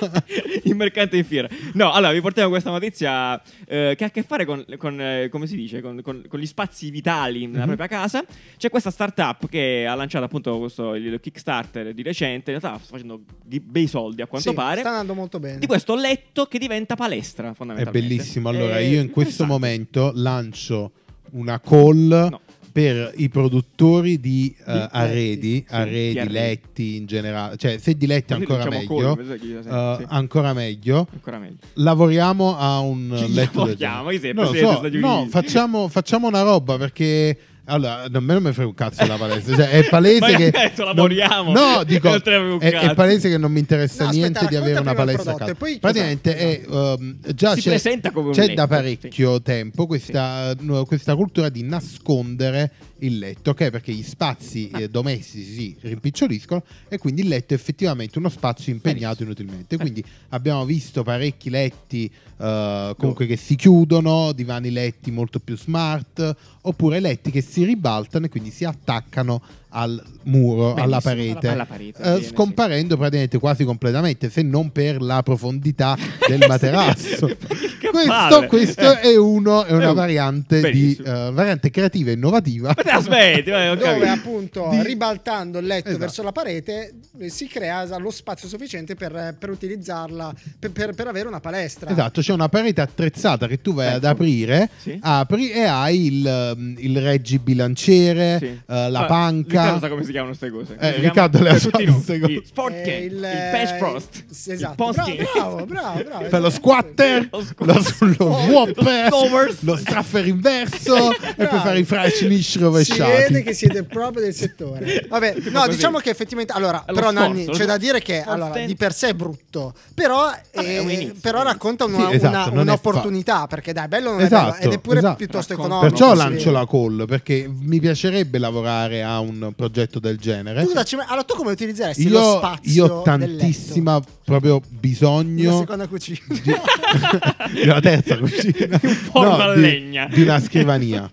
Speaker 2: il mercante in fiera. No, allora vi portiamo questa notizia eh, che ha a che fare con, con, eh, come si dice, con, con- con gli spazi vitali nella
Speaker 1: Mhm.
Speaker 2: propria casa. C'è questa startup che ha lanciato appunto questo il Kickstarter di recente. In realtà sta facendo ghi- bei soldi a quanto
Speaker 3: Sì,
Speaker 2: pare.
Speaker 3: Sta andando molto bene.
Speaker 2: Di questo letto che diventa palestra,
Speaker 1: È
Speaker 2: fondamentalmente. esatto.
Speaker 1: bellissimo. Allora,
Speaker 2: È
Speaker 1: io in questo
Speaker 2: Eh, interessante.
Speaker 1: momento lancio una call
Speaker 2: No.
Speaker 1: per i produttori di, eh,
Speaker 2: letti,
Speaker 1: arredi,
Speaker 2: sì, di
Speaker 1: arredi,
Speaker 2: arredi.
Speaker 1: letti in generale. Cioè, se di letti
Speaker 2: Così
Speaker 1: ancora
Speaker 2: diciamo
Speaker 1: meglio.
Speaker 2: call, così, così,
Speaker 1: eh,
Speaker 2: sì.
Speaker 1: ancora meglio.
Speaker 2: Ancora meglio.
Speaker 1: Lavoriamo a un
Speaker 2: Chi
Speaker 1: letto del
Speaker 2: lavoriamo? Chi sei?
Speaker 1: Non lo
Speaker 2: Presidente
Speaker 1: so,
Speaker 2: degli Stati
Speaker 1: no,
Speaker 2: Uniti?
Speaker 1: facciamo, facciamo una roba perché. Allora, non me non mi frega un cazzo la palestra. Cioè, è palese
Speaker 2: <laughs> Ma
Speaker 1: che.
Speaker 2: hai detto, lavoriamo.
Speaker 1: No, dico.
Speaker 2: E <laughs> non te ne frega un
Speaker 1: È, è
Speaker 2: cazzo.
Speaker 1: palese che non mi interessa
Speaker 3: No, aspetta,
Speaker 1: niente di avere
Speaker 3: racconta
Speaker 1: una
Speaker 3: prima il
Speaker 1: palestra a casa.
Speaker 3: prodotto e poi-
Speaker 1: Praticamente è, ehm, già
Speaker 2: Si
Speaker 1: c'è,
Speaker 2: presenta come un
Speaker 1: c'è
Speaker 2: letto,
Speaker 1: da parecchio tempo questa, no, questa cultura di nascondere il letto, ok? Perché gli spazi
Speaker 2: Ah.
Speaker 1: eh, domestici si rimpiccioliscono e quindi il letto è effettivamente uno spazio impegnato inutilmente. Quindi
Speaker 2: Eh.
Speaker 1: abbiamo visto parecchi letti eh,
Speaker 2: Boh.
Speaker 1: comunque che si chiudono, divani letti molto più smart, oppure letti che si ribaltano e quindi si attaccano al muro, alla
Speaker 2: Bellissimo,
Speaker 1: parete,
Speaker 2: alla parete,
Speaker 1: eh,
Speaker 2: bene, sì.
Speaker 1: scomparendo praticamente quasi completamente, se non per la
Speaker 2: <laughs>
Speaker 1: profondità del materasso.
Speaker 2: Che Eh.
Speaker 1: questo
Speaker 2: palle.
Speaker 1: questo è, uno, è
Speaker 2: È
Speaker 1: una
Speaker 2: un-
Speaker 1: variante, di,
Speaker 2: Bellissimo.
Speaker 1: eh, variante creativa e innovativa.
Speaker 2: Ma te aspetti, vai, ho
Speaker 3: Dove
Speaker 2: capito.
Speaker 3: appunto
Speaker 1: Di-
Speaker 3: ribaltando il letto
Speaker 1: Esatto.
Speaker 3: verso la parete eh, si crea lo spazio sufficiente per, per utilizzarla, per, per- per avere una palestra.
Speaker 1: Esatto, c'è una parete attrezzata che tu vai ad
Speaker 2: Ecco.
Speaker 1: aprire,
Speaker 2: Sì.
Speaker 1: apri e hai il, mm, il reggi bilanciere,
Speaker 2: Sì.
Speaker 1: eh, la
Speaker 2: Allora,
Speaker 1: panca.
Speaker 2: Riccardo sa come si chiamano queste cose.
Speaker 1: Eh,
Speaker 2: Si
Speaker 1: Riccardo
Speaker 2: chiama-
Speaker 1: le ha
Speaker 2: Tutti
Speaker 1: fatte
Speaker 2: no,
Speaker 1: queste cose.
Speaker 2: Il Sportcamp,
Speaker 3: Eh,
Speaker 2: il, Patch Frost,
Speaker 3: s- Esatto.
Speaker 2: il
Speaker 3: bravo,
Speaker 2: Postkit.
Speaker 3: bravo, bravo, bravo.
Speaker 1: Fai lo squatter, lo,
Speaker 2: Lo squat-
Speaker 1: lo
Speaker 2: lo
Speaker 1: whopper,
Speaker 2: stovers.
Speaker 1: lo straffer inverso e poi
Speaker 3: Bravo.
Speaker 1: fare i fracilish
Speaker 3: Si vede che
Speaker 1: rovesciati.
Speaker 3: siete proprio
Speaker 1: <laughs>
Speaker 3: del settore. Vabbè,
Speaker 2: Tipo
Speaker 3: no,
Speaker 2: così.
Speaker 3: diciamo che effettivamente. Allora,
Speaker 2: Allo
Speaker 3: però,
Speaker 2: sforzo,
Speaker 3: Nanni,
Speaker 2: lo
Speaker 3: c'è da
Speaker 2: sforzo.
Speaker 3: dire che
Speaker 2: Sforzo
Speaker 3: allora, di
Speaker 2: tempo.
Speaker 3: per sé è brutto. Però,
Speaker 2: Vabbè, è un
Speaker 3: eh,
Speaker 2: inizio.
Speaker 3: però racconta una-
Speaker 1: Sì, esatto,
Speaker 3: una-
Speaker 1: non è
Speaker 3: un'opportunità. perché dai, bello non è
Speaker 1: Esatto,
Speaker 3: bello, ed è pure
Speaker 1: esatto.
Speaker 3: piuttosto
Speaker 2: Racconta.
Speaker 3: economico.
Speaker 1: Perciò
Speaker 3: sì.
Speaker 1: lancio la call perché mi piacerebbe lavorare a un progetto del genere.
Speaker 3: Tu dacci- allora, tu come utilizzeresti
Speaker 1: io,
Speaker 3: lo spazio?
Speaker 1: io ho
Speaker 3: del
Speaker 1: tantissima proprio
Speaker 3: letto? Una
Speaker 1: bisogno
Speaker 3: seconda cucina.
Speaker 1: di una terza cucina
Speaker 2: Di un forno a
Speaker 1: di-
Speaker 2: legna.
Speaker 1: di una scrivania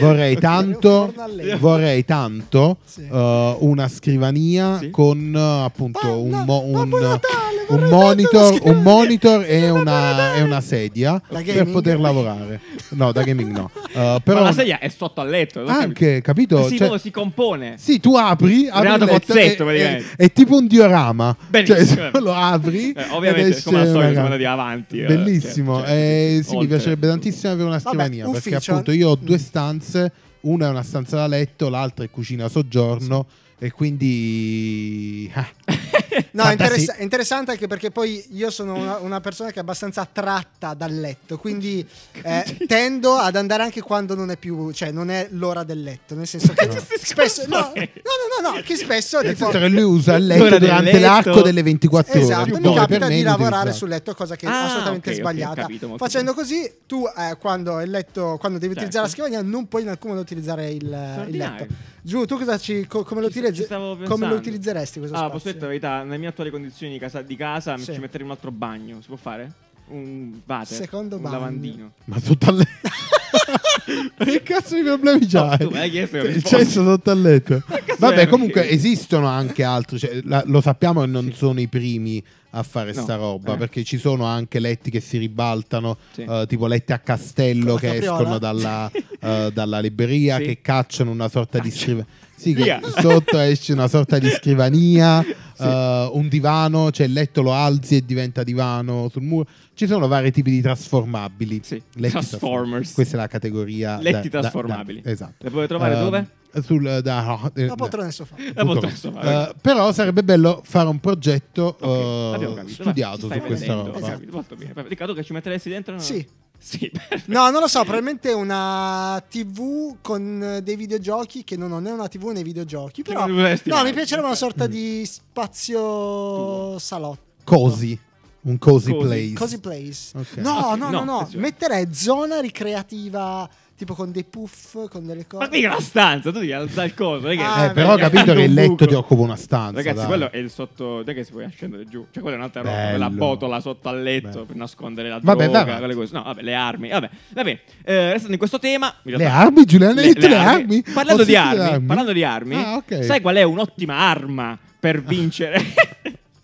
Speaker 1: vorrei
Speaker 3: Un
Speaker 1: tanto
Speaker 3: forno a legna.
Speaker 1: vorrei tanto
Speaker 3: Sì.
Speaker 1: eh, una scrivania
Speaker 2: Sì.
Speaker 1: con eh, appunto
Speaker 3: Babbo-
Speaker 1: un, mo-
Speaker 3: Babbo
Speaker 1: un- un
Speaker 3: Natale, vorrei tanto una
Speaker 1: monitor,
Speaker 3: scrivania.
Speaker 1: un monitor e,
Speaker 3: Babbo
Speaker 1: una,
Speaker 3: Natale.
Speaker 1: e una sedia
Speaker 3: Da
Speaker 1: per
Speaker 3: gaming?
Speaker 1: poter lavorare no da gaming
Speaker 3: <laughs>
Speaker 1: no Eh,
Speaker 2: Però
Speaker 1: <laughs> però
Speaker 2: la sedia è sotto al letto. non
Speaker 1: anche
Speaker 2: capito?
Speaker 1: capito
Speaker 2: Sì,
Speaker 1: Cioè-
Speaker 2: proprio si compone.
Speaker 1: sì, tu apri, apri
Speaker 2: Renato
Speaker 1: il letto
Speaker 2: Pozzetto,
Speaker 1: e- e-
Speaker 2: praticamente.
Speaker 1: è, tipo un diorama.
Speaker 2: Benissimo.
Speaker 1: Cioè, <laughs> lo apri.
Speaker 2: Eh,
Speaker 1: ed
Speaker 2: ovviamente,
Speaker 1: esce
Speaker 2: come al solito,
Speaker 1: una-
Speaker 2: siamo andati avanti. eh,
Speaker 1: Bellissimo.
Speaker 2: cioè, cioè,
Speaker 1: Eh, sì, mi
Speaker 2: oltre.
Speaker 1: piacerebbe tantissimo avere una
Speaker 3: Vabbè,
Speaker 1: scrivania. perché
Speaker 3: ufficio.
Speaker 1: appunto io ho due stanze, una è una stanza da letto, l'altra è cucina soggiorno. E quindi. ah.
Speaker 3: <laughs> No, è,
Speaker 1: Fantasia.
Speaker 3: interessa- è interessante anche perché poi io sono una, una persona che è abbastanza attratta dal letto, quindi
Speaker 2: <laughs>
Speaker 3: eh, tendo ad andare anche quando non è più, cioè non è l'ora del letto, nel
Speaker 2: <laughs>
Speaker 3: senso che
Speaker 2: No.
Speaker 3: spesso no, no,
Speaker 2: Scusa.
Speaker 3: no, no, no, che spesso
Speaker 1: Nel
Speaker 3: tipo,
Speaker 1: senso che lui usa il
Speaker 2: L'ora
Speaker 1: letto
Speaker 2: del
Speaker 1: durante
Speaker 2: letto.
Speaker 1: l'arco delle 24 ore.
Speaker 3: Esatto,
Speaker 1: più
Speaker 3: mi
Speaker 1: volte
Speaker 3: capita
Speaker 1: per me
Speaker 3: di
Speaker 1: di
Speaker 3: lavorare
Speaker 1: utilizzare.
Speaker 3: sul letto, cosa che è
Speaker 2: Ah,
Speaker 3: assolutamente
Speaker 2: ok, ok,
Speaker 3: sbagliata.
Speaker 2: capito, molto
Speaker 3: Facendo così, tu eh, quando il letto, quando devi
Speaker 2: Certo.
Speaker 3: utilizzare la scrivania, non puoi in alcun modo utilizzare il, Eh, il
Speaker 2: Straordinario.
Speaker 3: letto. Giù, tu cosa ci, co- come, lo
Speaker 2: Ci-
Speaker 3: utilizzi-
Speaker 2: ci stavo
Speaker 3: come
Speaker 2: pensando.
Speaker 3: lo utilizzeresti questo
Speaker 2: Ah,
Speaker 3: spazio?
Speaker 2: posso dire la verità, nelle mie attuali condizioni di casa, di casa mi-
Speaker 3: Sì.
Speaker 2: ci metterei un altro bagno. Si può fare? Un water,
Speaker 3: Secondo
Speaker 2: un
Speaker 1: <laughs>
Speaker 3: bagno.
Speaker 2: lavandino.
Speaker 1: Ma sotto al letto.
Speaker 3: <laughs>
Speaker 1: che cazzo di problemi c'hai?
Speaker 2: tu me l'hai chiesto e ho
Speaker 1: il
Speaker 2: risposto.
Speaker 1: cesso sotto al letto.
Speaker 2: cazzo
Speaker 1: Vabbè,
Speaker 2: è?
Speaker 1: comunque esistono anche altri. cioè, la- lo sappiamo che non sono i primi a fare
Speaker 2: No,
Speaker 1: sta roba
Speaker 2: eh.
Speaker 1: perché ci sono anche letti che si ribaltano,
Speaker 2: Sì.
Speaker 1: eh, tipo letti a castello
Speaker 3: Con la
Speaker 1: che
Speaker 3: capriola?
Speaker 1: escono
Speaker 2: <laughs>
Speaker 1: dalla, eh, dalla libreria,
Speaker 2: Sì.
Speaker 1: che cacciano una sorta di scrivania. Sì, che
Speaker 2: Via.
Speaker 1: sotto esce una sorta di
Speaker 2: <laughs>
Speaker 1: scrivania, eh, un divano, cioè il letto lo alzi e diventa divano sul muro. Ci sono vari tipi di trasformabili.
Speaker 2: Sì.
Speaker 1: Letti
Speaker 2: Transformers.
Speaker 1: Questa è la categoria.
Speaker 2: Letti
Speaker 1: da- da-
Speaker 2: trasformabili.
Speaker 1: da- esatto.
Speaker 2: Le puoi trovare
Speaker 1: Ehm,
Speaker 2: dove?
Speaker 1: Sul, da, no, eh,
Speaker 3: La poltrona adesso fa.
Speaker 2: La
Speaker 1: punto
Speaker 2: potrei
Speaker 1: com.
Speaker 2: trovare.
Speaker 1: Eh, però sarebbe bello fare un progetto
Speaker 2: Ok,
Speaker 1: eh,
Speaker 2: abbiamo capito. Ci
Speaker 1: studiato
Speaker 2: stai
Speaker 1: su questa
Speaker 2: vedendo,
Speaker 1: roba.
Speaker 2: ho capito, Molto bene. Perfetto. Riccardo, che ci metteresti dentro? no?
Speaker 3: Sì.
Speaker 2: Sì, <laughs> perfetto.
Speaker 3: No, non lo so, probabilmente una TV con eh, dei videogiochi che non ho né una TV né videogiochi, però
Speaker 2: Che dovresti
Speaker 3: No,
Speaker 2: fare? Mm.
Speaker 3: mi piacerebbe una sorta di spazio salotto.
Speaker 1: Cosi, un cozy,
Speaker 2: Cozy.
Speaker 1: place.
Speaker 3: Cozy place.
Speaker 1: Ok.
Speaker 3: No,
Speaker 2: Ok,
Speaker 3: no,
Speaker 2: Ah, no,
Speaker 3: no, no,
Speaker 2: attenzione.
Speaker 3: metterei zona ricreativa tipo con dei puff, con delle cose.
Speaker 2: Ma mica la stanza, tu devi alzare il coso. non è che-
Speaker 3: Ah,
Speaker 1: eh, però ho
Speaker 3: perché-
Speaker 1: capito che il letto ti
Speaker 2: buco.
Speaker 1: occupa una stanza.
Speaker 2: Ragazzi,
Speaker 1: dai.
Speaker 2: quello è il sotto. Dai, che si può scendere giù. Cioè, quella è un'altra roba.
Speaker 1: Bello.
Speaker 2: Quella botola sotto al letto
Speaker 1: Bello.
Speaker 2: per nascondere la
Speaker 1: Vabbè,
Speaker 2: droga.
Speaker 1: vabbè.
Speaker 2: quelle cose. No, vabbè, le armi. Vabbè, vabbè. Eh, restando in questo tema. in
Speaker 1: Le
Speaker 2: realtà-
Speaker 1: armi, Giuliano? Hai
Speaker 2: Le-
Speaker 1: detto
Speaker 2: le
Speaker 1: le armi?
Speaker 2: Parlando
Speaker 1: Ho
Speaker 2: di
Speaker 1: sentito
Speaker 2: armi,
Speaker 1: le armi.
Speaker 2: parlando di armi,
Speaker 1: Ah, ok.
Speaker 2: sai qual è un'ottima arma per vincere <laughs>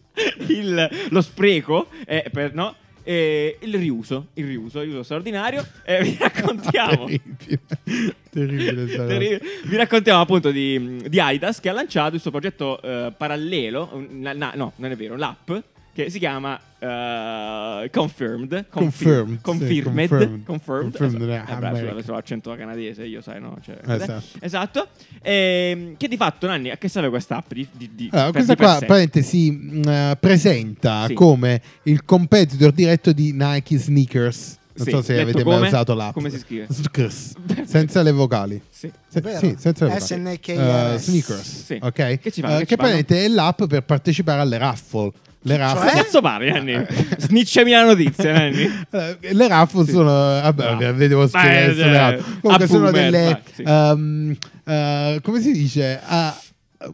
Speaker 2: il- lo spreco? Eh, per- no? Eh, il riuso, il riuso, il riuso straordinario. Eh, vi raccontiamo.
Speaker 1: <laughs> Terribile. Terribile sta roba.
Speaker 2: Terri- Vi raccontiamo appunto di, di Aidas che ha lanciato il suo progetto eh, parallelo, un- na- na- no, non è vero, l'app che si chiama eh, Confirmed.
Speaker 1: Confirmed,
Speaker 2: Confir-
Speaker 1: sì,
Speaker 2: Confirmed.
Speaker 1: Confirmed.
Speaker 2: Confirmed.
Speaker 1: Confirmed,
Speaker 2: esatto.
Speaker 1: eh,
Speaker 2: Eh, bravo,
Speaker 1: America.
Speaker 2: scusa, adesso ho l'accento canadese, io sai, no? Cioè,
Speaker 1: Esatto.
Speaker 2: esatto. Ehm, che di fatto, Nanni, a che serve questa app? Di, di- di-
Speaker 1: Allora,
Speaker 2: per-
Speaker 1: questa
Speaker 2: di per
Speaker 1: qua
Speaker 2: sé?
Speaker 1: praticamente si mh, eh, presenta
Speaker 2: Sì.
Speaker 1: come il competitor diretto di Nike Sneakers. Non
Speaker 2: Sì,
Speaker 1: so se
Speaker 2: detto
Speaker 1: avete mai
Speaker 2: come?
Speaker 1: usato l'app.
Speaker 2: Come si scrive?
Speaker 1: Sneakers. Senza le vocali.
Speaker 2: Sì.
Speaker 1: Se-
Speaker 3: Vero.
Speaker 1: sì, senza le vocali.
Speaker 3: SNKRS.
Speaker 1: Eh, sneakers.
Speaker 2: Sì.
Speaker 1: Ok.
Speaker 2: Che ci fanno?
Speaker 1: Eh,
Speaker 2: Che
Speaker 1: che
Speaker 2: ci fanno?
Speaker 1: praticamente è l'app per partecipare alle raffle. Le raffle.
Speaker 2: Che cazzo parli, Nanni? Snicciami la
Speaker 1: <laughs>
Speaker 2: notizia, Nanni.
Speaker 1: Eh, le raffle sono vabbè,
Speaker 2: Raffle.
Speaker 1: vi devo spiegare
Speaker 2: Beh,
Speaker 1: sulle
Speaker 2: eh,
Speaker 1: raffle. comunque
Speaker 2: a
Speaker 1: sono
Speaker 2: boomer,
Speaker 1: delle
Speaker 2: vai, sì.
Speaker 1: ehm, eh, come si dice Ah,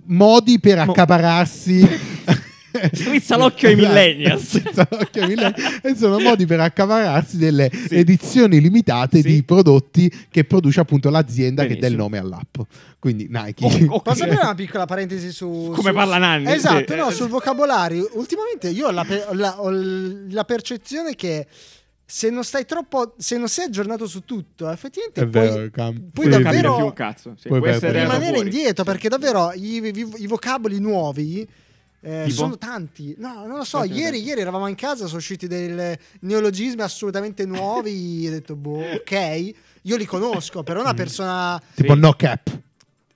Speaker 1: modi per
Speaker 2: Mo-
Speaker 1: accapararsi
Speaker 2: <laughs>
Speaker 1: Esatto.
Speaker 2: Strizza l'occhio ai millennials.
Speaker 1: <laughs> Strizza l'occhio ai millennials. e sono modi per accapararsi delle edizioni limitate
Speaker 2: Sì.
Speaker 1: di prodotti che produce appunto l'azienda che
Speaker 2: Benissimo.
Speaker 1: del nome all'app quindi Nike
Speaker 2: Oh, oh,
Speaker 3: Posso aprire una piccola parentesi su...
Speaker 2: Come
Speaker 3: su-
Speaker 2: parla Nanni,
Speaker 3: Esatto,
Speaker 2: sì.
Speaker 3: no, sul vocabolario. Ultimamente io ho la, pe- ho la- ho l- la percezione che se non stai troppo... se non sei aggiornato su tutto, effettivamente
Speaker 1: È
Speaker 3: puoi,
Speaker 1: vero, cam-
Speaker 3: puoi
Speaker 1: sì,
Speaker 2: non
Speaker 1: sì.
Speaker 2: cambia
Speaker 3: davvero
Speaker 2: più un cazzo. Sì,
Speaker 1: Puoi
Speaker 2: può essere
Speaker 1: perdere.
Speaker 2: da
Speaker 1: erano
Speaker 3: rimanere
Speaker 2: fuori.
Speaker 3: indietro perché davvero i, i- i vocaboli nuovi eh,
Speaker 2: Tipo?
Speaker 3: sono tanti. No, non lo so.
Speaker 2: Infatti,
Speaker 3: Ieri,
Speaker 2: infatti.
Speaker 3: ieri eravamo in casa, sono usciti dei neologismi assolutamente
Speaker 2: <laughs>
Speaker 3: nuovi. ho detto, boh, ok. Io li conosco, però una persona.
Speaker 1: tipo
Speaker 2: Sì.
Speaker 1: no cap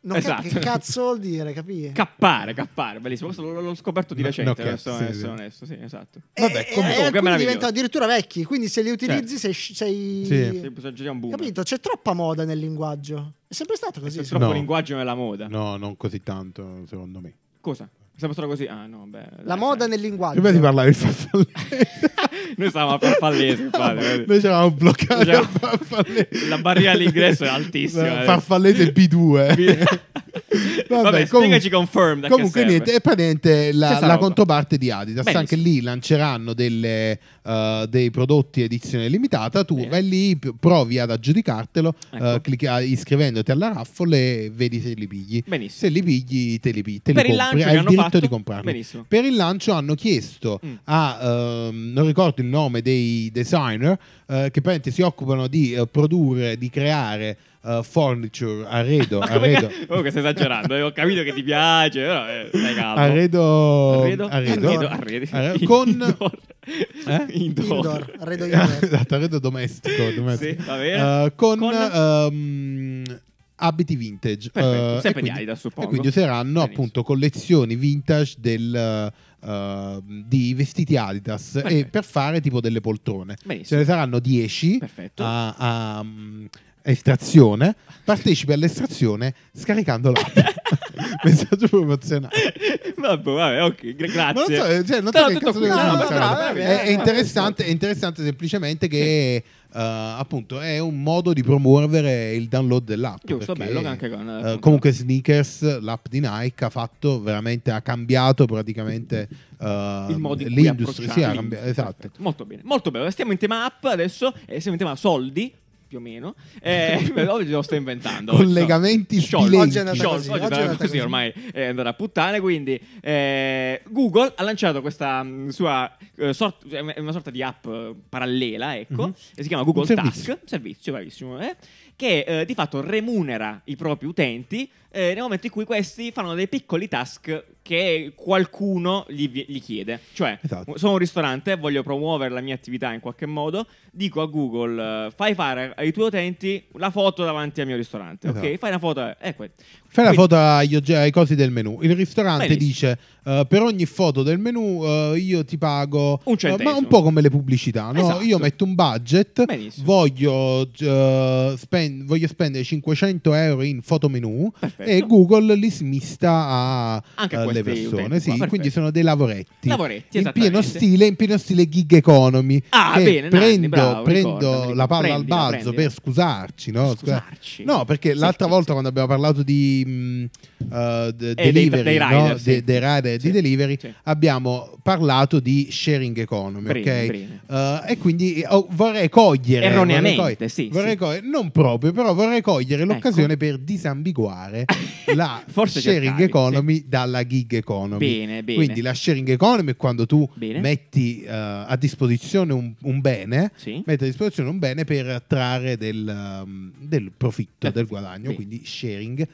Speaker 3: Non
Speaker 2: Mm. Esatto.
Speaker 3: cap- che cazzo vuol dire, capi?
Speaker 2: Cappare, cappare, bellissimo. Questo l'ho, l'ho scoperto di
Speaker 1: No,
Speaker 2: recente.
Speaker 1: no, che-
Speaker 2: adesso,
Speaker 1: sì,
Speaker 2: adesso,
Speaker 1: sì.
Speaker 2: onesto, sì, esatto.
Speaker 1: Vabbè,
Speaker 3: E- e-
Speaker 1: comunque-
Speaker 3: e
Speaker 2: comunque
Speaker 3: alcuni
Speaker 2: meraviglioso. Cioè.
Speaker 3: diventano addirittura vecchi. Quindi se li utilizzi sei. sei-
Speaker 1: Sì.
Speaker 2: Sì, bisogna girare un boom.
Speaker 3: Capito? C'è troppa moda nel linguaggio. È sempre stato così.
Speaker 2: C'è
Speaker 3: secondo
Speaker 1: No.
Speaker 2: troppo linguaggio nella moda.
Speaker 1: no non così tanto secondo me
Speaker 2: Cosa? Siamo solo così? Ah, no, beh.
Speaker 3: me. La moda nel linguaggio.
Speaker 1: prima di parlare il farfallese
Speaker 2: <laughs> Noi stavamo a
Speaker 1: <laughs>
Speaker 2: farfallese, infatti. vedi.
Speaker 1: Noi ci avevamo bloccato
Speaker 2: Cioè,
Speaker 1: a farfallese.
Speaker 2: la barriera all'ingresso è altissima. eh.
Speaker 1: Farfallese B2.
Speaker 2: <laughs> Vabbè, spiegaci Confirmed a che
Speaker 1: Comunque,
Speaker 2: serve.
Speaker 1: niente, è praticamente la,
Speaker 2: Stessa
Speaker 1: la
Speaker 2: roba.
Speaker 1: controparte di Adidas.
Speaker 2: Benissimo.
Speaker 1: Anche lì lanceranno delle, eh, dei prodotti edizione limitata. Tu
Speaker 2: Bene.
Speaker 1: vai lì, p- provi ad aggiudicartelo,
Speaker 2: Ecco.
Speaker 1: eh, clicca- iscrivendoti alla raffole e vedi se li pigli.
Speaker 2: Benissimo.
Speaker 1: Se li pigli, te li, pi- te li
Speaker 2: Per
Speaker 1: compri.
Speaker 2: il lancio
Speaker 1: Hai
Speaker 2: che
Speaker 1: il
Speaker 2: hanno
Speaker 1: diritto
Speaker 2: fatto.
Speaker 1: di comprarli.
Speaker 2: Benissimo.
Speaker 1: Per il lancio hanno chiesto
Speaker 2: Mm.
Speaker 1: a, ehm, non ricordo il nome dei designer, eh, che praticamente si occupano di eh, produrre, di creare eh, furniture,
Speaker 2: <laughs>
Speaker 1: arredo,
Speaker 2: Ma come
Speaker 1: arredo.
Speaker 2: ca- Comunque stai esagerando, eh, ho capito che ti piace, però eh, stai calmo.
Speaker 1: Arredo,
Speaker 2: Arredo?
Speaker 1: arredo-
Speaker 2: Arredo,
Speaker 1: arredo-
Speaker 2: arredo. <laughs>
Speaker 1: con
Speaker 2: Indoor.
Speaker 1: Eh?
Speaker 2: Indoor.
Speaker 3: Indoor,
Speaker 1: <laughs>
Speaker 3: arredo indoor.
Speaker 1: esatto, arredo domestico, domestico.
Speaker 2: Sì, va bene.
Speaker 1: Eh, con,
Speaker 2: Con?
Speaker 1: ehm, abiti vintage.
Speaker 2: Perfetto,
Speaker 1: Eh,
Speaker 2: sempre
Speaker 1: e
Speaker 2: di
Speaker 1: quindi-
Speaker 2: Adidas,
Speaker 1: E
Speaker 2: suppongo.
Speaker 1: quindi useranno
Speaker 2: Benissimo.
Speaker 1: appunto collezioni vintage del, eh, di vestiti Adidas e
Speaker 2: Perfetto.
Speaker 1: per fare tipo delle poltrone. Ce
Speaker 2: Benissimo.
Speaker 1: ne saranno 10
Speaker 2: Perfetto.
Speaker 1: a, a, mm,
Speaker 2: <laughs>
Speaker 1: estrazione. Partecipi all'estrazione scaricando l'app. Messaggio promozionale.
Speaker 2: <laughs> vabbè, vabbè, ok, gra-
Speaker 1: Ma non
Speaker 2: grazie.
Speaker 1: so, cioè, non so
Speaker 2: No,
Speaker 1: che
Speaker 2: tutto
Speaker 1: cazzo
Speaker 2: qui.
Speaker 1: deve
Speaker 2: No, eh,
Speaker 1: dire
Speaker 2: no,
Speaker 1: questa
Speaker 2: no,
Speaker 1: roba.
Speaker 2: no, va bene,
Speaker 1: È-
Speaker 2: va
Speaker 1: È
Speaker 2: bene.
Speaker 1: interessante, è interessante semplicemente che eh, appunto è un modo di promuovere il download dell'app.
Speaker 2: Giusto,
Speaker 1: perché,
Speaker 2: bello che anche con,
Speaker 1: eh,
Speaker 2: appunto-
Speaker 1: comunque Sneakers, l'app di Nike, ha fatto veramente, ha cambiato praticamente eh,
Speaker 2: il modo in cui
Speaker 1: l'industria. Sì, ha
Speaker 2: approcciare
Speaker 1: cambiato,
Speaker 2: l'industria.
Speaker 1: esatto.
Speaker 2: Perfetto. Molto bene, molto bene. Stiamo in tema app adesso, e siamo in tema soldi. Più o meno, eh, <laughs> beh, oggi lo sto inventando.
Speaker 1: Collegamenti
Speaker 2: sciolti.
Speaker 1: spilenti.
Speaker 2: Oggi è andata
Speaker 3: Sciolti,
Speaker 2: così,
Speaker 3: oggi è
Speaker 2: oggi è andata
Speaker 3: andata
Speaker 2: così,
Speaker 3: così.
Speaker 2: ormai è andata a puttane. Quindi, eh, Google ha lanciato questa mh, sua eh, sort- è una sorta di app eh, parallela, ecco,
Speaker 1: Mhm.
Speaker 2: e si chiama Google
Speaker 1: Un servizio.
Speaker 2: Task, servizio, bravissimo, eh, che eh, di fatto remunera i propri utenti eh, nel momento in cui questi fanno dei piccoli task che qualcuno gli, vi- gli chiede. Cioè,
Speaker 1: Esatto.
Speaker 2: sono un ristorante, voglio promuovere la mia attività in qualche modo, dico a Google, eh, fai fare ai tuoi utenti la foto davanti al mio ristorante,
Speaker 1: Esatto.
Speaker 2: ok? Fai una foto, ecco.
Speaker 1: Fai la foto agli ogge- ai cosi del menu. Il ristorante
Speaker 2: Benissimo.
Speaker 1: dice: eh, Per ogni foto del menu eh, io ti pago.
Speaker 2: Un
Speaker 1: eh, ma
Speaker 2: centesimo.
Speaker 1: un po' come le pubblicità, no?
Speaker 2: Esatto.
Speaker 1: Io metto un budget,
Speaker 2: Benissimo.
Speaker 1: voglio, eh, spen- voglio spendere 500 euro in fotomenu
Speaker 2: Perfetto.
Speaker 1: e Google li smista a
Speaker 2: Anche
Speaker 1: eh, le
Speaker 2: questi utenti
Speaker 1: persone,
Speaker 2: qua,
Speaker 1: sì,
Speaker 2: perfetto.
Speaker 1: quindi sono dei lavoretti.
Speaker 2: Lavoretti,
Speaker 1: in pieno
Speaker 2: esattamente.
Speaker 1: stile, in pieno stile gig economy.
Speaker 2: Ah,
Speaker 1: Che
Speaker 2: bene, Nanni,
Speaker 1: prendo,
Speaker 2: bravo,
Speaker 1: prendo
Speaker 2: ricordameli.
Speaker 1: la palla al
Speaker 2: Prendila,
Speaker 1: balzo
Speaker 2: prendila.
Speaker 1: per scusarci, no? Scusa-
Speaker 2: Scusarci.
Speaker 1: No, perché
Speaker 2: Sì,
Speaker 1: l'altra
Speaker 2: sì,
Speaker 1: volta
Speaker 2: sì.
Speaker 1: quando abbiamo parlato di mh, eh, de-
Speaker 2: dei-
Speaker 1: delivery,
Speaker 2: dei
Speaker 1: no?
Speaker 2: rider, sì.
Speaker 1: De- dei rider e
Speaker 2: Sì,
Speaker 1: di delivery,
Speaker 2: sì.
Speaker 1: abbiamo parlato di sharing economy,
Speaker 2: Bene,
Speaker 1: ok?
Speaker 2: bene.
Speaker 1: Eh, e quindi eh, oh, vorrei cogliere
Speaker 2: Erroneamente,
Speaker 1: vorrei cogliere-
Speaker 2: sì,
Speaker 1: vorrei
Speaker 2: sì.
Speaker 1: cogliere- non proprio, però vorrei cogliere l'occasione per
Speaker 2: <laughs>
Speaker 1: disambiguare la
Speaker 2: Forse
Speaker 1: sharing
Speaker 2: cercavi,
Speaker 1: economy dalla gig economy.
Speaker 2: Bene, bene.
Speaker 1: Quindi la sharing economy è quando tu
Speaker 2: Bene.
Speaker 1: metti eh, a disposizione un, un bene,
Speaker 2: Sì.
Speaker 1: metti a disposizione un bene per trarre del, um, del profitto,
Speaker 2: Del
Speaker 1: del
Speaker 2: profitto,
Speaker 1: guadagno,
Speaker 2: sì.
Speaker 1: quindi sharing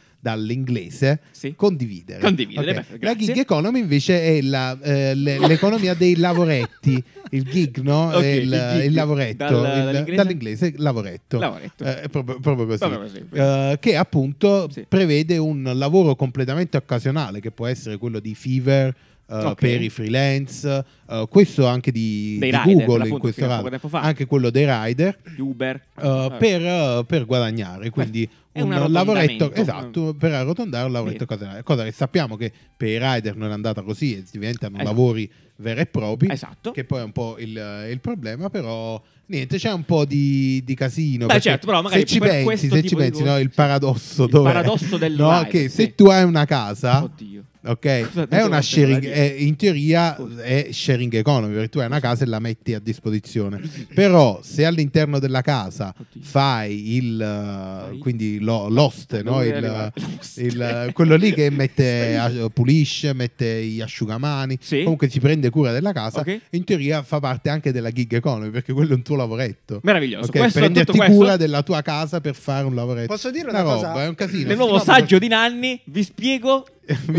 Speaker 1: dall'inglese
Speaker 2: Sì.
Speaker 1: condividere.
Speaker 2: Condividere,
Speaker 1: Ok.
Speaker 2: perfetto,
Speaker 1: La
Speaker 2: grazie.
Speaker 1: gig economy invece è la, eh, le- l'economia dei lavoretti, il gig, no?
Speaker 2: <laughs> Ok,
Speaker 1: È il,
Speaker 2: il gig.
Speaker 1: il lavoretto,
Speaker 2: Dal-
Speaker 1: il-
Speaker 2: dall'inglese?
Speaker 1: dall'inglese lavoretto.
Speaker 2: Lavoretto.
Speaker 1: Eh, è proprio, proprio così.
Speaker 2: Proprio così.
Speaker 1: Eh, che appunto
Speaker 2: Sì.
Speaker 1: prevede un lavoro completamente occasionale, che può essere quello di Fever. eh,
Speaker 2: Ok.
Speaker 1: Per i freelance, eh, questo anche di,
Speaker 2: Dei
Speaker 1: di
Speaker 2: rider,
Speaker 1: Google,
Speaker 2: l'appunto,
Speaker 1: in questo
Speaker 2: fino a poco
Speaker 1: caso,
Speaker 2: tempo fa.
Speaker 1: anche quello dei rider,
Speaker 2: Gli Uber.
Speaker 1: eh, per, eh, per guadagnare. Quindi
Speaker 2: è un
Speaker 1: un,
Speaker 2: arrotondamento. Mm.
Speaker 1: lavoretto, esatto, per arrotondare un lavoretto occasionale, cosa che sappiamo che per i rider non è andata così e diventano
Speaker 2: Esatto.
Speaker 1: lavori veri e propri,
Speaker 2: Esatto.
Speaker 1: che poi è un po' il, il problema, però niente, c'è un po' di, di casino.
Speaker 2: Beh,
Speaker 1: perché
Speaker 2: certo, però magari
Speaker 1: se ci
Speaker 2: per
Speaker 1: pensi,
Speaker 2: questo
Speaker 1: se
Speaker 2: tipo
Speaker 1: ci
Speaker 2: di
Speaker 1: pensi,
Speaker 2: cose-
Speaker 1: no, il paradosso
Speaker 2: Il
Speaker 1: dov'è?
Speaker 2: paradosso del
Speaker 1: no,
Speaker 2: rider,
Speaker 1: che
Speaker 2: sì.
Speaker 1: se tu hai una casa,
Speaker 2: Oddio.
Speaker 1: ok,
Speaker 2: Cosa ti
Speaker 1: è
Speaker 2: devo
Speaker 1: una
Speaker 2: fare?
Speaker 1: sharing,
Speaker 2: Guardi-
Speaker 1: è- in teoria
Speaker 2: Scusa.
Speaker 1: è sharing economy, perché tu hai una casa e la metti a disposizione. Però se all'interno della casa
Speaker 2: Oddio.
Speaker 1: fai il eh,
Speaker 2: Fai?
Speaker 1: quindi lo- l'oste, no?
Speaker 2: Dove
Speaker 1: Il- eh,
Speaker 2: arriva? L'oste.
Speaker 1: il- quello lì che mette
Speaker 2: <laughs> Sì.
Speaker 1: eh, pulisce, mette gli asciugamani,
Speaker 2: Sì.
Speaker 1: comunque si prende cura della casa,
Speaker 2: Ok.
Speaker 1: in teoria fa parte anche della gig economy, perché quello è un tuo lavoretto.
Speaker 2: Meraviglioso.
Speaker 1: Ok,
Speaker 2: Questo,
Speaker 1: prenderti
Speaker 2: tutto questo-
Speaker 1: cura della tua casa per fare un lavoretto.
Speaker 3: Posso dire una cosa?
Speaker 1: roba, è un casino.
Speaker 2: Nel nuovo
Speaker 1: Si chiama-
Speaker 2: saggio di Nanni vi spiego. come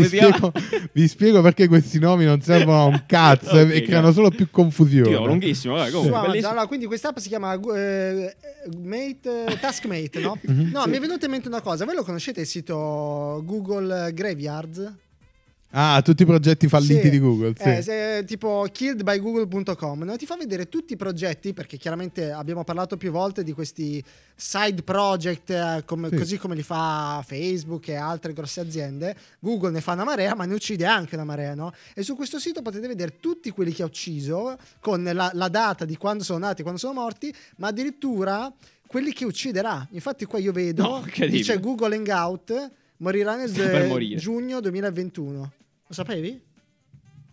Speaker 1: <laughs> vi,
Speaker 2: si chiama?
Speaker 1: spiego, vi spiego perché questi nomi non servono a un cazzo e-
Speaker 2: <laughs> Ok,
Speaker 1: e creano
Speaker 2: grazie.
Speaker 1: solo più confusione.
Speaker 2: Dio, lunghissimo. Vabbè,
Speaker 3: Su
Speaker 2: comunque,
Speaker 3: Amazon.
Speaker 2: bellissimo.
Speaker 3: Allora, quindi quest'app si chiama eh, Mate, eh, Taskmate, no?
Speaker 2: Mhm.
Speaker 3: No, mi è venuta in mente una cosa. Voi lo conoscete il sito Google Graveyards?
Speaker 1: Ah, tutti i progetti falliti
Speaker 3: Sì.
Speaker 1: di Google. Sì.
Speaker 3: Eh, se- tipo killedbygoogle.com no? ti fa vedere tutti i progetti perché chiaramente abbiamo parlato più volte di questi side project eh, come-
Speaker 1: Sì.
Speaker 3: così come li fa Facebook e altre grosse aziende Google ne fa una marea ma ne uccide anche una marea no? e su questo sito potete vedere tutti quelli che ha ucciso con la, la data di quando sono nati e quando sono morti ma addirittura quelli che ucciderà infatti qua io vedo
Speaker 2: No, incredibile.
Speaker 3: dice Google Hangout morirà nel
Speaker 2: Sta per
Speaker 3: eh,
Speaker 2: morire.
Speaker 3: giugno 2021 lo sapevi?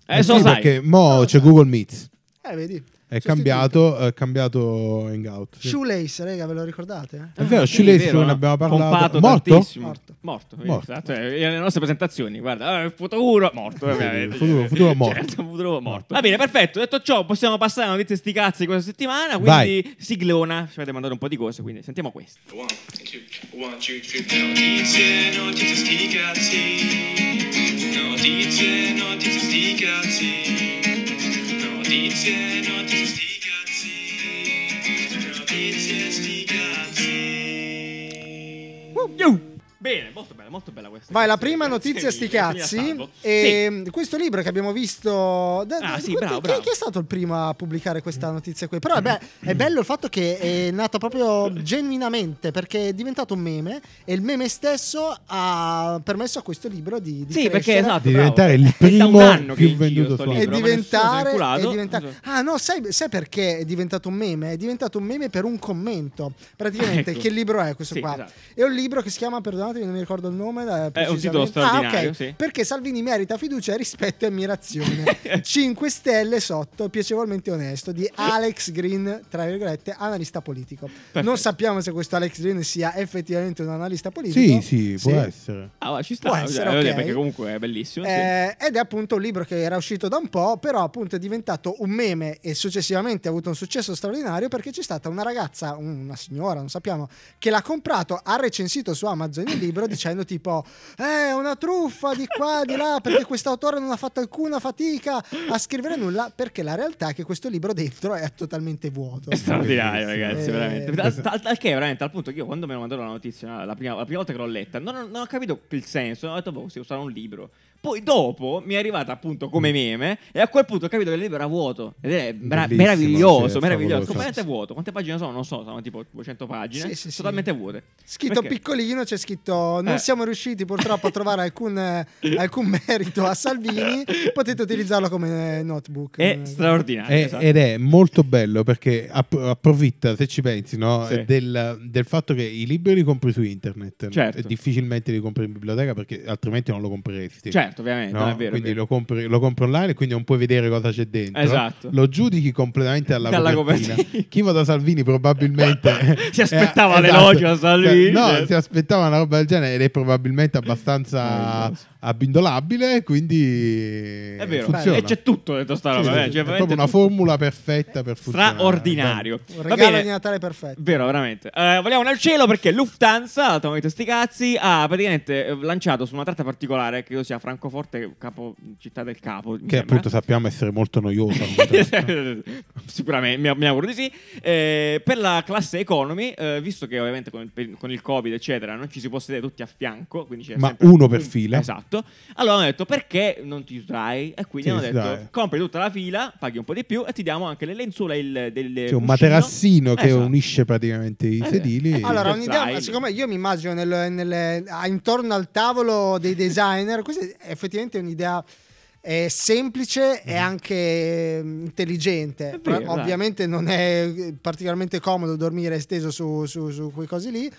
Speaker 1: Eh sì,
Speaker 2: Adesso lo sai.
Speaker 1: perché mo
Speaker 3: Ah,
Speaker 1: c'è
Speaker 3: dai.
Speaker 1: Google Meets.
Speaker 3: Eh, vedi.
Speaker 1: È
Speaker 3: Sostituito.
Speaker 1: cambiato, è cambiato Hangout. sì.
Speaker 3: Shoelace, raga, ve lo ricordate? eh?
Speaker 1: È vero,
Speaker 2: Ah,
Speaker 1: Shoelace
Speaker 2: è vero,
Speaker 1: ne abbiamo
Speaker 2: no?
Speaker 1: parlato.
Speaker 2: Pompato
Speaker 1: Morto?
Speaker 2: tantissimo.
Speaker 3: Morto.
Speaker 2: Morto, eh,
Speaker 1: Morto.
Speaker 2: esatto, eh, nelle nostre presentazioni, guarda, eh, futuro morto,
Speaker 1: Sì,
Speaker 2: ovviamente.
Speaker 1: futuro- futuro morto.
Speaker 2: Certo, futuro morto. Va bene, perfetto. Detto ciò, possiamo passare alle notizie sti cazzi di questa settimana, quindi
Speaker 1: Vai.
Speaker 2: siglona, ci avete mandato un po' di cose, quindi sentiamo questo.
Speaker 8: One, two, one, two, three. Notizie, notizie, sti cazzi. Notizie, notizie, sti cazzi. Notizie, notizie, sti cazzi. Notizie, sti cazzi.
Speaker 2: You! Bene, molto bella, molto bella questa.
Speaker 3: Vai, la
Speaker 2: Grazie,
Speaker 3: prima
Speaker 2: grazie
Speaker 3: notizia, eh, sti
Speaker 2: mille, grazie
Speaker 3: cazzi.
Speaker 2: mille, Salvo. Sì.
Speaker 3: E Questo libro che abbiamo visto. da-
Speaker 2: Ah,
Speaker 3: da-
Speaker 2: sì,
Speaker 3: chi-
Speaker 2: bravo,
Speaker 3: chi,
Speaker 2: bravo. Mm.
Speaker 3: chi è stato il primo a pubblicare questa notizia qui? Però vabbè, è bello il fatto che è nato proprio genuinamente perché è diventato un meme e il meme stesso ha permesso a questo libro di, di
Speaker 2: Sì, perché
Speaker 3: crescere.
Speaker 2: esatto,
Speaker 1: Di
Speaker 2: bravo.
Speaker 1: diventare il
Speaker 2: È da
Speaker 1: primo
Speaker 2: un anno
Speaker 1: più
Speaker 2: che è in giro
Speaker 1: venduto
Speaker 2: sto
Speaker 1: su
Speaker 2: libro,
Speaker 3: E
Speaker 1: Amazon.
Speaker 2: ma nessuno se ne è
Speaker 3: diventare,
Speaker 2: curato. esatto.
Speaker 3: e diventare- Ah, no, sai, sai perché è diventato un meme? È diventato un meme per un commento. Praticamente,
Speaker 2: Ecco.
Speaker 3: che libro è questo
Speaker 2: Sì,
Speaker 3: qua?
Speaker 2: esatto.
Speaker 3: È un libro che si chiama, perdonatemi, non mi ricordo il nome. eh,
Speaker 2: È un
Speaker 3: precisamente.
Speaker 2: titolo straordinario,
Speaker 3: Ah, ok.
Speaker 2: sì.
Speaker 3: Perché Salvini merita fiducia, rispetto
Speaker 2: <laughs>
Speaker 3: e ammirazione. 5 stelle sotto, piacevolmente onesto, di Alex Green, tra virgolette, analista politico. Non sappiamo se questo Alex Green sia effettivamente un analista
Speaker 1: Sì,
Speaker 3: politico.
Speaker 1: sì, può essere.
Speaker 2: Ah, ma ci sta,
Speaker 3: Può
Speaker 2: cioè,
Speaker 3: essere,
Speaker 2: voglio dire,
Speaker 3: ok.
Speaker 2: perché comunque è bellissimo. sì.
Speaker 3: Eh, ed è appunto un libro che era uscito da un po', però appunto è diventato un meme e successivamente ha avuto un successo straordinario perché c'è stata una ragazza, una signora, non sappiamo, che l'ha comprato, ha recensito su Amazon il
Speaker 2: <laughs>
Speaker 3: libro dicendo tipo "Eh, una truffa di qua, di là, perché quest'autore non ha fatto alcuna fatica a scrivere nulla perché la realtà è che questo libro dentro è totalmente vuoto".
Speaker 2: È straordinario,
Speaker 1: Bellissimo.
Speaker 2: ragazzi,
Speaker 3: Eh,
Speaker 2: veramente. Al,
Speaker 1: questo-
Speaker 2: al- al che, veramente, al punto che io quando mi hanno mandato la notizia, la prima, la prima volta che l'ho letta, non, ho- non ho capito il senso. Ho detto, boh, sì, sarà un libro. Poi dopo mi è arrivata appunto
Speaker 1: Mm.
Speaker 2: come meme e a quel punto ho capito che il libro era vuoto. Ed è mera-
Speaker 1: Bellissimo,
Speaker 2: meraviglioso,
Speaker 1: sì, è
Speaker 2: meraviglioso.
Speaker 1: favoloso.
Speaker 2: Completamente vuoto. Quante pagine sono? Non so, sono tipo 200 pagine.
Speaker 3: Sì, sì, sì.
Speaker 2: totalmente vuote.
Speaker 3: Scritto
Speaker 2: Perché?
Speaker 3: piccolino c'è scritto: Non
Speaker 2: Eh.
Speaker 3: siamo riusciti purtroppo a trovare
Speaker 2: <laughs>
Speaker 3: alcun, eh, alcun merito a Salvini. Potete utilizzarlo come eh, notebook.
Speaker 2: È
Speaker 3: Eh,
Speaker 2: straordinario.
Speaker 1: È-
Speaker 2: esatto.
Speaker 1: Ed è molto bello perché app- approfitta, se ci pensi, no,
Speaker 2: Sì.
Speaker 1: del, del fatto che i libri li compri su internet
Speaker 2: Certo.
Speaker 1: e difficilmente li compri in biblioteca perché altrimenti non lo compreresti.
Speaker 2: Certo, ovviamente,
Speaker 1: No?
Speaker 2: non è vero. è
Speaker 1: quindi
Speaker 2: vero.
Speaker 1: lo compri, lo compri online e quindi non puoi vedere cosa c'è dentro.
Speaker 2: Esatto.
Speaker 1: Lo giudichi completamente alla
Speaker 2: Dalla
Speaker 1: copertina.
Speaker 2: copertina.
Speaker 1: Chi vota Salvini probabilmente
Speaker 2: <laughs>
Speaker 1: Eh, esatto.
Speaker 2: Si aspettava l'elogio a Salvini.
Speaker 1: No, si aspettava una roba del genere ed è probabilmente abbastanza
Speaker 2: Meraviglioso.
Speaker 1: abbindolabile, quindi
Speaker 2: Eh, È vero.
Speaker 1: funziona.
Speaker 2: E c'è tutto dentro sta
Speaker 1: Sì,
Speaker 2: roba.
Speaker 1: sì, sì.
Speaker 2: eh, cioè,
Speaker 1: è
Speaker 2: veramente
Speaker 1: proprio una
Speaker 2: tutto.
Speaker 1: formula perfetta per funzionare.
Speaker 2: straordinario. Va
Speaker 3: Un regalo
Speaker 2: bene.
Speaker 3: di Natale perfetto.
Speaker 2: Vero, veramente. Eh, vogliamo andare al cielo perché Lufthansa, l'altro momento sti cazzi, ha praticamente eh, lanciato su una tratta particolare, credo sia Francoforte, capo, città del capo. mi
Speaker 1: Bene. Che
Speaker 2: sembra. <laughs>
Speaker 1: appunto sappiamo essere molto noiosa. comunque.
Speaker 2: Sicuramente, mi, mi auguro di sì. Eh, per la classe economy, eh, visto che ovviamente con, per- con il Covid, eccetera, non ci si può sedere tutti a fianco, quindi c'è
Speaker 1: Ma
Speaker 2: sempre-
Speaker 1: uno per fila.
Speaker 2: Esatto. Allora hanno detto perché non ti dai? E quindi
Speaker 1: Ti
Speaker 2: hanno detto
Speaker 1: dai.
Speaker 2: compri tutta la fila, paghi un po' di più e ti diamo anche le lenzuola e il, del
Speaker 1: C'è un
Speaker 2: cuscino.
Speaker 1: materassino che
Speaker 2: Esatto.
Speaker 1: unisce praticamente i
Speaker 2: Eh,
Speaker 1: sedili.
Speaker 2: eh,
Speaker 3: Allora,
Speaker 2: Sì.
Speaker 3: un'idea,
Speaker 2: Design.
Speaker 3: siccome io mi immagino nel- nelle- ah, intorno al tavolo dei designer, questa è effettivamente un'idea eh, semplice e anche mm, intelligente.
Speaker 2: Mm-hmm. È vero,
Speaker 3: Pro-
Speaker 2: dai.
Speaker 3: Ovviamente non è eh, particolarmente comodo dormire esteso su, su, su quei cosi lì.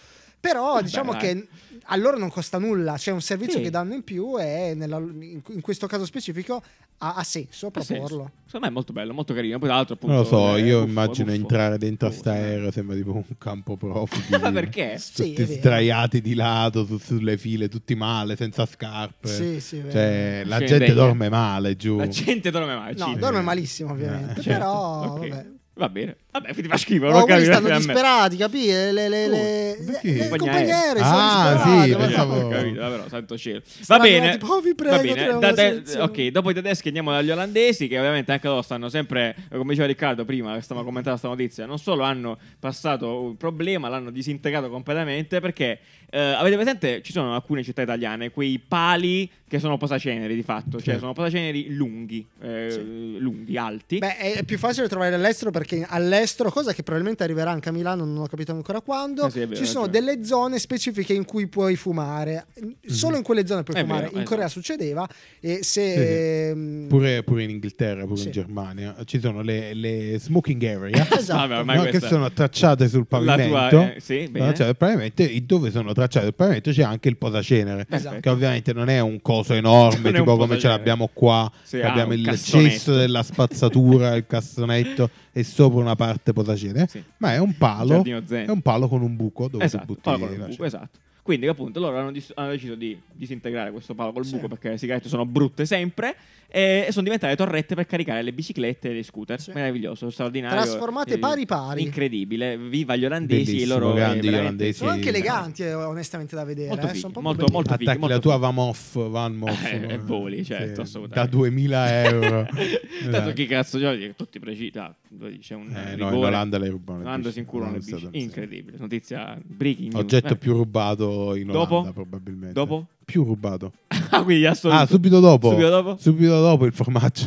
Speaker 3: Però
Speaker 2: Vabbè,
Speaker 3: diciamo
Speaker 2: Eh dai.
Speaker 3: che a loro non costa nulla, c'è un servizio
Speaker 2: Sì.
Speaker 3: che danno in più e nella- in, in questo caso specifico ha, ha senso
Speaker 2: Ha senso.
Speaker 3: proporlo.
Speaker 2: Secondo me è molto bello, molto carino. Poi, tra l'altro, appunto,
Speaker 1: Non lo so,
Speaker 2: eh,
Speaker 1: io
Speaker 2: buffo,
Speaker 1: immagino
Speaker 2: buffo.
Speaker 1: entrare dentro a
Speaker 2: Buffo,
Speaker 1: sta
Speaker 2: sì.
Speaker 1: aereo, sembra tipo un campo profughi.
Speaker 2: <laughs> Ma perché?
Speaker 3: Sì,
Speaker 1: Tutti
Speaker 3: è vero.
Speaker 1: sdraiati di lato, su- sulle file, tutti male, senza scarpe.
Speaker 3: Sì, sì, è vero.
Speaker 1: Cioè, la
Speaker 2: Sì,
Speaker 1: gente
Speaker 2: degna.
Speaker 1: dorme male giù.
Speaker 2: La gente dorme male.
Speaker 3: No,
Speaker 2: sì.
Speaker 3: dorme malissimo ovviamente,
Speaker 1: Eh,
Speaker 2: Certo,
Speaker 3: però
Speaker 2: ok.
Speaker 3: vabbè.
Speaker 2: Va bene. Vabbè, ti fa schifo.
Speaker 3: Oh,
Speaker 2: non
Speaker 3: quelli
Speaker 2: capire
Speaker 3: stanno
Speaker 2: a me.
Speaker 3: disperati, capi? Le, le, le, le,
Speaker 1: Perché?
Speaker 3: le- le
Speaker 2: Compagnie
Speaker 3: compagnie aeree sono
Speaker 1: Ah,
Speaker 3: disperate,
Speaker 1: sì,
Speaker 2: Eh,
Speaker 3: ma-
Speaker 1: pensavo-
Speaker 2: ho capito, davvero, santo cielo. Va
Speaker 3: Saranno
Speaker 2: bene.
Speaker 3: tipo, "Oh, vi prego,
Speaker 2: va bene.
Speaker 3: troviamo
Speaker 2: da
Speaker 3: una
Speaker 2: te-
Speaker 3: soluzione."
Speaker 2: ok, dopo i tedeschi andiamo dagli olandesi, che ovviamente anche loro stanno sempre, eh, come diceva Riccardo prima, che stavamo commentando questa notizia, non solo hanno passato un problema, l'hanno disintegrato completamente, perché eh, avete presente, ci sono alcune città italiane, quei pali che sono posaceneri di fatto, cioè
Speaker 1: Sì.
Speaker 2: sono posaceneri lunghi, eh, lunghi, alti.
Speaker 3: Beh, è è più facile trovare all'estero perché all'estero, cosa che probabilmente arriverà anche a Milano, non ho capito ancora quando,
Speaker 2: Eh sì, è vero,
Speaker 3: ci sono
Speaker 2: ragione.
Speaker 3: delle zone specifiche in cui puoi fumare. Solo in quelle zone puoi
Speaker 2: È
Speaker 3: fumare.
Speaker 2: vero,
Speaker 3: in
Speaker 2: esatto.
Speaker 3: Corea succedeva e se...
Speaker 1: Sì, sì.
Speaker 3: ehm,
Speaker 1: Pure, pure in Inghilterra, pure
Speaker 3: Sì.
Speaker 1: in Germania. Ci sono le, le smoking
Speaker 3: <laughs>
Speaker 1: area. <laughs>
Speaker 3: Esatto.
Speaker 2: <laughs> Vabbè, ormai
Speaker 1: no, che
Speaker 2: questa-
Speaker 1: sono tracciate sul
Speaker 2: La tua,
Speaker 1: pavimento,
Speaker 2: eh, sì, bene.
Speaker 1: tracciate sul pavimento, e dove sono tracciate sul pavimento c'è anche il posacenere,
Speaker 3: Esatto.
Speaker 1: che ovviamente non è un coso
Speaker 2: Eh, Non
Speaker 1: enorme,
Speaker 2: è
Speaker 1: tipo
Speaker 2: un
Speaker 1: come ce
Speaker 2: posacenere.
Speaker 1: l'abbiamo qua,
Speaker 2: Sì,
Speaker 1: che
Speaker 2: ah,
Speaker 1: abbiamo
Speaker 2: un
Speaker 1: il
Speaker 2: cassonetto.
Speaker 1: cesso della spazzatura, il cassonetto e sopra una parte posacenere,
Speaker 2: Sì.
Speaker 1: ma è un
Speaker 2: Il
Speaker 1: palo,
Speaker 2: giardino zen.
Speaker 1: è un palo con un buco dove
Speaker 2: esatto,
Speaker 1: si butti cioè.
Speaker 2: palo col
Speaker 1: la
Speaker 2: buco,
Speaker 1: cera.
Speaker 2: esatto. Quindi appunto loro hanno, dis- hanno deciso di disintegrare questo palo col buco perché le sigarette sono brutte sempre eh, e, e sono diventate torrette per caricare le biciclette e le scooter.
Speaker 3: Sì.
Speaker 2: Meraviglioso, straordinario.
Speaker 3: Trasformate
Speaker 2: eh,
Speaker 3: pari pari.
Speaker 2: Incredibile. Viva gli olandesi e i
Speaker 1: Bellissimo,
Speaker 2: loro eh,
Speaker 1: grandi gli
Speaker 2: veramente-
Speaker 1: olandesi.
Speaker 3: Sono anche
Speaker 1: sì.
Speaker 3: eleganti, eh, onestamente, da vedere.
Speaker 2: Molto
Speaker 3: eh,
Speaker 2: fighi,
Speaker 3: sono proprio
Speaker 2: molto,
Speaker 3: belli.
Speaker 2: molto fighi,
Speaker 1: Attacchi
Speaker 2: molto
Speaker 1: la tua
Speaker 2: fighi.
Speaker 1: Van Off, Van Off,
Speaker 2: <laughs> <laughs> Eh, e voli, certo, assolutamente.
Speaker 1: da 2000 euro.
Speaker 2: <laughs> Tanto
Speaker 1: Esatto.
Speaker 2: chi cazzo gioca? Tutti precisi. ah, c'è un
Speaker 1: Eh,
Speaker 2: eh,
Speaker 1: no,
Speaker 2: rigore.
Speaker 1: in Olanda le rubano. le
Speaker 2: Olanda
Speaker 1: bici.
Speaker 2: si inculano le
Speaker 1: Olanda è
Speaker 2: bici.
Speaker 1: stato- sì.
Speaker 2: Incredibile. Notizia breaking news.
Speaker 1: Oggetto
Speaker 2: Eh.
Speaker 1: più rubato in Olanda,
Speaker 2: Dopo?
Speaker 1: probabilmente.
Speaker 2: Dopo?
Speaker 1: Più rubato.
Speaker 2: <laughs> Ah, quindi
Speaker 1: Ah,
Speaker 2: assolutamente.
Speaker 1: subito dopo.
Speaker 2: Subito dopo?
Speaker 1: Subito dopo il
Speaker 2: <laughs>
Speaker 1: formaggio.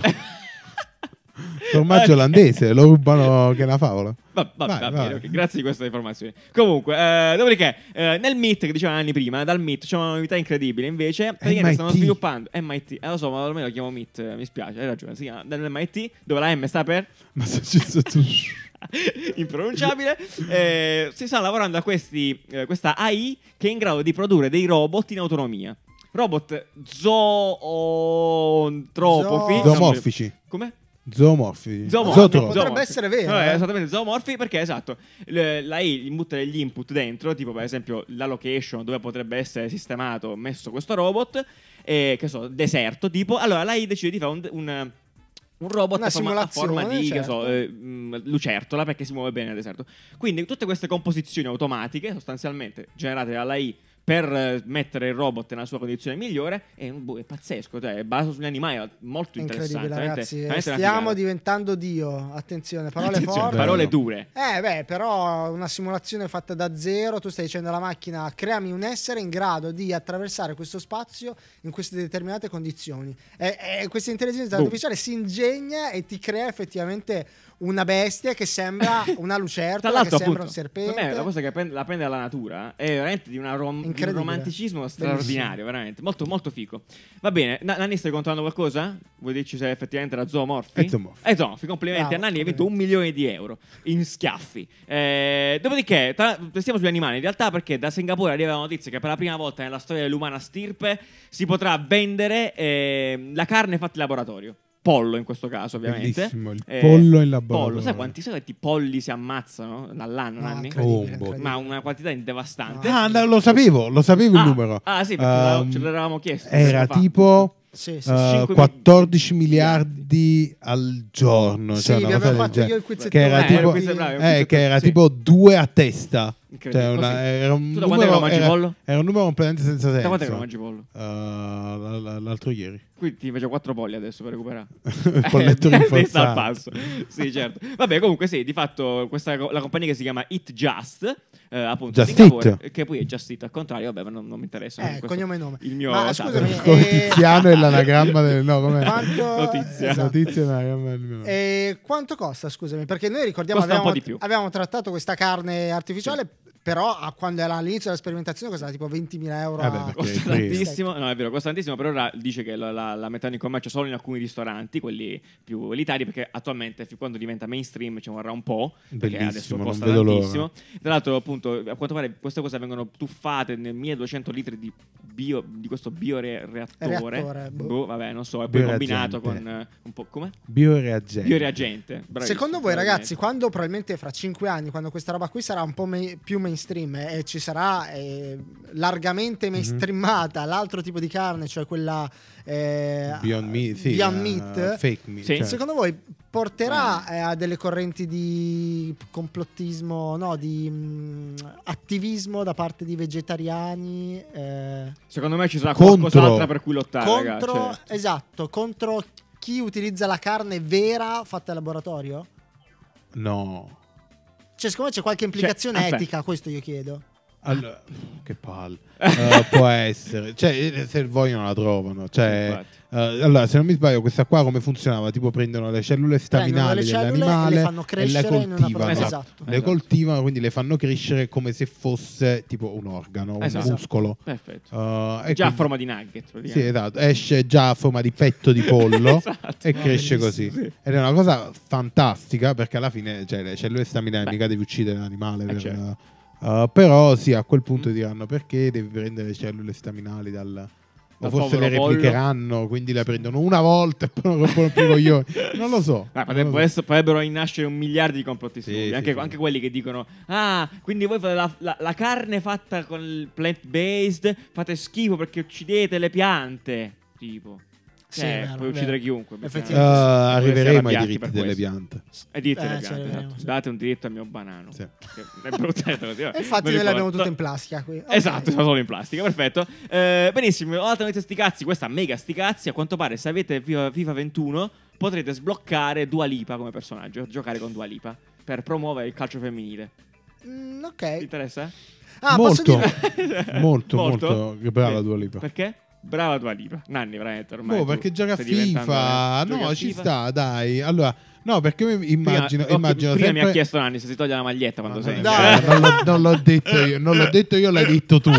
Speaker 1: formaggio
Speaker 2: Ok.
Speaker 1: olandese, lo rubano che è una favola.
Speaker 2: Va, va-
Speaker 1: Vai,
Speaker 2: va
Speaker 1: vai.
Speaker 2: bene, ok, grazie di questa informazione. Comunque, eh, dopodiché, eh, nel MIT che dicevano anni prima, dal MIT c'è una novità incredibile. Invece, praticamente stanno
Speaker 1: MIT.
Speaker 2: sviluppando MIT. Eh, lo so, ma ormai lo chiamo MIT, eh, mi spiace, hai ragione. Si chiama dall'MIT, dove la M sta per <laughs>
Speaker 1: Ma se ci sei tu-
Speaker 2: impronunciabile. eh, si sta lavorando a questi, eh, questa AI che è in grado di produrre dei robot in autonomia. Robot zootropofi.
Speaker 3: Zo-
Speaker 1: Zoomorfici.
Speaker 2: Come?
Speaker 1: Zoomorfici.
Speaker 2: Zoomorfi.
Speaker 1: Zootro-
Speaker 3: Potrebbe Zoomorfi. essere vero,
Speaker 2: No,
Speaker 3: eh.
Speaker 2: è esattamente zoomorfi perché esatto, l- la I gli butta degli input dentro, tipo per esempio la location dove potrebbe essere sistemato, messo questo robot, eh, che so, deserto tipo. Allora la I decide di fare un, un- un robot
Speaker 3: Una
Speaker 2: a forma, a forma
Speaker 3: simulazione,
Speaker 2: di che
Speaker 3: certo.
Speaker 2: so, eh, mh, lucertola perché si muove bene nel deserto. Quindi tutte queste composizioni automatiche sostanzialmente generate dalla I per eh, mettere il robot nella sua condizione migliore è, un- boh, è pazzesco, cioè, è basato sugli animali, molto interessante.
Speaker 3: Incredibile, ragazzi. eh,
Speaker 2: veramente- veramente una
Speaker 3: Stiamo
Speaker 2: figata.
Speaker 3: diventando Dio. Attenzione, parole
Speaker 2: Attenzione,
Speaker 3: forti.
Speaker 2: parole
Speaker 1: No.
Speaker 2: dure.
Speaker 3: Eh, beh, però una simulazione fatta da zero, tu stai dicendo alla macchina, creami un essere in grado di attraversare questo spazio in queste determinate condizioni. E, e questa intelligenza
Speaker 2: Boom.
Speaker 3: artificiale si ingegna e ti crea effettivamente una bestia
Speaker 2: <coughs>
Speaker 3: che sembra una
Speaker 2: Tra
Speaker 3: lucertola, che
Speaker 2: l'altro,
Speaker 3: certo, sembra
Speaker 2: appunto,
Speaker 3: un
Speaker 2: per me
Speaker 3: serpente.
Speaker 2: la cosa che prende- la prende dalla natura eh, è veramente di, una rom- di un
Speaker 3: Incredibile.
Speaker 2: romanticismo
Speaker 3: Bellissimo.
Speaker 2: straordinario, veramente molto, molto fico. Va bene, Na- Nanni, stai contando qualcosa? Vuoi dirci se effettivamente era zoomorfi?
Speaker 1: È zoomorfi.
Speaker 2: È zoomorfi, complimenti
Speaker 3: Bravo,
Speaker 2: a Nanni, hai vinto un milione di euro in schiaffi. Eh, dopodiché, tra- restiamo sugli animali, in realtà perché da Singapore arriva la notizia che per la prima volta nella storia dell'umana stirpe si potrà vendere eh, la carne fatta in laboratorio. Pollo in questo caso, ovviamente.
Speaker 1: Bellissimo, il
Speaker 2: Eh,
Speaker 1: pollo in
Speaker 2: Pollo, sai
Speaker 1: laboratorio.
Speaker 2: quanti, sai quanti polli si ammazzano dall'anno,
Speaker 3: No,
Speaker 2: Nanni?
Speaker 3: incredibile,
Speaker 1: Oh, boh.
Speaker 3: incredibile.
Speaker 2: ma una quantità devastante.
Speaker 1: Ah, no, lo sapevo, lo sapevo
Speaker 2: Ah,
Speaker 1: il numero.
Speaker 2: ah, sì, perché
Speaker 1: Ehm,
Speaker 2: ce l'eravamo chiesto,
Speaker 1: Era
Speaker 2: tempo fa.
Speaker 1: tipo
Speaker 3: Sì, sì, sì.
Speaker 2: Eh,
Speaker 1: eh,
Speaker 2: Cinque
Speaker 1: 14 miliardi al giorno.
Speaker 3: Sì,
Speaker 1: cioè una
Speaker 3: vi
Speaker 1: cosa
Speaker 3: avevo
Speaker 1: del
Speaker 3: fatto
Speaker 1: genere.
Speaker 3: io il quiz
Speaker 1: Che era
Speaker 2: Eh,
Speaker 1: tipo-
Speaker 2: questo è bravo, questo
Speaker 1: Eh,
Speaker 2: è
Speaker 1: che
Speaker 2: bravo,
Speaker 1: era
Speaker 2: sì.
Speaker 1: tipo due a testa.
Speaker 2: Incredibile,
Speaker 1: Cioè, una-
Speaker 2: così.
Speaker 1: era, un
Speaker 2: Tu da quando è che
Speaker 1: numero,
Speaker 2: non mangi
Speaker 1: era-
Speaker 2: pollo?
Speaker 1: era un numero completamente senza senso.
Speaker 2: Da quanto è che non mangi pollo?
Speaker 1: Eh, l- l- l'altro ieri. <laughs>
Speaker 2: Quindi ti faccio quattro polli adesso per recuperare.
Speaker 1: Il
Speaker 2: <laughs>
Speaker 1: polletto
Speaker 2: Eh,
Speaker 1: rinforzato.
Speaker 2: sta al passo. Sì, certo. Vabbè, comunque sì, di fatto questa, co- la compagnia che si chiama It Just, eh, appunto,
Speaker 1: Just
Speaker 2: Singapore,
Speaker 1: Eat.
Speaker 2: che poi è Just It al contrario, vabbè, ma non, non mi interessa.
Speaker 3: Eh,
Speaker 2: questo-
Speaker 3: cognome e nome.
Speaker 2: Il mio
Speaker 3: Ma,
Speaker 2: esatto.
Speaker 3: scusami,
Speaker 2: <laughs>
Speaker 1: Con
Speaker 3: eh,
Speaker 1: Tiziano e l'anagramma del no, com'è?
Speaker 3: Quanto...
Speaker 2: Notizia.
Speaker 3: esatto.
Speaker 1: Notizia e l'anagramma del mio.
Speaker 3: E quanto costa, scusami? Perché noi ricordiamo
Speaker 2: Mm. Costa un
Speaker 3: abbiamo,
Speaker 2: po' di più.
Speaker 3: abbiamo trattato questa carne artificiale, però a- quando era all'inizio della sperimentazione costava tipo 20.000 euro.
Speaker 1: Eh beh,
Speaker 3: a-
Speaker 1: perché-
Speaker 2: Costa
Speaker 1: Ok,
Speaker 2: tantissimo,
Speaker 3: Ecco.
Speaker 2: no è vero, costa tantissimo, per ora dice che la, la, la metteranno in commercio solo in alcuni ristoranti, quelli più elitari, perché attualmente fin quando diventa mainstream ci vorrà un po', perché
Speaker 1: Bellissimo,
Speaker 2: adesso
Speaker 1: non
Speaker 2: costa
Speaker 1: vedo l'ora.
Speaker 2: tantissimo. Tra l'altro appunto, a quanto pare queste cose vengono tuffate nel 1200 litri di, bio, di questo bioreattore,
Speaker 3: Reattore, boh.
Speaker 2: vabbè non so, e poi
Speaker 1: Bioreagente.
Speaker 2: combinato con eh, un po'... come?
Speaker 1: Bioreagente.
Speaker 2: Bioreagente. bravissimo,
Speaker 3: Secondo voi,
Speaker 2: bioreagente.
Speaker 3: ragazzi, quando probabilmente fra 5 anni, quando questa roba qui sarà un po' mai- più mainstream eh, e ci sarà eh, largamente
Speaker 1: Mhm.
Speaker 3: mainstreamata l'altro tipo di carne, cioè quella eh,
Speaker 1: Beyond Meat, sì,
Speaker 3: Beyond
Speaker 1: eh,
Speaker 3: Meat,
Speaker 1: fake meat.
Speaker 2: Sì.
Speaker 1: cioè.
Speaker 3: Secondo voi porterà eh, a delle correnti di complottismo, no, di mm, attivismo da parte di vegetariani eh,
Speaker 2: Secondo me ci sarà
Speaker 1: Contro.
Speaker 2: qualcos'altra per cui lottare,
Speaker 3: contro,
Speaker 2: ragazzi. cioè.
Speaker 3: esatto, contro chi utilizza la carne vera fatta in laboratorio?
Speaker 1: No.
Speaker 3: Cioè, secondo me c'è qualche implicazione
Speaker 2: aspetta.
Speaker 3: etica, questo io chiedo.
Speaker 2: Ah,
Speaker 1: Allora, che palle. Eh, può essere. Cioè, eh, se vogliono la trovano. Cioè,
Speaker 2: Infatti.
Speaker 1: eh, allora, se non mi sbaglio, questa qua come funzionava? Tipo prendono le cellule
Speaker 3: Prendono
Speaker 1: staminali
Speaker 3: Cioè, le cellule
Speaker 1: dell'animale
Speaker 3: e le fanno
Speaker 1: e
Speaker 3: crescere
Speaker 1: le
Speaker 3: in una
Speaker 1: coltivano.
Speaker 3: proteina.
Speaker 1: <laughs>
Speaker 2: Esatto.
Speaker 1: Le
Speaker 2: Esatto.
Speaker 1: coltivano, quindi le fanno crescere come se fosse tipo un organo, un
Speaker 2: Esatto.
Speaker 1: muscolo. Eh,
Speaker 2: Perfetto.
Speaker 1: e
Speaker 2: Già a
Speaker 1: quindi-
Speaker 2: forma di nugget, praticamente.
Speaker 1: Sì, esatto. Esce già a forma di petto di pollo
Speaker 2: <laughs> Esatto.
Speaker 1: e
Speaker 3: No,
Speaker 1: cresce
Speaker 3: bellissimo,
Speaker 1: così.
Speaker 2: sì.
Speaker 1: Ed è una cosa fantastica perché alla fine cioè, le cellule staminali
Speaker 2: Beh.
Speaker 1: mica devi uccidere l'animale.
Speaker 2: Eh,
Speaker 1: per-
Speaker 2: certo.
Speaker 1: uh, però sì, a quel punto diranno perché devi prendere le cellule staminali dal... O
Speaker 2: Dal
Speaker 1: forse le
Speaker 2: povero pollo.
Speaker 1: replicheranno, quindi le prendono una volta e poi non rompono
Speaker 2: <laughs>
Speaker 1: più i coglioni. Non lo so. non lo
Speaker 2: Ah,
Speaker 1: so.
Speaker 2: potrebbero, essere- potrebbero nascere un miliardo di complotti stupidi,
Speaker 1: sì,
Speaker 2: anche,
Speaker 1: sì.
Speaker 2: anche quelli che dicono Ah, quindi voi fate la, la- la carne fatta con il plant-based Fate schifo perché uccidete le piante Tipo
Speaker 3: Sì,
Speaker 2: Cioè,
Speaker 3: è vero,
Speaker 2: puoi
Speaker 3: è
Speaker 2: uccidere
Speaker 3: vero.
Speaker 2: chiunque
Speaker 1: Uh,
Speaker 3: Effettivamente.
Speaker 2: Eh,
Speaker 1: arriveremo ai
Speaker 2: arrabbiati
Speaker 1: diritti
Speaker 2: per
Speaker 1: delle
Speaker 2: questo.
Speaker 1: piante.
Speaker 2: E dite
Speaker 3: Eh,
Speaker 2: le
Speaker 3: ci
Speaker 2: piante,
Speaker 3: arriveremo,
Speaker 2: esatto.
Speaker 3: sì.
Speaker 2: Date un diritto al mio banano
Speaker 1: Sì.
Speaker 2: Che È brutto, <laughs> eh, così, vabbè.
Speaker 3: E infatti
Speaker 2: Non
Speaker 3: noi l'abbiamo
Speaker 2: importa.
Speaker 3: tutte in plastica qui. Ok.
Speaker 2: Esatto, sono solo in plastica, perfetto. Eh, benissimo, altra notizia sti cazzi, questa mega sti cazzi, a quanto pare se avete FIFA, FIFA 21 potrete sbloccare Dua Lipa come personaggio, giocare con Dua Lipa per promuovere il calcio femminile.
Speaker 3: Mm,
Speaker 2: Ti
Speaker 3: ok.
Speaker 2: interessa?
Speaker 3: Ah, posso
Speaker 1: molto,
Speaker 2: <laughs>
Speaker 3: dire?
Speaker 1: molto, molto. Che brava
Speaker 2: Sì.
Speaker 1: Dua Lipa.
Speaker 2: Perché? Brava Dua Lipa. Nanni, veramente, ormai.
Speaker 1: Boh,
Speaker 2: tu
Speaker 1: perché gioca a
Speaker 2: stai diventando,
Speaker 1: FIFA. Ah,
Speaker 2: eh, giochi
Speaker 1: No,
Speaker 2: a
Speaker 1: ci
Speaker 2: FIFA.
Speaker 1: sta, dai. Allora, no, perché io
Speaker 2: Prima,
Speaker 1: immagino.
Speaker 2: occhio,
Speaker 1: immagino
Speaker 2: prima mi
Speaker 1: sempre- Ah,
Speaker 2: ha chiesto Nanni se si toglie la maglietta quando sei.
Speaker 1: Dai, non, l'ho, non l'ho detto io, non l'ho detto io, l'hai detto tu.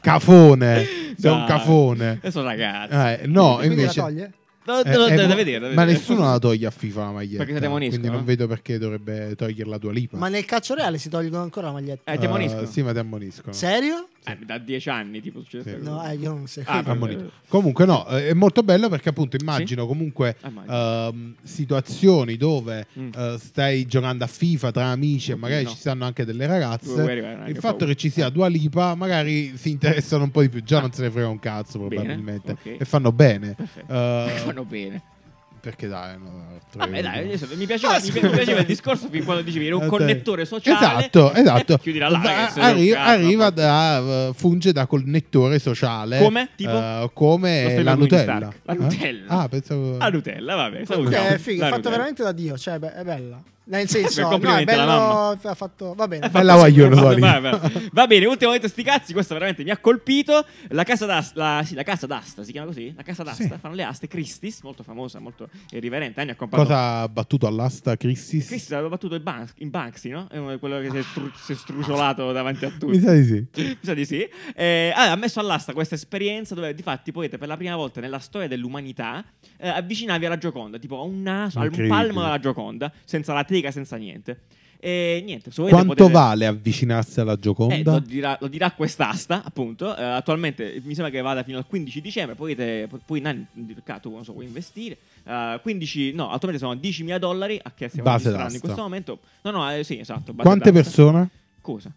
Speaker 1: Cafone, sei un cafone.
Speaker 2: Adesso ragazzi.
Speaker 1: Eh, no,
Speaker 3: Quindi la
Speaker 1: invece.
Speaker 3: toglie?
Speaker 2: No,
Speaker 1: eh,
Speaker 2: no,
Speaker 1: eh,
Speaker 2: da,
Speaker 1: ma-
Speaker 2: da vedere, da vedere.
Speaker 1: ma nessuno la toglie a FIFA la maglietta.
Speaker 2: Perché siete monisco,
Speaker 1: quindi non
Speaker 2: no?
Speaker 1: vedo perché dovrebbe toglierla Dua Lipa.
Speaker 3: Ma nel calcio reale si tolgono ancora la maglietta?
Speaker 2: Eh, ti
Speaker 1: Eh,
Speaker 2: ammoniscono.
Speaker 1: sì, ma ti ammoniscono.
Speaker 3: Serio?
Speaker 2: Eh, da dieci anni, tipo, succede.
Speaker 1: Sì.
Speaker 2: questa cosa.
Speaker 3: No, eh, io non so.
Speaker 2: Ah, vabbè.
Speaker 1: ammonito. Comunque no, eh, è molto bello perché appunto immagino comunque
Speaker 2: Ah, immagino.
Speaker 1: ehm, situazioni dove
Speaker 2: Mm.
Speaker 1: eh, stai giocando a FIFA tra amici e
Speaker 2: Ok,
Speaker 1: magari
Speaker 2: no.
Speaker 1: ci stanno anche delle
Speaker 2: Dove vuoi
Speaker 1: ragazze.
Speaker 2: arrivare, anche
Speaker 1: Il fatto
Speaker 2: paura. Eh.
Speaker 1: che ci sia Dua Lipa magari si interessano un po' di più, già non se ne frega un cazzo
Speaker 2: Bene,
Speaker 1: probabilmente
Speaker 2: ok.
Speaker 1: e fanno bene.
Speaker 2: Perfetto.
Speaker 1: Eh,
Speaker 2: <laughs> Fanno bene.
Speaker 1: Perché dai, no, tre
Speaker 2: Vabbè, dai,
Speaker 1: euro.
Speaker 2: adesso mi piaceva,
Speaker 3: Ah,
Speaker 2: mi
Speaker 3: scusa.
Speaker 2: piaceva il discorso fin quando dicevi era un
Speaker 1: Eh, Ok.
Speaker 2: connettore sociale.
Speaker 1: Esatto, esatto.
Speaker 2: E chiudi la live,
Speaker 1: Va-
Speaker 2: se
Speaker 1: arri-
Speaker 2: sei un cazzo,
Speaker 1: arriva
Speaker 2: no?
Speaker 1: da, eh, funge da connettore sociale.
Speaker 2: Come? Tipo?
Speaker 1: Eh,
Speaker 2: Lo
Speaker 1: come la
Speaker 2: stai per Tony
Speaker 1: Nutella.
Speaker 2: Stark. La
Speaker 1: Eh?
Speaker 2: Nutella.
Speaker 1: Ah, pensavo...
Speaker 2: La Nutella,
Speaker 1: Eh,
Speaker 2: vabbè.
Speaker 3: Comunque
Speaker 2: salutiamo.
Speaker 3: è figo,
Speaker 2: La
Speaker 3: è fatto
Speaker 2: Nutella.
Speaker 3: veramente da Dio, cioè beh, è bella. Nel
Speaker 2: Beh,
Speaker 3: senso, no, è
Speaker 2: complimenti alla mamma. Eh,
Speaker 3: bello, ha fatto, va bene.
Speaker 1: Bella guaglione, Soli.
Speaker 2: Va, va. Va bene, ultimo momento sti cazzi, questo veramente mi ha colpito. La casa d'asta, la, sì, la casa d'asta, si chiama così? La casa d'asta, fanno le aste Christie's, molto famosa, molto irriverente, anni ha comprato
Speaker 1: Cosa ha battuto all'asta Christie's?
Speaker 2: Christie's aveva battuto il Ban- in Banksy, no? È uno di quello che si è, stru- si è struciolato davanti a tutti.
Speaker 1: Mi sa di sì.
Speaker 2: Mi sa di sì. Eh, ah, ha messo all'asta questa esperienza dove, difatti, poi per la prima volta nella storia dell'umanità eh, avvicinavi alla Gioconda, tipo a un naso, al
Speaker 1: Incredibile.
Speaker 2: palmo della Gioconda, senza la teca, senza niente. E niente, se volete
Speaker 1: Quanto
Speaker 2: potete-
Speaker 1: vale avvicinarsi alla
Speaker 2: eh, lo,
Speaker 1: Gioconda?
Speaker 2: dirà, lo dirà quest'asta, appunto. Eh, attualmente mi sembra che vada fino al 15 dicembre. Potete, po- poi Nani, cazzo, non so, puoi investire. Eh, 15, no, attualmente sono 10.000 dollari. A che stiamo
Speaker 1: Base
Speaker 2: registrando
Speaker 1: d'asta.
Speaker 2: in questo momento? No, no, eh, sì, esatto. base
Speaker 1: Quante
Speaker 2: d'asta.
Speaker 1: persone
Speaker 2: Cosa?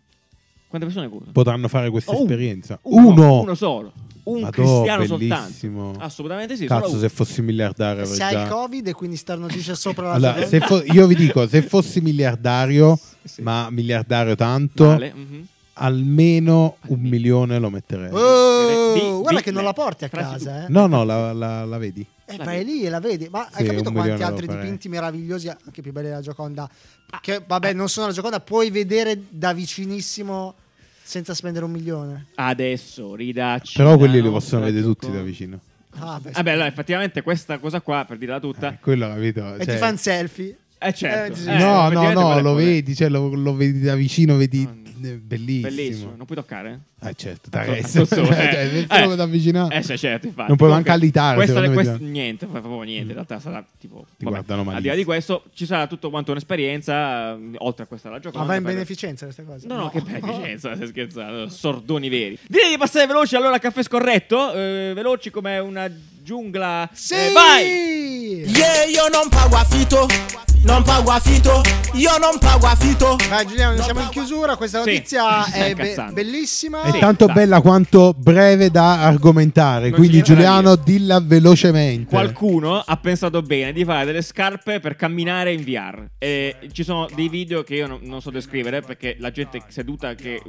Speaker 2: Quante persone cosa?
Speaker 1: potranno fare questa
Speaker 2: Oh,
Speaker 1: esperienza?
Speaker 2: uno,
Speaker 1: Uno!
Speaker 2: uno solo. Un
Speaker 1: Madò,
Speaker 2: cristiano
Speaker 1: bellissimo.
Speaker 2: soltanto. Ah, Assolutamente sì.
Speaker 1: Cazzo,
Speaker 2: solo
Speaker 1: se fossi miliardario avrei
Speaker 3: Se hai il
Speaker 1: già...
Speaker 3: Covid e quindi starnutisce sopra la
Speaker 1: Allora,
Speaker 3: tua-
Speaker 1: se fo- io vi dico, se fossi miliardario,
Speaker 2: Sì.
Speaker 1: ma miliardario
Speaker 2: uno.
Speaker 1: tanto,
Speaker 2: Male, mhm.
Speaker 1: almeno un milione lo metterei.
Speaker 3: Oh,
Speaker 2: Di-
Speaker 3: guarda
Speaker 2: di-
Speaker 3: che non la porti a
Speaker 2: Fra-
Speaker 3: casa, eh.
Speaker 1: No, no, la, la- la vedi.
Speaker 3: Eh, vai lì e la vedi. Ma
Speaker 1: Sì,
Speaker 3: hai capito
Speaker 1: un
Speaker 3: quanti
Speaker 1: milione
Speaker 3: altri
Speaker 1: lo farei.
Speaker 3: dipinti meravigliosi, anche più belli della Gioconda?
Speaker 2: Ah,
Speaker 3: Che
Speaker 2: eh.
Speaker 3: vabbè, non sono la Gioconda, puoi vedere da vicinissimo senza spendere un milione.
Speaker 2: Adesso ridacci.
Speaker 1: Però
Speaker 2: la
Speaker 1: quelli li
Speaker 2: nostra
Speaker 1: possono vedere tutti
Speaker 2: Gioconda.
Speaker 1: da vicino.
Speaker 3: Ah, beh,
Speaker 2: Vabbè, allora, effettivamente questa cosa qua, per dirla tutta,
Speaker 1: Eh, quello, capito?
Speaker 3: e
Speaker 1: cioè-
Speaker 3: ti fan selfie.
Speaker 2: Eh, certo.
Speaker 3: Eh, sì, sì.
Speaker 1: no,
Speaker 2: Eh,
Speaker 1: no,
Speaker 2: effettivamente
Speaker 1: no,
Speaker 2: quella è
Speaker 1: lo
Speaker 2: quella.
Speaker 1: vedi, cioè, lo, lo vedi da vicino, vedi... eh, Bellissimo.
Speaker 2: Bellissimo, non puoi toccare.
Speaker 1: Eh, certo,
Speaker 2: Azzo-
Speaker 1: dai, <laughs> se-
Speaker 2: azzozzone,
Speaker 1: cioè, se solo da vicino-
Speaker 2: Eh, sì, certo, infatti.
Speaker 1: Non puoi
Speaker 2: Comunque,
Speaker 1: manco allitare,
Speaker 2: questo-
Speaker 1: secondo me,
Speaker 2: questo-
Speaker 1: ti- Mm.
Speaker 2: niente, fa- proprio niente. In realtà sarà tipo.
Speaker 1: Ti guardano
Speaker 2: Al di là
Speaker 1: malissimo.
Speaker 2: di questo, ci sarà tutto quanto un'esperienza. eh, Oltre a questa la
Speaker 3: Ma
Speaker 2: giocata.
Speaker 3: va in beneficenza questa cosa.
Speaker 2: No, no, che <laughs> beneficenza, stai scherzando. Sordoni veri. Direi di passare veloci allora al caffè scorretto. eh, veloci come una giungla.
Speaker 3: Sì!
Speaker 2: Eh, vai!
Speaker 10: Yeah, io non pago affitto, non pago affitto, io non pago affitto.
Speaker 3: Vai Giuliano, siamo in chiusura. Questa
Speaker 2: Sì. <laughs>
Speaker 3: notizia
Speaker 2: Ci stai
Speaker 3: è be-
Speaker 2: incazzando.
Speaker 3: bellissima.
Speaker 1: È
Speaker 2: Sì,
Speaker 1: tanto
Speaker 2: dai.
Speaker 1: bella quanto breve da argomentare.
Speaker 2: Non
Speaker 1: quindi,
Speaker 2: ci sarà
Speaker 1: Giuliano, dilla velocemente.
Speaker 2: Qualcuno ha pensato bene di fare delle scarpe per camminare in VR. E ci sono dei video che io non, non so descrivere perché la gente seduta che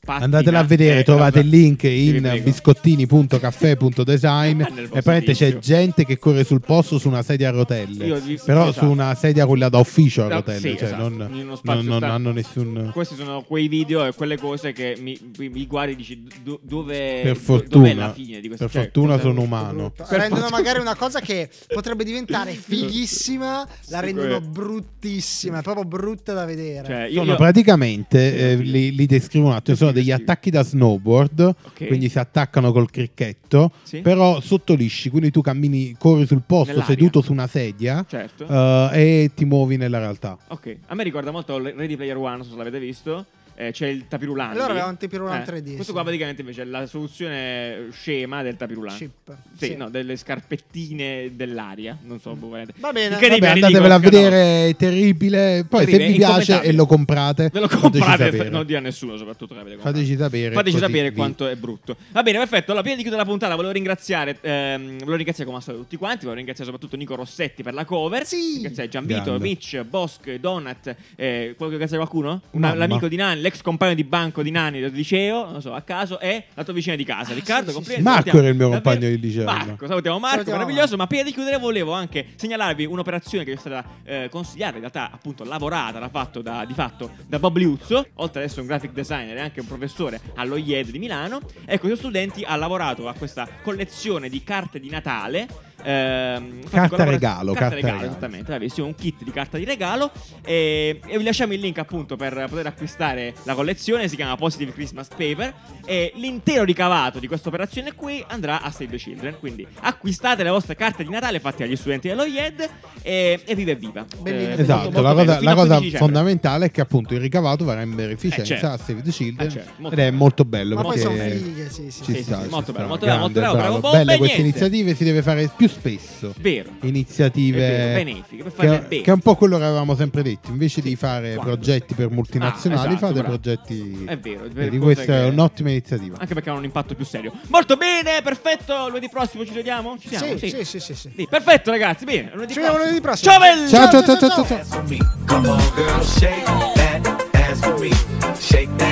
Speaker 2: spazza.
Speaker 1: Andatela a
Speaker 2: eh,
Speaker 1: vedere, trovate il link in
Speaker 2: biscotti
Speaker 1: biscottini.caffè.design
Speaker 2: <laughs> Ah, nel vostro
Speaker 1: e praticamente c'è
Speaker 2: tizio.
Speaker 1: gente che corre sul posto su una sedia a rotelle,
Speaker 2: Io vi-
Speaker 1: però
Speaker 2: esatto.
Speaker 1: su una sedia quella da ufficio a
Speaker 2: No,
Speaker 1: rotelle,
Speaker 2: sì,
Speaker 1: cioè
Speaker 2: esatto.
Speaker 1: non,
Speaker 2: In uno
Speaker 1: non-
Speaker 2: spazio
Speaker 1: non
Speaker 2: sta-
Speaker 1: hanno nessun...
Speaker 2: Questi sono quei video e quelle cose che mi, mi- mi guardi e dici do- dove
Speaker 1: Per
Speaker 2: do- dov'è
Speaker 1: fortuna,
Speaker 2: la fine di questo
Speaker 1: per
Speaker 2: cioè,
Speaker 1: fortuna
Speaker 2: cosa-
Speaker 1: sono umano.
Speaker 3: Brutto. Rendono magari una cosa che potrebbe diventare fighissima, la rendono
Speaker 2: que-
Speaker 3: bruttissima, è proprio brutta da vedere.
Speaker 2: Cioè, io,
Speaker 1: Sono
Speaker 2: io-
Speaker 1: praticamente, eh, li, li descrivo un attimo, sono degli
Speaker 2: Descrivi.
Speaker 1: attacchi da snowboard,
Speaker 2: Ok.
Speaker 1: quindi si attaccano col cricchetto,
Speaker 2: Sì.
Speaker 1: però sotto lisci, quindi tu cammini, corri sul posto
Speaker 2: Nell'aria.
Speaker 1: seduto su una sedia
Speaker 2: Certo.
Speaker 1: eh, e ti muovi nella realtà.
Speaker 2: ok, a me ricorda molto le- Ready Player One, non so se l'avete visto. Eh, c'è il tapirulante.
Speaker 3: Allora avevamo un tapirulante 3D,
Speaker 2: Questo
Speaker 3: sì.
Speaker 2: qua praticamente invece è la soluzione scema del tapirulante.
Speaker 3: Chip.
Speaker 2: Cioè, Sì,
Speaker 3: Sì. Mm.
Speaker 2: no, delle scarpettine dell'aria. Non so, boh, veramente.
Speaker 3: Va bene.
Speaker 2: Incredibile,
Speaker 1: Vabbè,
Speaker 2: ridicolo,
Speaker 1: andatevela a
Speaker 2: scandalo.
Speaker 1: vedere, è terribile. Poi
Speaker 2: Terribile,
Speaker 1: se vi piace
Speaker 2: incommentabile.
Speaker 1: e lo comprate,
Speaker 2: Ve lo
Speaker 1: fateci
Speaker 2: comprate,
Speaker 1: sapere.
Speaker 2: non dire a nessuno, soprattutto che l'avete
Speaker 1: Fateci
Speaker 2: comprato.
Speaker 1: sapere
Speaker 2: Fateci
Speaker 1: così
Speaker 2: sapere
Speaker 1: vi-
Speaker 2: quanto è brutto. Va bene, perfetto. Allora, prima di chiudere la puntata, volevo ringraziare, ehm, volevo ringraziare come al solito tutti quanti. Volevo ringraziare soprattutto Nico Rossetti per la cover.
Speaker 3: Sì.
Speaker 2: Ringraziare Gianvito,
Speaker 1: Grande.
Speaker 2: Mitch, Bosch, Donat. Eh, quello che ringrazia qualcuno? Una-
Speaker 1: Mamma.
Speaker 2: l'amico di Nani, l'ex compagno di banco di Nani del liceo, non so, a caso, e la tua vicina di casa. Riccardo,
Speaker 3: sì,
Speaker 1: sì.
Speaker 2: complimenti.
Speaker 1: Marco
Speaker 2: Salutiamo
Speaker 1: era il mio
Speaker 2: davvero-
Speaker 1: compagno di liceo.
Speaker 2: Marco, salutiamo Marco,
Speaker 3: Salutiamo
Speaker 2: meraviglioso. Ma prima di chiudere, volevo anche segnalarvi un'operazione che vi è stata eh, consigliata, in realtà, appunto, lavorata, l'ha fatto da, di fatto da Bob Liuzzo, oltre ad essere un graphic designer e anche un professore allo IED di Milano. Ecco, i suoi studenti ha lavorato a questa collezione di carte di Natale. ehm, infatti,
Speaker 1: Carta
Speaker 2: collabora-
Speaker 1: regalo,
Speaker 2: carta
Speaker 1: carta
Speaker 2: regalo,
Speaker 1: regalo.
Speaker 2: esattamente. Bravissimo, un kit di carta di regalo. E, e vi lasciamo il link appunto per poter acquistare la collezione. Si chiama Positive Christmas Paper. E l'intero ricavato di questa operazione qui andrà a Save the Children. Quindi acquistate le vostre carte di Natale fatte agli studenti dello IED. E, e viva e viva!
Speaker 3: Bellino.
Speaker 2: Eh,
Speaker 1: Esatto,
Speaker 2: molto, molto
Speaker 1: la
Speaker 2: bello.
Speaker 1: cosa,
Speaker 2: Fino
Speaker 1: la
Speaker 2: al
Speaker 1: cosa
Speaker 2: 15 dicembre.
Speaker 1: fondamentale è che appunto il ricavato varrà in beneficenza
Speaker 2: Eh, certo.
Speaker 1: a Save the Children
Speaker 2: Eh, certo, molto
Speaker 1: ed è
Speaker 2: bello.
Speaker 1: molto bello
Speaker 3: Ma poi
Speaker 1: perché
Speaker 3: sono fighe, sì, sì.
Speaker 1: ci
Speaker 2: Sì, sì,
Speaker 1: sta,
Speaker 2: sì,
Speaker 1: ci
Speaker 2: molto
Speaker 1: sta.
Speaker 2: bello, molto bello, molto
Speaker 1: Grande,
Speaker 2: bravo, bravo, Bombe,
Speaker 1: Belle queste
Speaker 2: niente.
Speaker 1: iniziative, si deve fare più spesso
Speaker 2: Vero.
Speaker 1: iniziative
Speaker 2: È vero, benefiche, per fare del
Speaker 1: che,
Speaker 2: bene.
Speaker 1: che è un po' quello che avevamo sempre detto invece di fare
Speaker 2: Quando?
Speaker 1: progetti per multinazionali
Speaker 2: Ah, esatto,
Speaker 1: fate
Speaker 2: bravo.
Speaker 1: progetti
Speaker 2: È vero, è vero,
Speaker 1: quindi
Speaker 2: cosa
Speaker 1: questa
Speaker 2: che-
Speaker 1: è un'ottima iniziativa
Speaker 2: Anche perché hanno un impatto più serio. Molto bene, perfetto. Lunedì prossimo ci vediamo? Ci siamo?
Speaker 3: Sì, sì, sì, sì, sì.
Speaker 2: Sì, perfetto, ragazzi. Bene, lunedì
Speaker 3: Ci vediamo
Speaker 2: prossimo.
Speaker 3: lunedì prossimo.
Speaker 2: Ciao, belli!
Speaker 1: ciao ciao ciao ciao, ciao.
Speaker 4: Come on, girl, shake that ass for me. Shake that.